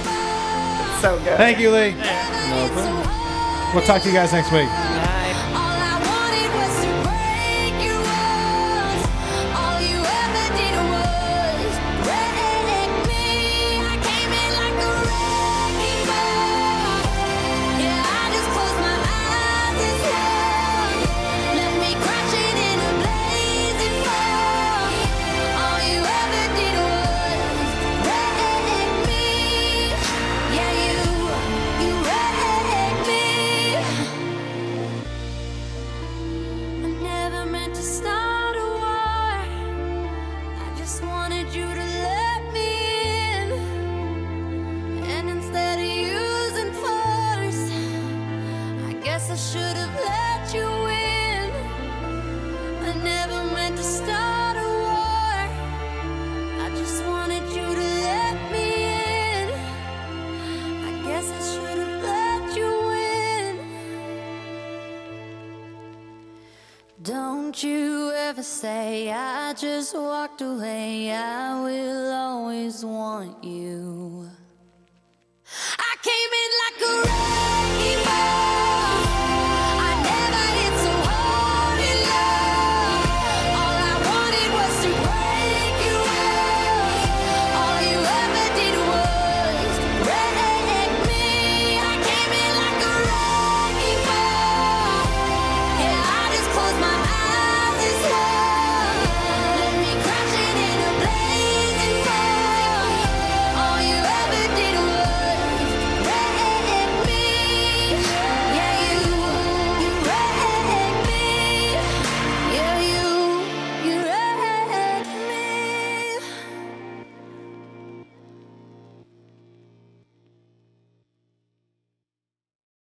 [SPEAKER 6] a rainbow.
[SPEAKER 2] So good.
[SPEAKER 1] Thank you, Lee.
[SPEAKER 6] It's so hard.
[SPEAKER 1] We'll talk to you guys next week.
[SPEAKER 2] Bye.
[SPEAKER 6] All I wanted was to break your rules. All you ever did was break me. I came in like a wrecking ball. Yeah, I just closed my eyes and swore. Left me crashing in a blazing fall. All you ever did was break me. Yeah, you, you wrecked me. I never meant to start a war. I just wanted you to let me in. And instead of using force, I guess I should have let you in. I never meant to start a war. I just wanted you to let me in. I guess I should have let you in. Don't you ever say I just walked away. I will always want you. I came in like a wrecking